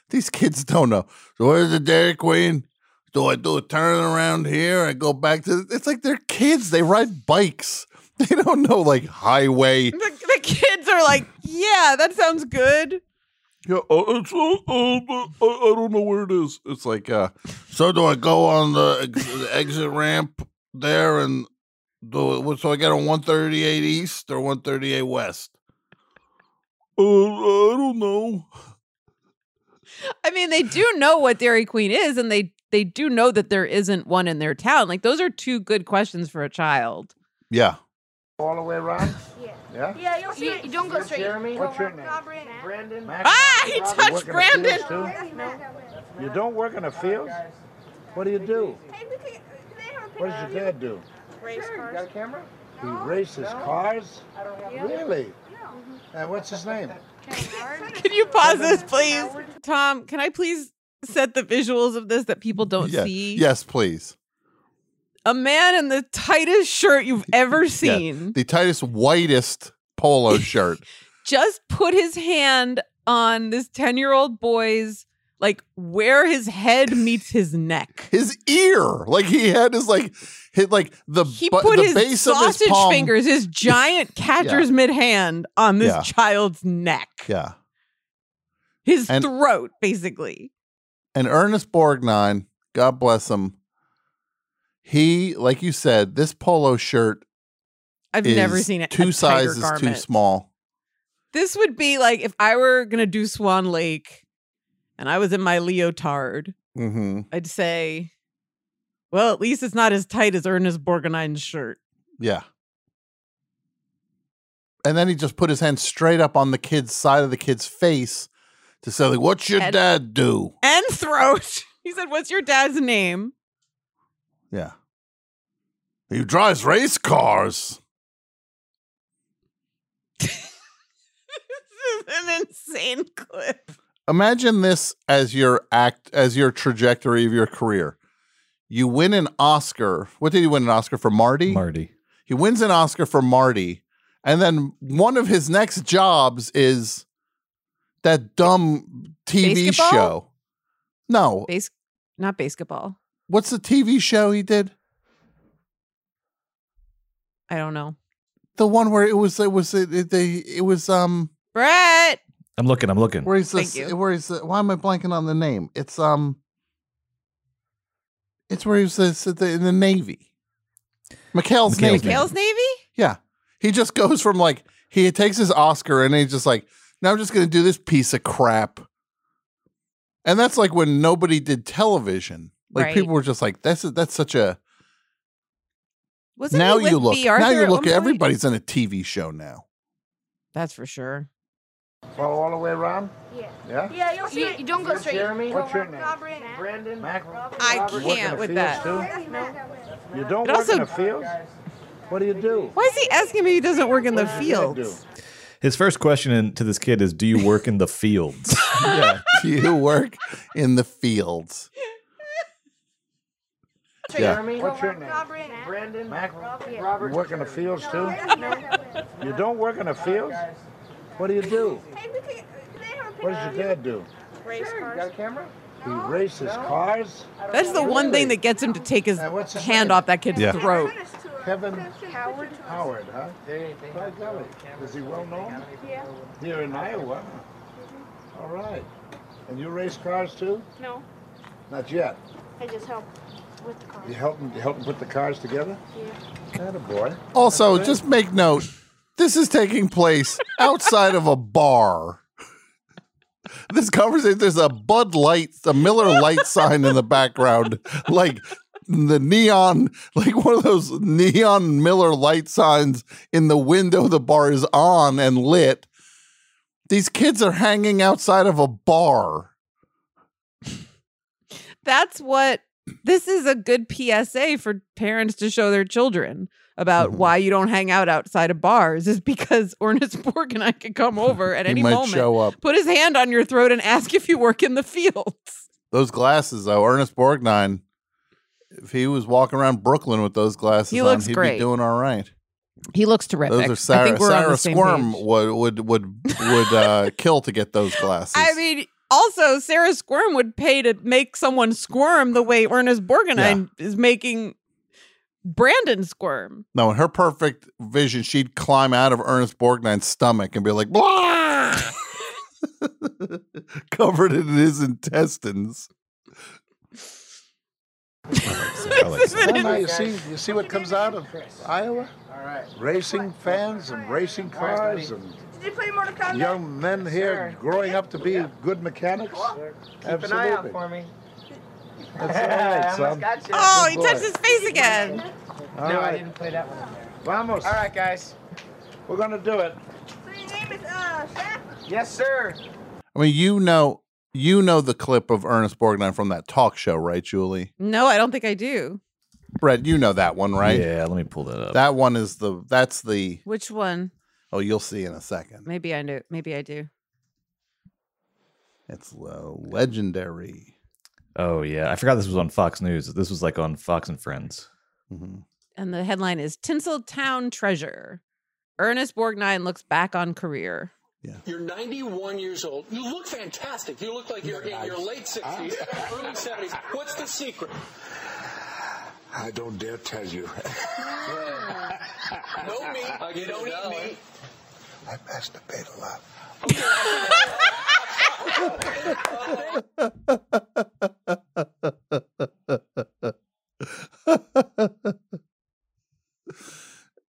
Speaker 2: These kids don't know. So where's the Dairy Queen? Do I do a turn around here? I go back to. It's like they're kids. They ride bikes. They don't know like highway.
Speaker 3: The, the kids are like, yeah, that sounds good.
Speaker 2: Yeah, uh, it's, uh, uh, but I, I don't know where it is. It's like, uh, so do I go on the, ex- the exit ramp there and do it? what- So I get on 138 East or 138 West? Uh, I don't know.
Speaker 3: I mean, they do know what Dairy Queen is, and they they do know that there isn't one in their town. Like those are two good questions for a child.
Speaker 2: Yeah.
Speaker 17: All the way around? Yeah.
Speaker 18: Yeah, you'll see.
Speaker 8: You- you don't go straight.
Speaker 18: You're Jeremy.
Speaker 17: What's your name?
Speaker 18: Brandon.
Speaker 17: Ah,
Speaker 18: he
Speaker 17: touched Brandon. You don't work in the fields? What do you do? What does your dad do?
Speaker 18: Got a camera?
Speaker 17: He races cars? Really?
Speaker 18: No.
Speaker 17: And what's his name?
Speaker 3: Can you pause this, please, Tom? Can I please set the visuals of this that people don't
Speaker 2: Yeah.
Speaker 3: Oh, see?
Speaker 2: Yes, please.
Speaker 3: A man in the tightest shirt you've ever
Speaker 2: Yeah.
Speaker 3: seen
Speaker 2: The tightest, whitest polo shirt.
Speaker 3: just put his hand on this ten year old boy's like where his head meets his neck.
Speaker 2: His ear. Like he had his, like, hit like the,
Speaker 3: He
Speaker 2: bu-
Speaker 3: put
Speaker 2: the
Speaker 3: his
Speaker 2: base of
Speaker 3: sausage
Speaker 2: his palm.
Speaker 3: fingers, his giant catcher's mid hand on this
Speaker 2: Yeah.
Speaker 3: child's neck.
Speaker 2: Yeah.
Speaker 3: His
Speaker 2: And-
Speaker 3: throat, basically.
Speaker 2: and Ernest Borgnine, God bless him. He, like you said, this polo shirt.
Speaker 3: I've never
Speaker 2: is
Speaker 3: seen it.
Speaker 2: Two sizes too
Speaker 3: garment.
Speaker 2: small.
Speaker 3: This would be like if I were gonna do Swan Lake and I was in my leotard,
Speaker 2: Mm-hmm.
Speaker 3: I'd say, Well, at least it's not as tight as Ernest Borgnine's shirt.
Speaker 2: Yeah. And then he just put his hand straight up on the kid's side of the kid's face to say, like, "What's your
Speaker 3: And-
Speaker 2: dad do?"
Speaker 3: And throat. He said, What's your dad's name?
Speaker 2: Yeah. He drives race cars.
Speaker 3: An insane clip.
Speaker 2: Imagine this as your act, as your trajectory of your career. You win an Oscar. What did he win an Oscar for? Marty?
Speaker 4: Marty.
Speaker 2: He wins an Oscar for Marty. And then one of his next jobs is that dumb TV
Speaker 3: Basketball?
Speaker 2: show. No.
Speaker 3: Base, not basketball.
Speaker 2: What's the TV show he did?
Speaker 3: I don't know.
Speaker 2: The one where it was it was it, it, they, it was um
Speaker 3: Brett.
Speaker 4: I'm looking. I'm looking.
Speaker 2: where is
Speaker 3: Thank
Speaker 2: this
Speaker 3: you.
Speaker 2: where is the, why am I blanking on the name? It's um it's where he was this, the, in the Navy. McHale's Navy.
Speaker 3: McHale's Navy?
Speaker 2: Yeah. He just goes from like he takes his Oscar and he's just like, now I'm just gonna do this piece of crap. And that's like when nobody did television. Like
Speaker 3: Right.
Speaker 2: people were just like, that's that's such a
Speaker 3: Wasn't
Speaker 2: now
Speaker 3: he with
Speaker 2: you look
Speaker 3: B.
Speaker 2: now
Speaker 3: Arthur
Speaker 2: you
Speaker 3: at
Speaker 2: look
Speaker 3: one point?
Speaker 2: everybody's in a TV show now.
Speaker 3: That's for sure.
Speaker 18: Follow all the way around?
Speaker 8: Yeah.
Speaker 18: Yeah?
Speaker 8: Yeah, you'll see. You, don't go straight.
Speaker 18: Jeremy?
Speaker 8: What's your
Speaker 18: name? Robert. Brandon? Robert.
Speaker 3: I
Speaker 18: Robert.
Speaker 3: can't with that.
Speaker 17: You don't
Speaker 3: It
Speaker 17: work
Speaker 3: also-
Speaker 17: in the fields? What do you do?
Speaker 3: Why is he asking me he doesn't work in the
Speaker 17: What do you do?
Speaker 3: fields?
Speaker 4: His first question in, to this kid is, "Do you work in the fields?"
Speaker 2: yeah. Do you work in the fields? Yeah.
Speaker 18: Jeremy?
Speaker 17: What's your name?
Speaker 18: Robert. Brandon?
Speaker 17: You
Speaker 18: Robert.
Speaker 17: work in the fields too?
Speaker 18: No.
Speaker 17: You don't work in the fields? What do you do? What does your dad do?
Speaker 18: Sure, you got a camera?
Speaker 17: He races cars?
Speaker 3: That's the one thing that gets him to take his hand off that kid's
Speaker 2: Yeah.
Speaker 3: throat.
Speaker 17: Kevin Howard, huh? By golly. Is he well known?
Speaker 18: Yeah.
Speaker 17: Here in Iowa. All right. And you race cars too?
Speaker 8: No,
Speaker 17: Not yet.
Speaker 8: I just help with the car.
Speaker 17: You help him, you help him put the cars together? Yeah. a boy.
Speaker 2: Also, just make note, this is taking place outside of a bar. This conversation, there's a Bud Light, a Miller Light sign in the background, like the neon, like one of those neon Miller Light signs in the window the bar is on and lit. These kids are hanging outside of a bar.
Speaker 3: That's what this is a good PSA for parents to show their children about
Speaker 2: Mm-hmm.
Speaker 3: why you don't hang out outside of bars is because Ernest Borg and I could come over at
Speaker 2: He
Speaker 3: any
Speaker 2: might
Speaker 3: moment,
Speaker 2: show up.
Speaker 3: put his hand on your throat, and ask if you work in the fields.
Speaker 2: Those glasses, though, Ernest Borgnine, if he was walking around Brooklyn with those glasses
Speaker 3: He
Speaker 2: on,
Speaker 3: looks
Speaker 2: he'd
Speaker 3: great.
Speaker 2: be doing all right.
Speaker 3: He looks terrific.
Speaker 2: Those are Sarah,
Speaker 3: I think we're on
Speaker 2: Sarah
Speaker 3: the same
Speaker 2: Squirm
Speaker 3: page.
Speaker 2: would would would would uh, kill to get those glasses.
Speaker 3: I mean, also Sarah Squirm would pay to make someone squirm the way Ernest Borgnine is making Brandon squirm.
Speaker 2: no, in her perfect vision, she'd climb out of Ernest Borgnine's stomach and be like, blah, covered in his intestines.
Speaker 17: Well, now you see, you see what comes out of Iowa?
Speaker 18: All right.
Speaker 17: Racing fans and racing cars and
Speaker 18: Did you play Mortal Kombat?
Speaker 17: young men here growing up to be good mechanics.
Speaker 18: Keep an eye out
Speaker 17: Absolutely.
Speaker 18: for me.
Speaker 17: That's all right, son.
Speaker 18: Gotcha.
Speaker 3: Oh, he
Speaker 17: Good
Speaker 3: touched
Speaker 17: boy.
Speaker 3: his face again.
Speaker 17: All
Speaker 18: no, I
Speaker 17: right,
Speaker 18: didn't play that one.
Speaker 17: vamos.
Speaker 18: All right, guys.
Speaker 17: We're gonna do it.
Speaker 18: So your name is uh, Seth? Yes, sir.
Speaker 2: I mean, you know, you know the clip of Ernest Borgnine from that talk show, right, Julie?
Speaker 3: No, I don't think I do.
Speaker 2: Brett, you know that one, right?
Speaker 4: Yeah. Let me pull that up.
Speaker 2: That one is the that's the
Speaker 3: Which one?
Speaker 2: oh you'll see in a second.
Speaker 3: Maybe I do. Maybe I do.
Speaker 2: It's uh, legendary.
Speaker 4: oh yeah, I forgot this was on Fox News. This was like on Fox and Friends.
Speaker 2: Mm-hmm.
Speaker 3: And the headline is Tinseltown Treasure. Ernest Borgnine looks back on career.
Speaker 19: You're 91 years old. You look fantastic. You look like you're in your late 60s, early 70s. What's the secret?
Speaker 17: I don't dare tell you.
Speaker 19: No meat. You don't eat meat.
Speaker 17: I masturbate a lot.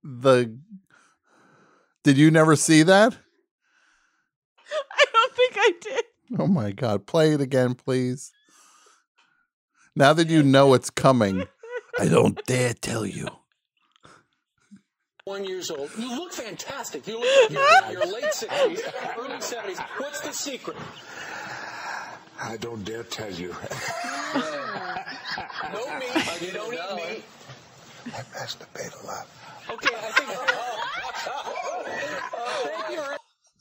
Speaker 2: the did you never see that?
Speaker 3: I don't think I did.
Speaker 2: Oh my god, play it again, please. Now that you know it's coming, I don't dare tell you.
Speaker 19: One years old. You look fantastic. You look like you're in your late 60s, early 70s. What's the secret?
Speaker 17: I don't dare tell you.
Speaker 19: No meat. You don't eat meat.
Speaker 10: I masturbate a lot.
Speaker 19: Okay, I think.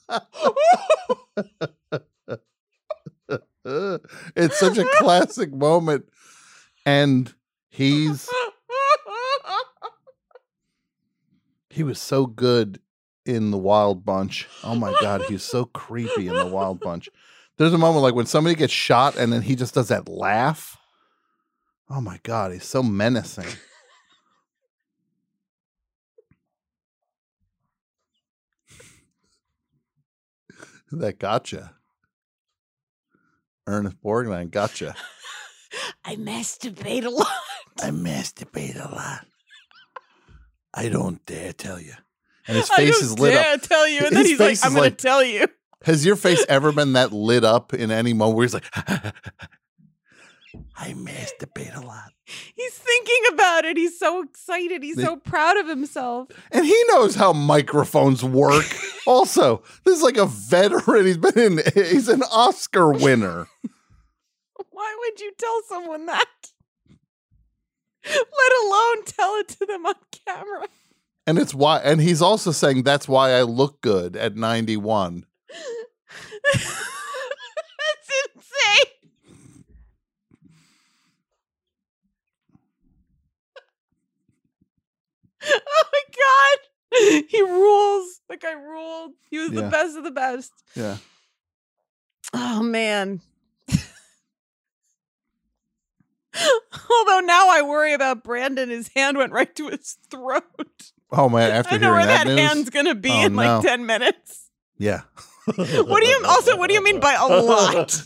Speaker 19: Thank you, Rick.
Speaker 2: it's such a classic moment. And he's he was so good in the wild bunch. Oh my god, he's so creepy in the wild bunch. There's a moment like when somebody gets shot and then he just does that laugh. Oh my god, he's so menacing. that gotcha. Ernest Borgnine gotcha.
Speaker 3: I masturbate a lot.
Speaker 14: I masturbate a lot. I don't dare tell you.
Speaker 2: And his face is lit
Speaker 3: dare
Speaker 2: up.
Speaker 3: tell you, and then he's like,
Speaker 2: face
Speaker 3: "I'm
Speaker 2: is
Speaker 3: gonna tell you."
Speaker 2: Has your face ever been that lit up in any moment where he's like, I masturbate a lot?
Speaker 3: He's thinking about it. He's so excited. He's
Speaker 2: They-
Speaker 3: so proud of himself.
Speaker 2: And he knows how microphones work. also, this is like a veteran. He's been in, he's an Oscar winner.
Speaker 3: Why would you tell someone that? Let alone tell it to them on camera.
Speaker 2: And it's why, and he's also saying that's why I look good at 91.
Speaker 3: That's insane. Oh my god. He rules. That guy ruled. He was
Speaker 2: Yeah.
Speaker 3: the best of the best.
Speaker 2: Yeah.
Speaker 3: Oh man. Although now I worry about Brandon. His hand went right to his throat.
Speaker 2: Oh man, after
Speaker 3: I know
Speaker 2: hearing
Speaker 3: where that,
Speaker 2: news,
Speaker 3: hand's gonna be
Speaker 2: Oh,
Speaker 3: in like
Speaker 2: no.
Speaker 3: ten minutes.
Speaker 2: Yeah.
Speaker 3: What do you also what do you mean by a lot?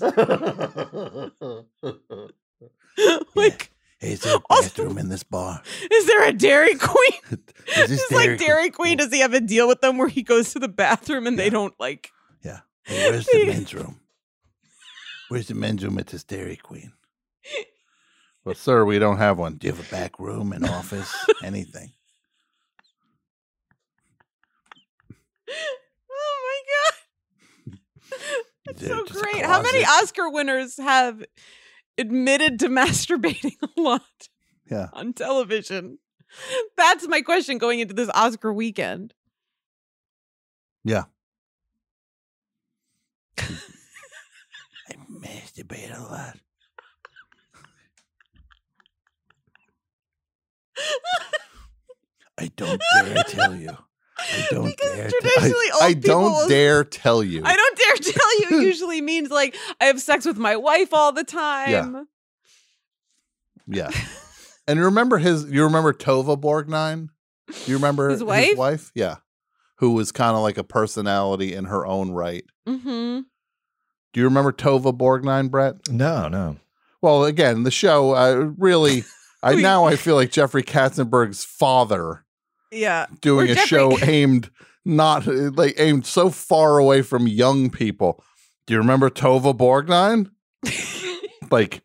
Speaker 3: like
Speaker 14: Is there a bathroom in this bar?
Speaker 3: Is there a Dairy Queen?
Speaker 14: Is this
Speaker 3: Just
Speaker 14: Dairy
Speaker 3: like Dairy Queen, does he have a deal with them where he goes to the bathroom and they don't like?
Speaker 14: Hey, where's the men's room? Where's the men's room at this Dairy Queen?
Speaker 2: Well, sir, we don't have one.
Speaker 14: Do you have a back room, an office, anything?
Speaker 3: Oh my god, it's
Speaker 14: Is
Speaker 3: so
Speaker 14: it just a
Speaker 3: great. How many
Speaker 14: closet?
Speaker 3: Oscar winners have admitted to masturbating a lot?
Speaker 2: Yeah.
Speaker 3: on television. That's my question going into this Oscar weekend.
Speaker 2: Yeah.
Speaker 14: Masturbate a lot. I don't dare tell you. I don't dare. tell-
Speaker 2: I,
Speaker 3: Traditionally, old
Speaker 2: I
Speaker 3: people will-
Speaker 2: don't dare tell you.
Speaker 3: I don't dare tell you. Usually means like I have sex with my wife all the time.
Speaker 2: Yeah. And remember his you remember Tova Borgnine? You remember
Speaker 3: His wife?
Speaker 2: Yeah. Who was kind of like a personality in her own right.
Speaker 3: hmm
Speaker 2: Do you remember Tova Borgnine, Brett?
Speaker 4: No, no.
Speaker 2: Well, again, the show uh, really I now I feel like Jeffrey Katzenberg's father
Speaker 3: Yeah.
Speaker 2: doing
Speaker 3: Or
Speaker 2: a
Speaker 3: Jeffrey-
Speaker 2: show aimed not like aimed so far away from young people. Do you remember Tova Borgnine? like,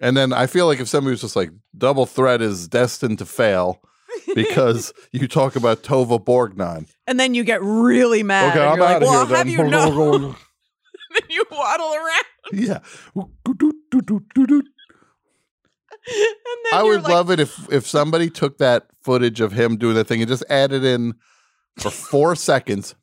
Speaker 2: and then I feel like if somebody was just like, double threat is destined to fail because you talk about Tova Borgnine.
Speaker 3: And then you get really mad.
Speaker 2: Okay,
Speaker 3: and
Speaker 2: I'm
Speaker 3: you're like,
Speaker 2: outta
Speaker 3: well,
Speaker 2: here
Speaker 3: I'll have
Speaker 2: then."
Speaker 3: you know. then you waddle around.
Speaker 2: yeah.
Speaker 3: And then
Speaker 2: I
Speaker 3: you're
Speaker 2: would
Speaker 3: like,
Speaker 2: love it if if somebody took that footage of him doing that thing and just added in for four seconds.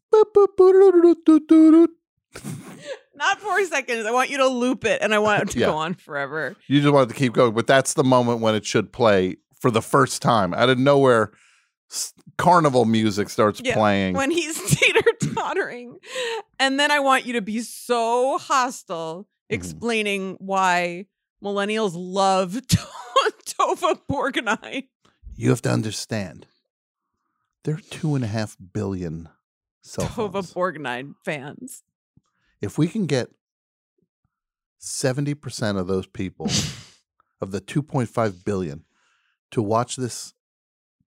Speaker 3: not four seconds. I want you to loop it and I want it to
Speaker 2: Yeah.
Speaker 3: go on forever.
Speaker 2: You just wanted to keep going, but that's the moment when it should play for the first time. Out of nowhere, s- carnival music starts
Speaker 3: Yeah,
Speaker 2: playing.
Speaker 3: When he's teeter tottering. And then I want you to be so hostile
Speaker 2: Mm-hmm.
Speaker 3: explaining why millennials love to- Tova Borgnine.
Speaker 2: you have to understand there are two and a half billion cell
Speaker 3: Tova
Speaker 2: phones.
Speaker 3: Borgnine fans.
Speaker 2: If we can get 70% of those people, of the 2.5 billion, to watch this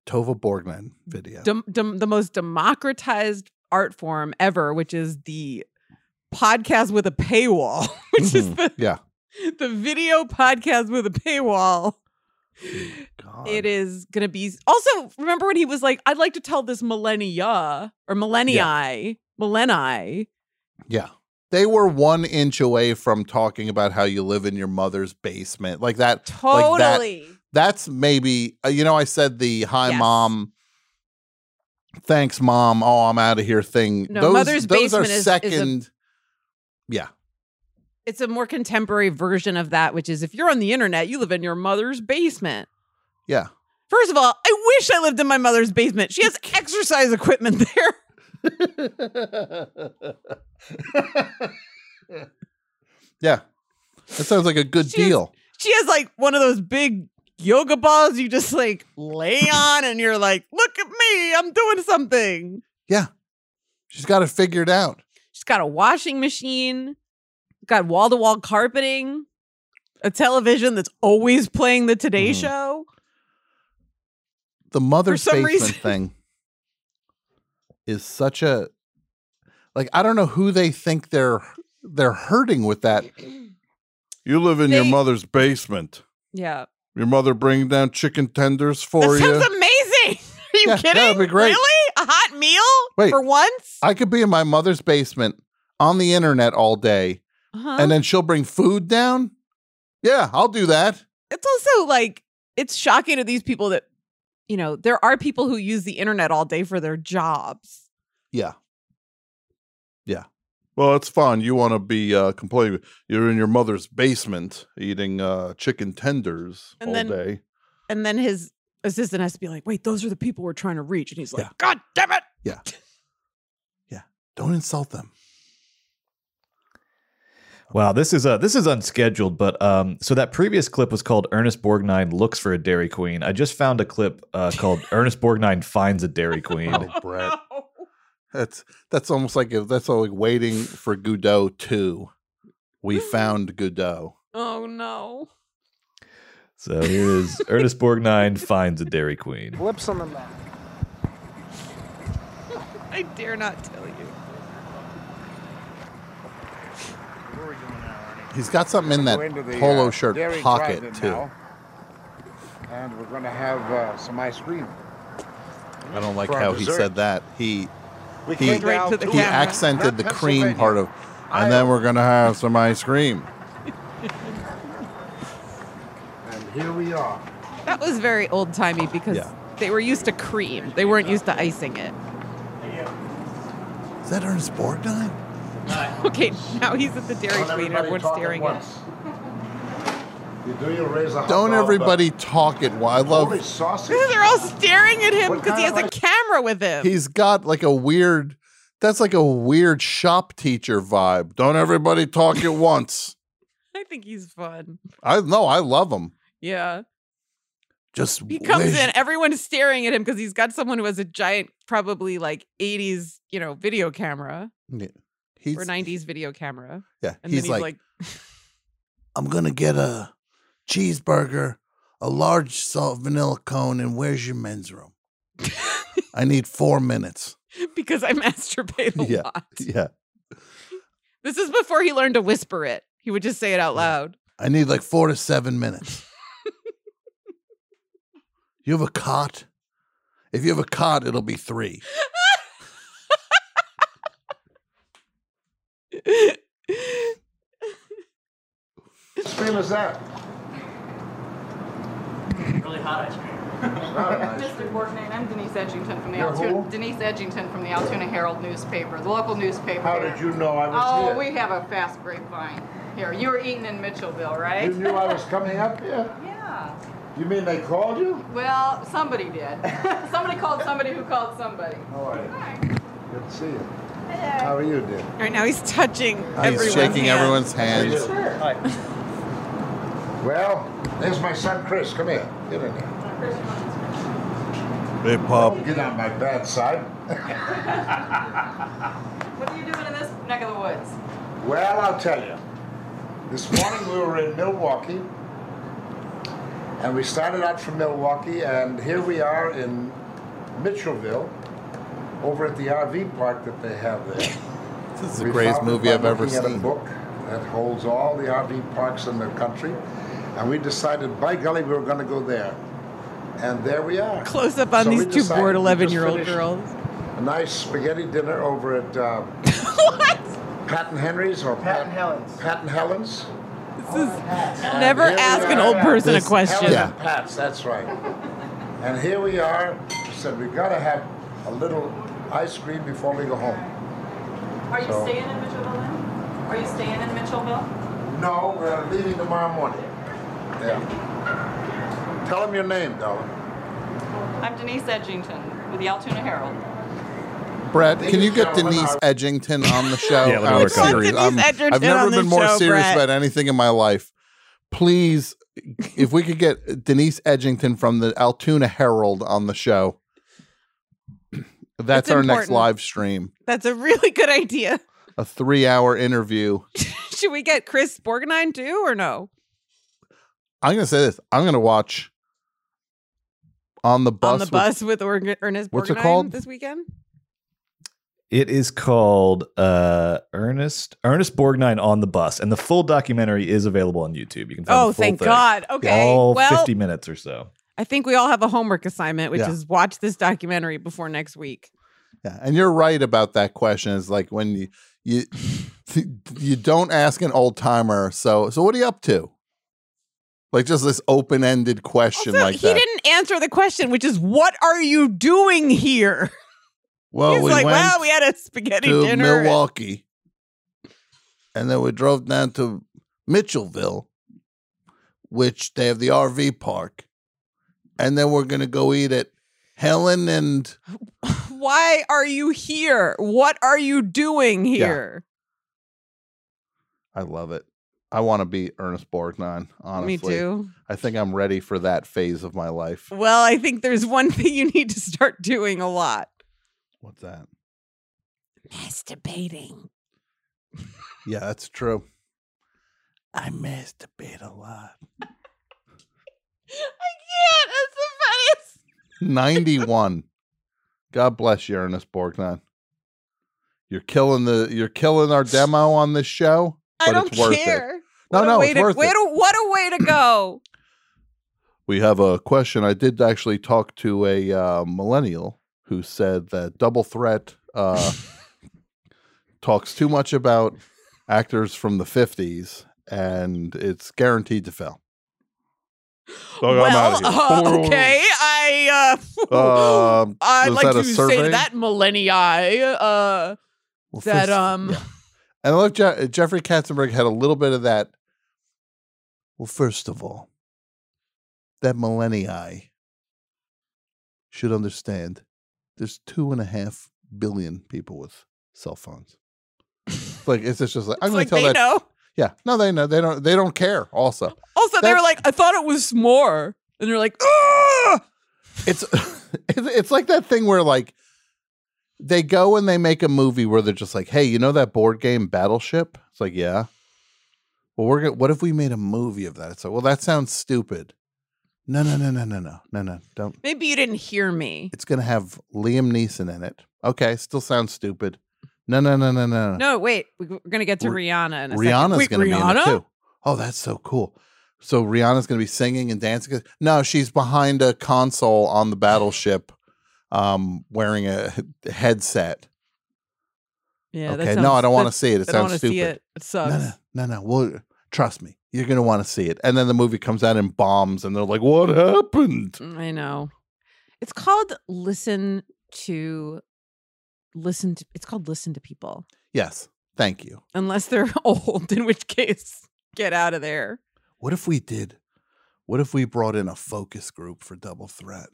Speaker 2: Tova Borgnine video,
Speaker 3: Dem- dem- the most democratized art form ever, which is the podcast with a paywall, which is the,
Speaker 2: Mm-hmm. yeah,
Speaker 3: the video podcast with a paywall. It is going to be. Also, remember when he was like, I'd like to tell this millennia or millenni, millenni.
Speaker 2: yeah. They were one inch away from talking about how you live in your mother's basement, like that. like that-
Speaker 3: Totally.
Speaker 2: that's maybe uh, you know I said the hi mom, thanks mom, oh I'm out of here thing.
Speaker 3: No,
Speaker 2: those
Speaker 3: Mother's
Speaker 2: those are
Speaker 3: Basement is- is a-
Speaker 2: second. yeah,
Speaker 3: It's a more contemporary version of that, which is if you're on the internet, you live in your mother's basement.
Speaker 2: yeah.
Speaker 3: First of all, I wish I lived in my mother's basement. She has exercise equipment there.
Speaker 2: Yeah. That sounds like a good deal.
Speaker 3: She has like one of those big yoga balls you just like lay on and you're like, look at me, I'm doing something.
Speaker 2: yeah. She's got it figured out.
Speaker 3: She's got a washing machine, got wall to wall carpeting, a television that's always playing the Today
Speaker 2: Mm-hmm.
Speaker 3: Show.
Speaker 2: The mother's
Speaker 3: some
Speaker 2: basement
Speaker 3: reason-
Speaker 2: thing is such a like I don't know who they think they're they're hurting with that. You live in your mother's basement.
Speaker 3: Yeah.
Speaker 2: Your mother bringing down chicken tenders for
Speaker 3: that
Speaker 2: you.
Speaker 3: sounds amazing. Are you
Speaker 2: Yeah,
Speaker 3: kidding?
Speaker 2: that'd be great.
Speaker 3: Really? A hot meal
Speaker 2: Wait.
Speaker 3: for once?
Speaker 2: I could be in my mother's basement on the internet all day,
Speaker 3: Uh-huh.
Speaker 2: and then she'll bring food down. Yeah, I'll do that.
Speaker 3: it's also like it's shocking to these people that you know there are people who use the internet all day for their jobs
Speaker 2: Yeah. Yeah. Well, it's fun. You want to be uh, complaining. You're in your mother's basement eating uh, chicken tenders
Speaker 3: And
Speaker 2: all
Speaker 3: then-
Speaker 2: day.
Speaker 3: and then his assistant has to be like wait those are the people we're trying to reach and he's like god damn it
Speaker 2: Yeah. Yeah. Don't insult them.
Speaker 4: Wow, this is uh this is unscheduled, but um so that previous clip was called Ernest Borgnine looks for a Dairy Queen. I just found a clip uh called Ernest Borgnine finds a Dairy Queen.
Speaker 2: Oh,
Speaker 3: Oh,
Speaker 2: Brett. That's that's almost like if that's like waiting for Godot two. We found Godot.
Speaker 3: oh no
Speaker 4: So here is Ernest Borgnine finds a Dairy Queen.
Speaker 18: Lips on the mouth. I dare not tell you.
Speaker 2: He's got something in that
Speaker 17: Go into the,
Speaker 2: polo
Speaker 17: uh,
Speaker 2: shirt
Speaker 17: dairy
Speaker 2: pocket
Speaker 17: drive-in
Speaker 2: too.
Speaker 17: now, and we're going to have uh, some ice cream.
Speaker 2: I don't like
Speaker 17: For our
Speaker 2: how he
Speaker 17: dessert.
Speaker 2: said that. He
Speaker 17: We
Speaker 2: he,
Speaker 17: came down to the
Speaker 2: he
Speaker 17: camera.
Speaker 2: accented
Speaker 17: Not
Speaker 2: the cream
Speaker 17: Pennsylvania.
Speaker 2: part of, and then we're gonna have some ice cream.
Speaker 17: And here we are.
Speaker 3: that was very old timey because they were used to cream they weren't used to icing it
Speaker 2: Is that Ernest Borgnine?
Speaker 3: okay now he's at the dairy queen and everyone's staring at him
Speaker 17: You do your raise a hot
Speaker 2: Don't
Speaker 17: dog,
Speaker 2: everybody talk it. Why I
Speaker 17: but
Speaker 2: love
Speaker 17: Holy sausage.
Speaker 3: they're all staring at him because he has
Speaker 17: kind
Speaker 3: a camera with him
Speaker 2: he's got like a weird. That's like a weird shop teacher vibe. Don't everybody talk at once.
Speaker 3: i think he's fun
Speaker 2: I no, I love him.
Speaker 3: yeah
Speaker 2: Just
Speaker 3: He comes
Speaker 2: wish-
Speaker 3: in, everyone's staring at him because he's got someone who has a giant, probably like 80s, you know, video camera
Speaker 2: Yeah.
Speaker 3: or
Speaker 2: He's
Speaker 3: 90s video camera.
Speaker 2: Yeah,
Speaker 3: And
Speaker 2: he's
Speaker 3: then he's like,
Speaker 2: like- I'm gonna get a cheeseburger, a large salt vanilla cone, and where's your men's room? I need four minutes.
Speaker 3: because I masturbate a lot.
Speaker 2: Yeah.
Speaker 3: This is before he learned to whisper it. He would just say it out loud.
Speaker 2: I need like four to seven minutes. you have a cot? If you have a cot, it'll be three.
Speaker 17: Ice cream is that?
Speaker 20: Really hot ice cream.
Speaker 21: Mr. Borgnine, I'm Denise Edgington from the
Speaker 17: You're who?
Speaker 21: Altoona, Denise Edgington from the Altoona Herald newspaper, the local newspaper.
Speaker 17: How
Speaker 21: here.
Speaker 17: did you know I was
Speaker 21: Oh,
Speaker 17: here?
Speaker 21: we have a fast grapevine here. You were eating in Mitchellville, right?
Speaker 17: You knew I was coming up here?
Speaker 21: Yeah.
Speaker 17: You mean they called you?
Speaker 21: Well, somebody did. Somebody called somebody who called somebody.
Speaker 17: How are you? Good to see you. How are you, dear?
Speaker 3: Right now he's touching everyone's
Speaker 2: shaking
Speaker 3: hand.
Speaker 2: everyone's hands.
Speaker 17: Well, there's my son Chris. Come here. Get in here.
Speaker 2: Hey, Pop.
Speaker 17: Get on my bad side.
Speaker 21: What are you doing in this neck of the woods?
Speaker 17: Well, I'll tell you. This morning we were in Milwaukee, and we started out from Milwaukee, and here we are in Mitchellville, over at the RV park that they have there.
Speaker 2: This is
Speaker 17: We
Speaker 2: the greatest
Speaker 17: found it
Speaker 2: movie
Speaker 17: by
Speaker 2: I've ever
Speaker 17: looking At a
Speaker 2: seen.
Speaker 17: book that holds all the RV parks in the country, and we decided, by golly, we were going to go there, and there we are.
Speaker 3: Close up on
Speaker 17: So we
Speaker 3: these two
Speaker 17: decided-
Speaker 3: bored
Speaker 17: we
Speaker 3: 11
Speaker 17: just
Speaker 3: year old
Speaker 17: finished
Speaker 3: girls.
Speaker 17: a nice spaghetti dinner over at uh, Pat and Henry's or Pat and Helen's. Pat and Helen's.
Speaker 3: Never
Speaker 22: And here we
Speaker 3: ask an
Speaker 22: are
Speaker 3: old
Speaker 22: at
Speaker 3: person a
Speaker 22: this
Speaker 3: question.
Speaker 22: Helen and Pat's, that's right. And here we are. We said we gotta have a little ice cream before we go home.
Speaker 21: Are you
Speaker 22: So-
Speaker 21: staying in Mitchellville then? Are you staying in Mitchellville?
Speaker 22: No, we're leaving tomorrow morning. Yeah. Tell them your name, darling.
Speaker 21: I'm Denise Edgington with the Altoona Herald.
Speaker 2: Brett, can you get Denise Edgington on the show?
Speaker 4: Yeah, let me
Speaker 2: I'm
Speaker 4: work on
Speaker 2: serious.
Speaker 4: it.
Speaker 2: I'm-
Speaker 4: Denise Edgington
Speaker 2: I've never
Speaker 4: on the
Speaker 2: been more
Speaker 4: show,
Speaker 2: serious
Speaker 4: Brett.
Speaker 2: about anything in my life. Please, if we could get Denise Edgington from the Altoona Herald on the show, that's
Speaker 3: It's
Speaker 2: our next
Speaker 3: important.
Speaker 2: live stream.
Speaker 3: That's a really good idea.
Speaker 2: A three hour interview.
Speaker 3: Should we get Chris Borgnine too or no?
Speaker 2: I'm going to say this I'm going to watch On the Bus.
Speaker 3: On the
Speaker 2: with-
Speaker 3: bus with Org- Ernest
Speaker 2: what's it
Speaker 3: Borgnine
Speaker 2: called?
Speaker 3: this weekend?
Speaker 4: It is called uh, Ernest Ernest Borgnine on the bus, and the full documentary is available on YouTube. You can find
Speaker 3: Oh,
Speaker 4: the
Speaker 2: Um,
Speaker 4: full
Speaker 3: thank
Speaker 4: thing.
Speaker 3: God. Okay,
Speaker 4: all
Speaker 3: well-
Speaker 4: fifty minutes or so.
Speaker 3: I think we all have a homework assignment, which
Speaker 2: Yeah.
Speaker 3: is watch this documentary before next week.
Speaker 2: Yeah, and you're right about that question. It's like when you you you don't ask an old timer. So so what are you up to? Like just this open ended question
Speaker 3: So
Speaker 2: like
Speaker 3: he
Speaker 2: that.
Speaker 3: didn't answer the question, which is what are you doing here?
Speaker 2: well,
Speaker 3: He's
Speaker 2: Oh, we
Speaker 3: like,
Speaker 2: went
Speaker 3: well, we had a spaghetti
Speaker 2: to
Speaker 3: dinner. and-
Speaker 2: Milwaukee, and then we drove down to Mitchellville, which they have the RV park, and then we're gonna go eat at Helen and
Speaker 3: Why are you here? What are you doing
Speaker 2: Yeah.
Speaker 3: here?
Speaker 2: I love it. I want to be Ernest Borgnine. Honestly,
Speaker 3: too.
Speaker 2: I think I'm ready for that phase of my life.
Speaker 3: Well, I think there's one thing you need to start doing a lot.
Speaker 2: What's that?
Speaker 3: Masturbating.
Speaker 2: Yeah, that's true. I masturbate a lot.
Speaker 3: I can't. That's the funniest.
Speaker 2: 91. God bless you, Ernest Borgnine. You're killing the you're killing our demo on this show.
Speaker 3: I don't care.
Speaker 2: It. No,
Speaker 3: What a
Speaker 2: no,
Speaker 3: way
Speaker 2: it's
Speaker 3: to-
Speaker 2: worth
Speaker 3: way
Speaker 2: it.
Speaker 3: to- what a way to go.
Speaker 2: We have a question. I did actually talk to a uh, millennial who said that Double Threat uh, talks too much about actors from the 50s and it's guaranteed to fail. So I'm
Speaker 3: well,
Speaker 2: outta
Speaker 3: uh, okay. I uh,
Speaker 2: Um,
Speaker 3: I'd
Speaker 2: was
Speaker 3: like
Speaker 2: that a
Speaker 3: to say
Speaker 2: survey?
Speaker 3: to that millennial uh, that
Speaker 2: first-
Speaker 3: um
Speaker 2: And look, Je- uh, Jeffrey Katzenberg had a little bit of that. Well, first of all, that millenniae should understand there's two and a half billion people with cell phones. like it's just like
Speaker 3: It's
Speaker 2: I'm gonna
Speaker 3: like
Speaker 2: tell
Speaker 3: they
Speaker 2: that.
Speaker 3: know.
Speaker 2: Yeah, no, they know. They don't. They don't care. Also,
Speaker 3: also they
Speaker 2: That-
Speaker 3: were like, I thought it was more, and they're like, ah.
Speaker 2: it's it's it's like that thing where like they go and they make a movie where they're just like, hey, you know that board game Battleship? It's like, yeah. Well, we're gonna. What if we made a movie of that? It's like, well, that sounds stupid. No, no, no, no, no, no, no, no. Don't.
Speaker 3: Maybe you didn't hear me.
Speaker 2: It's gonna have Liam Neeson in it. Okay, still sounds stupid. No, no, no, no, no.
Speaker 3: No, wait, we- we're gonna get to
Speaker 2: Ri-
Speaker 3: Rihanna in a
Speaker 2: Rihanna's
Speaker 3: second.
Speaker 2: going to
Speaker 3: Wait,
Speaker 2: be in it
Speaker 3: Rihanna?
Speaker 2: too. Oh, that's so cool. So Rihanna's going to be singing and dancing. No, she's behind a console on the battleship, um, wearing a he- headset.
Speaker 3: Yeah. that
Speaker 2: Okay, no,
Speaker 3: sounds-
Speaker 2: I don't wanna
Speaker 3: that's-
Speaker 2: see it. It
Speaker 3: I don't
Speaker 2: sounds
Speaker 3: wanna see
Speaker 2: stupid.
Speaker 3: it. It sucks.
Speaker 2: No, no, well, trust me, you're going to want to see it. And then the movie comes out and bombs, and they're like, "What happened?"
Speaker 3: I know. It's called listen to listen to it's called listen to people.
Speaker 2: Yes, thank you.
Speaker 3: Unless they're old, in which case get out of there.
Speaker 2: What if we did? What if we brought in a focus group for Double Threat?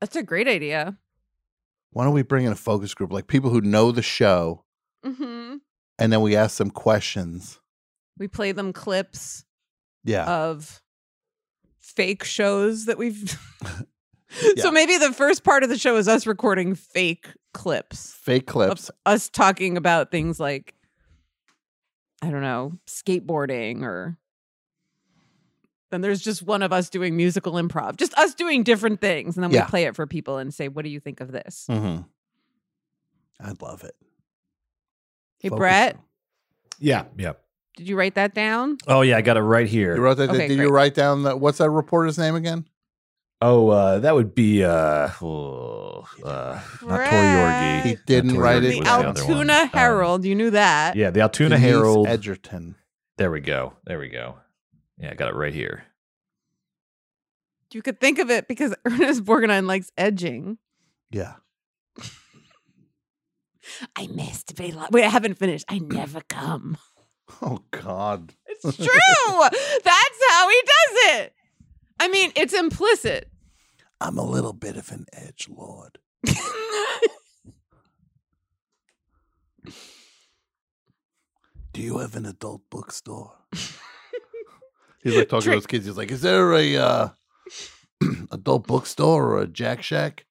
Speaker 3: That's a great idea.
Speaker 2: Why don't we bring in a focus group like people who know the show,
Speaker 3: hmm
Speaker 2: and then we ask them questions?
Speaker 3: We play them clips
Speaker 2: Yeah.
Speaker 3: Uh, of fake shows that we've
Speaker 2: Yeah.
Speaker 3: So maybe the first part of the show is us recording fake clips.
Speaker 2: Fake
Speaker 3: of
Speaker 2: clips,
Speaker 3: us talking about things like I don't know, skateboarding or then there's just one of us doing musical improv. Just us doing different things and then
Speaker 2: Yeah.
Speaker 3: we play it for people and say, "What do you think of this?"
Speaker 2: Mm-hmm. I love it.
Speaker 3: Hey
Speaker 2: Focus
Speaker 3: Brett,
Speaker 4: Yeah, yeah.
Speaker 3: did you write that down?
Speaker 4: Oh yeah, I got it right here.
Speaker 2: You wrote that.
Speaker 3: Okay,
Speaker 2: did you
Speaker 3: great.
Speaker 2: write down that? What's that reporter's name again?
Speaker 4: Oh, uh, that would be uh, oh, uh not Tori Yorgi.
Speaker 2: He didn't
Speaker 4: Not Tori
Speaker 2: write
Speaker 4: Yorgi was
Speaker 2: it
Speaker 3: The
Speaker 4: the other one.
Speaker 2: Um,
Speaker 4: Um,
Speaker 3: Altoona
Speaker 2: uh,
Speaker 3: Herald, you knew that.
Speaker 4: Yeah, the Altoona
Speaker 2: Denise
Speaker 4: Herald.
Speaker 2: Edgerton.
Speaker 4: There we go. There we go. Yeah, I got it right here.
Speaker 3: You could think of it because Ernest Borgnine likes edging.
Speaker 2: Yeah.
Speaker 3: I missed Big Lo- Wait, I haven't finished. I never come.
Speaker 2: Oh God.
Speaker 3: It's True. That's how he does it. I mean, it's implicit.
Speaker 2: I'm a little bit of an edge lord. Do you have an adult bookstore? he's like talking to those kids. He's like, "Is there a uh, adult bookstore or a Jack Shack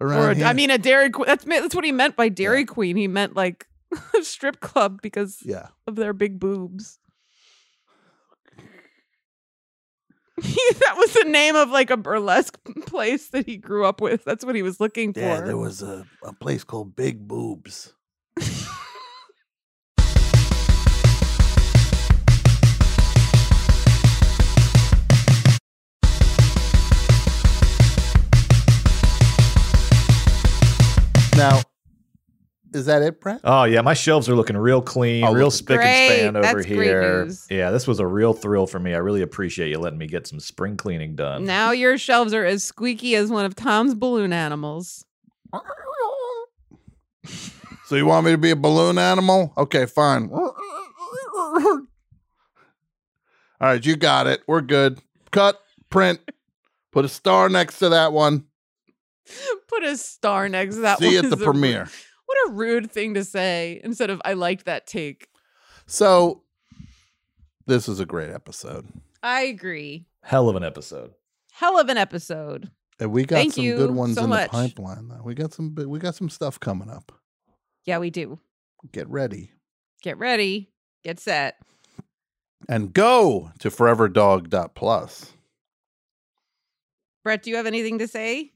Speaker 2: around
Speaker 3: Or,
Speaker 2: here?"
Speaker 3: I mean, a Dairy Queen. That's, that's what he meant by Dairy Queen. He meant like a strip club because
Speaker 2: Yeah.
Speaker 3: of their big boobs. that was the name of like a burlesque place that he grew up with. That's what he was looking for.
Speaker 2: yeah, there was a, a place called Big Boobs. Now, is that it, Brett?
Speaker 4: Oh yeah, my shelves are looking real clean,
Speaker 2: Oh,
Speaker 4: real
Speaker 2: look-
Speaker 4: spick
Speaker 3: Great.
Speaker 4: and span over
Speaker 3: That's great
Speaker 4: here.
Speaker 3: news.
Speaker 4: Yeah, this was a real thrill for me. I really appreciate you letting me get some spring cleaning done.
Speaker 3: Now your shelves are as squeaky as one of Tom's balloon animals.
Speaker 2: So you want me to be a balloon animal? Okay, fine. All right, you got it. We're good. Cut, print, put a star next to that one.
Speaker 3: Put a star next to that
Speaker 2: See you
Speaker 3: one
Speaker 2: at the
Speaker 3: is a-
Speaker 2: premiere.
Speaker 3: What a rude thing to say instead of I liked that take.
Speaker 2: So this is a great episode.
Speaker 3: I agree.
Speaker 4: Hell of an episode.
Speaker 3: Hell of an episode.
Speaker 2: And we got
Speaker 3: Thank
Speaker 2: some
Speaker 3: you
Speaker 2: good ones
Speaker 3: so
Speaker 2: in
Speaker 3: much.
Speaker 2: the pipeline. Though. We got some bi- we got some stuff coming up.
Speaker 3: Yeah, we do.
Speaker 2: Get ready.
Speaker 3: Get ready. Get set.
Speaker 2: And go to foreverdog.plus.
Speaker 3: Brett, do you have anything to say?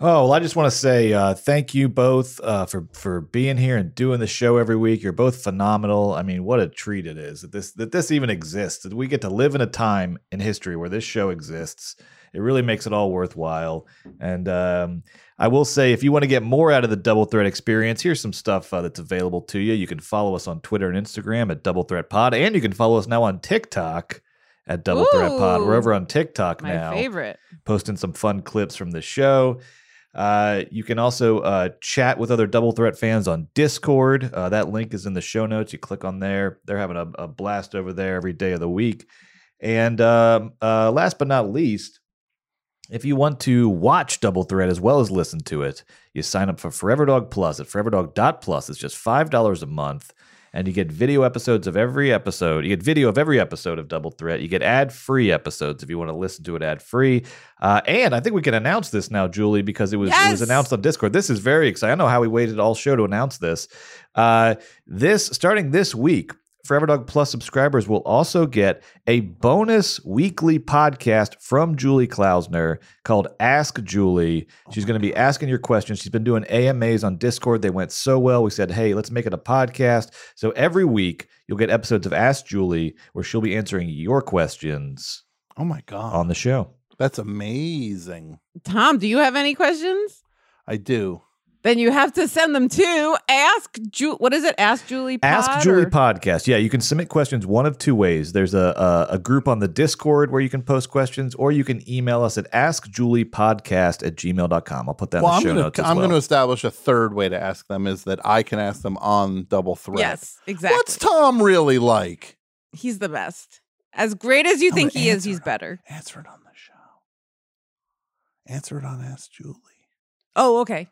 Speaker 4: Oh well, I just want to say uh, thank you both uh, for for being here and doing the show every week. You're both phenomenal. I mean, what a treat it is that this that this even exists. That we get to live in a time in history where this show exists. It really makes it all worthwhile. And um, I will say, if you want to get more out of the Double Threat experience, here's some stuff uh, that's available to you. You can follow us on Twitter and Instagram at Double Threat Pod, and you can follow us now on TikTok at Double Threat Pod. We're
Speaker 3: Ooh.
Speaker 4: over on TikTok
Speaker 3: My
Speaker 4: now
Speaker 3: favorite.
Speaker 4: posting some fun clips from the show. Uh, you can also uh, chat with other Double Threat fans on Discord. Uh, that link is in the show notes. You click on there. They're having a, a blast over there every day of the week. And um, uh, last but not least, if you want to watch Double Threat as well as listen to it, you sign up for Forever Dog Plus at foreverdog.plus. It's just $5 a month. And you get video episodes of every episode. You get video of every episode of Double Threat. You get ad free episodes if you want to listen to it ad free. Uh, and I think we can announce this now, Julie, because it was, it
Speaker 5: Yes!
Speaker 4: was announced on Discord. This is very exciting. I know how we waited all show to announce this. Uh, this starting this week, Forever Dog Plus subscribers will also get a bonus weekly podcast from Julie Klausner called Ask Julie. She's going to be asking your questions. She's been doing AMAs on Discord. They went so well. We said, hey, let's make it a podcast. So every week, you'll get episodes of Ask Julie where she'll be answering your questions
Speaker 2: Oh my god.
Speaker 4: on the show.
Speaker 2: That's amazing.
Speaker 3: Tom, do you have any questions?
Speaker 2: I do.
Speaker 3: Then you have to send them to ask Ju- what is it? Ask Julie Pod
Speaker 4: Ask Julie
Speaker 3: or-
Speaker 4: podcast. Yeah, you can submit questions one of two ways. There's a, a a group on the Discord where you can post questions, or you can email us at askjuliepodcast at gmail.com. I'll put that
Speaker 2: well,
Speaker 4: in
Speaker 2: I'm
Speaker 4: the show
Speaker 2: gonna,
Speaker 4: notes as
Speaker 2: I'm
Speaker 4: well.
Speaker 2: going to establish a third way to ask them is that I can ask them on Double Threat.
Speaker 3: Yes, exactly.
Speaker 2: What's Tom really like?
Speaker 3: He's the best. As great as you
Speaker 2: I'm
Speaker 3: think
Speaker 2: gonna
Speaker 3: he is,
Speaker 2: answer
Speaker 3: he's
Speaker 2: it.
Speaker 3: better.
Speaker 2: Answer it on the show. Answer it on Ask Julie.
Speaker 3: Oh, okay.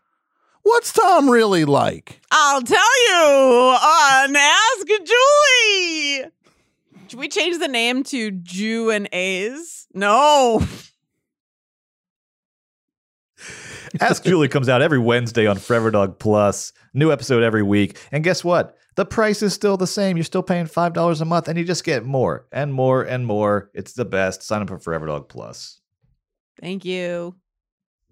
Speaker 2: What's Tom really like?
Speaker 3: I'll tell you on Ask Julie. Should we change the name to Jew and A's? No.
Speaker 4: Ask Julie comes out every Wednesday on Forever Dog Plus. New episode every week. And guess what? The price is still the same. You're still paying $5 a month, and you just get more and more and more. It's the best. Sign up for Forever Dog Plus.
Speaker 3: Thank you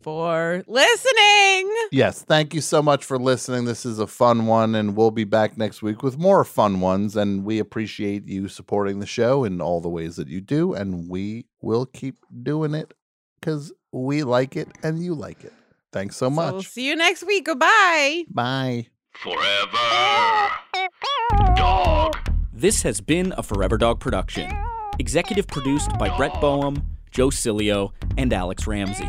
Speaker 3: for listening.
Speaker 2: Yes, thank you so much for listening. This is a fun one, and we'll be back next week with more fun ones. And we appreciate you supporting the show in all the ways that you do. And we will keep doing it because we like it and you like it. Thanks so
Speaker 3: So we'll
Speaker 2: much.
Speaker 3: see you next week. Goodbye.
Speaker 2: Bye.
Speaker 5: Forever Dog. This has been a Forever Dog production. Executive produced by Brett Boehm, Joe Cilio, and Alex Ramsey.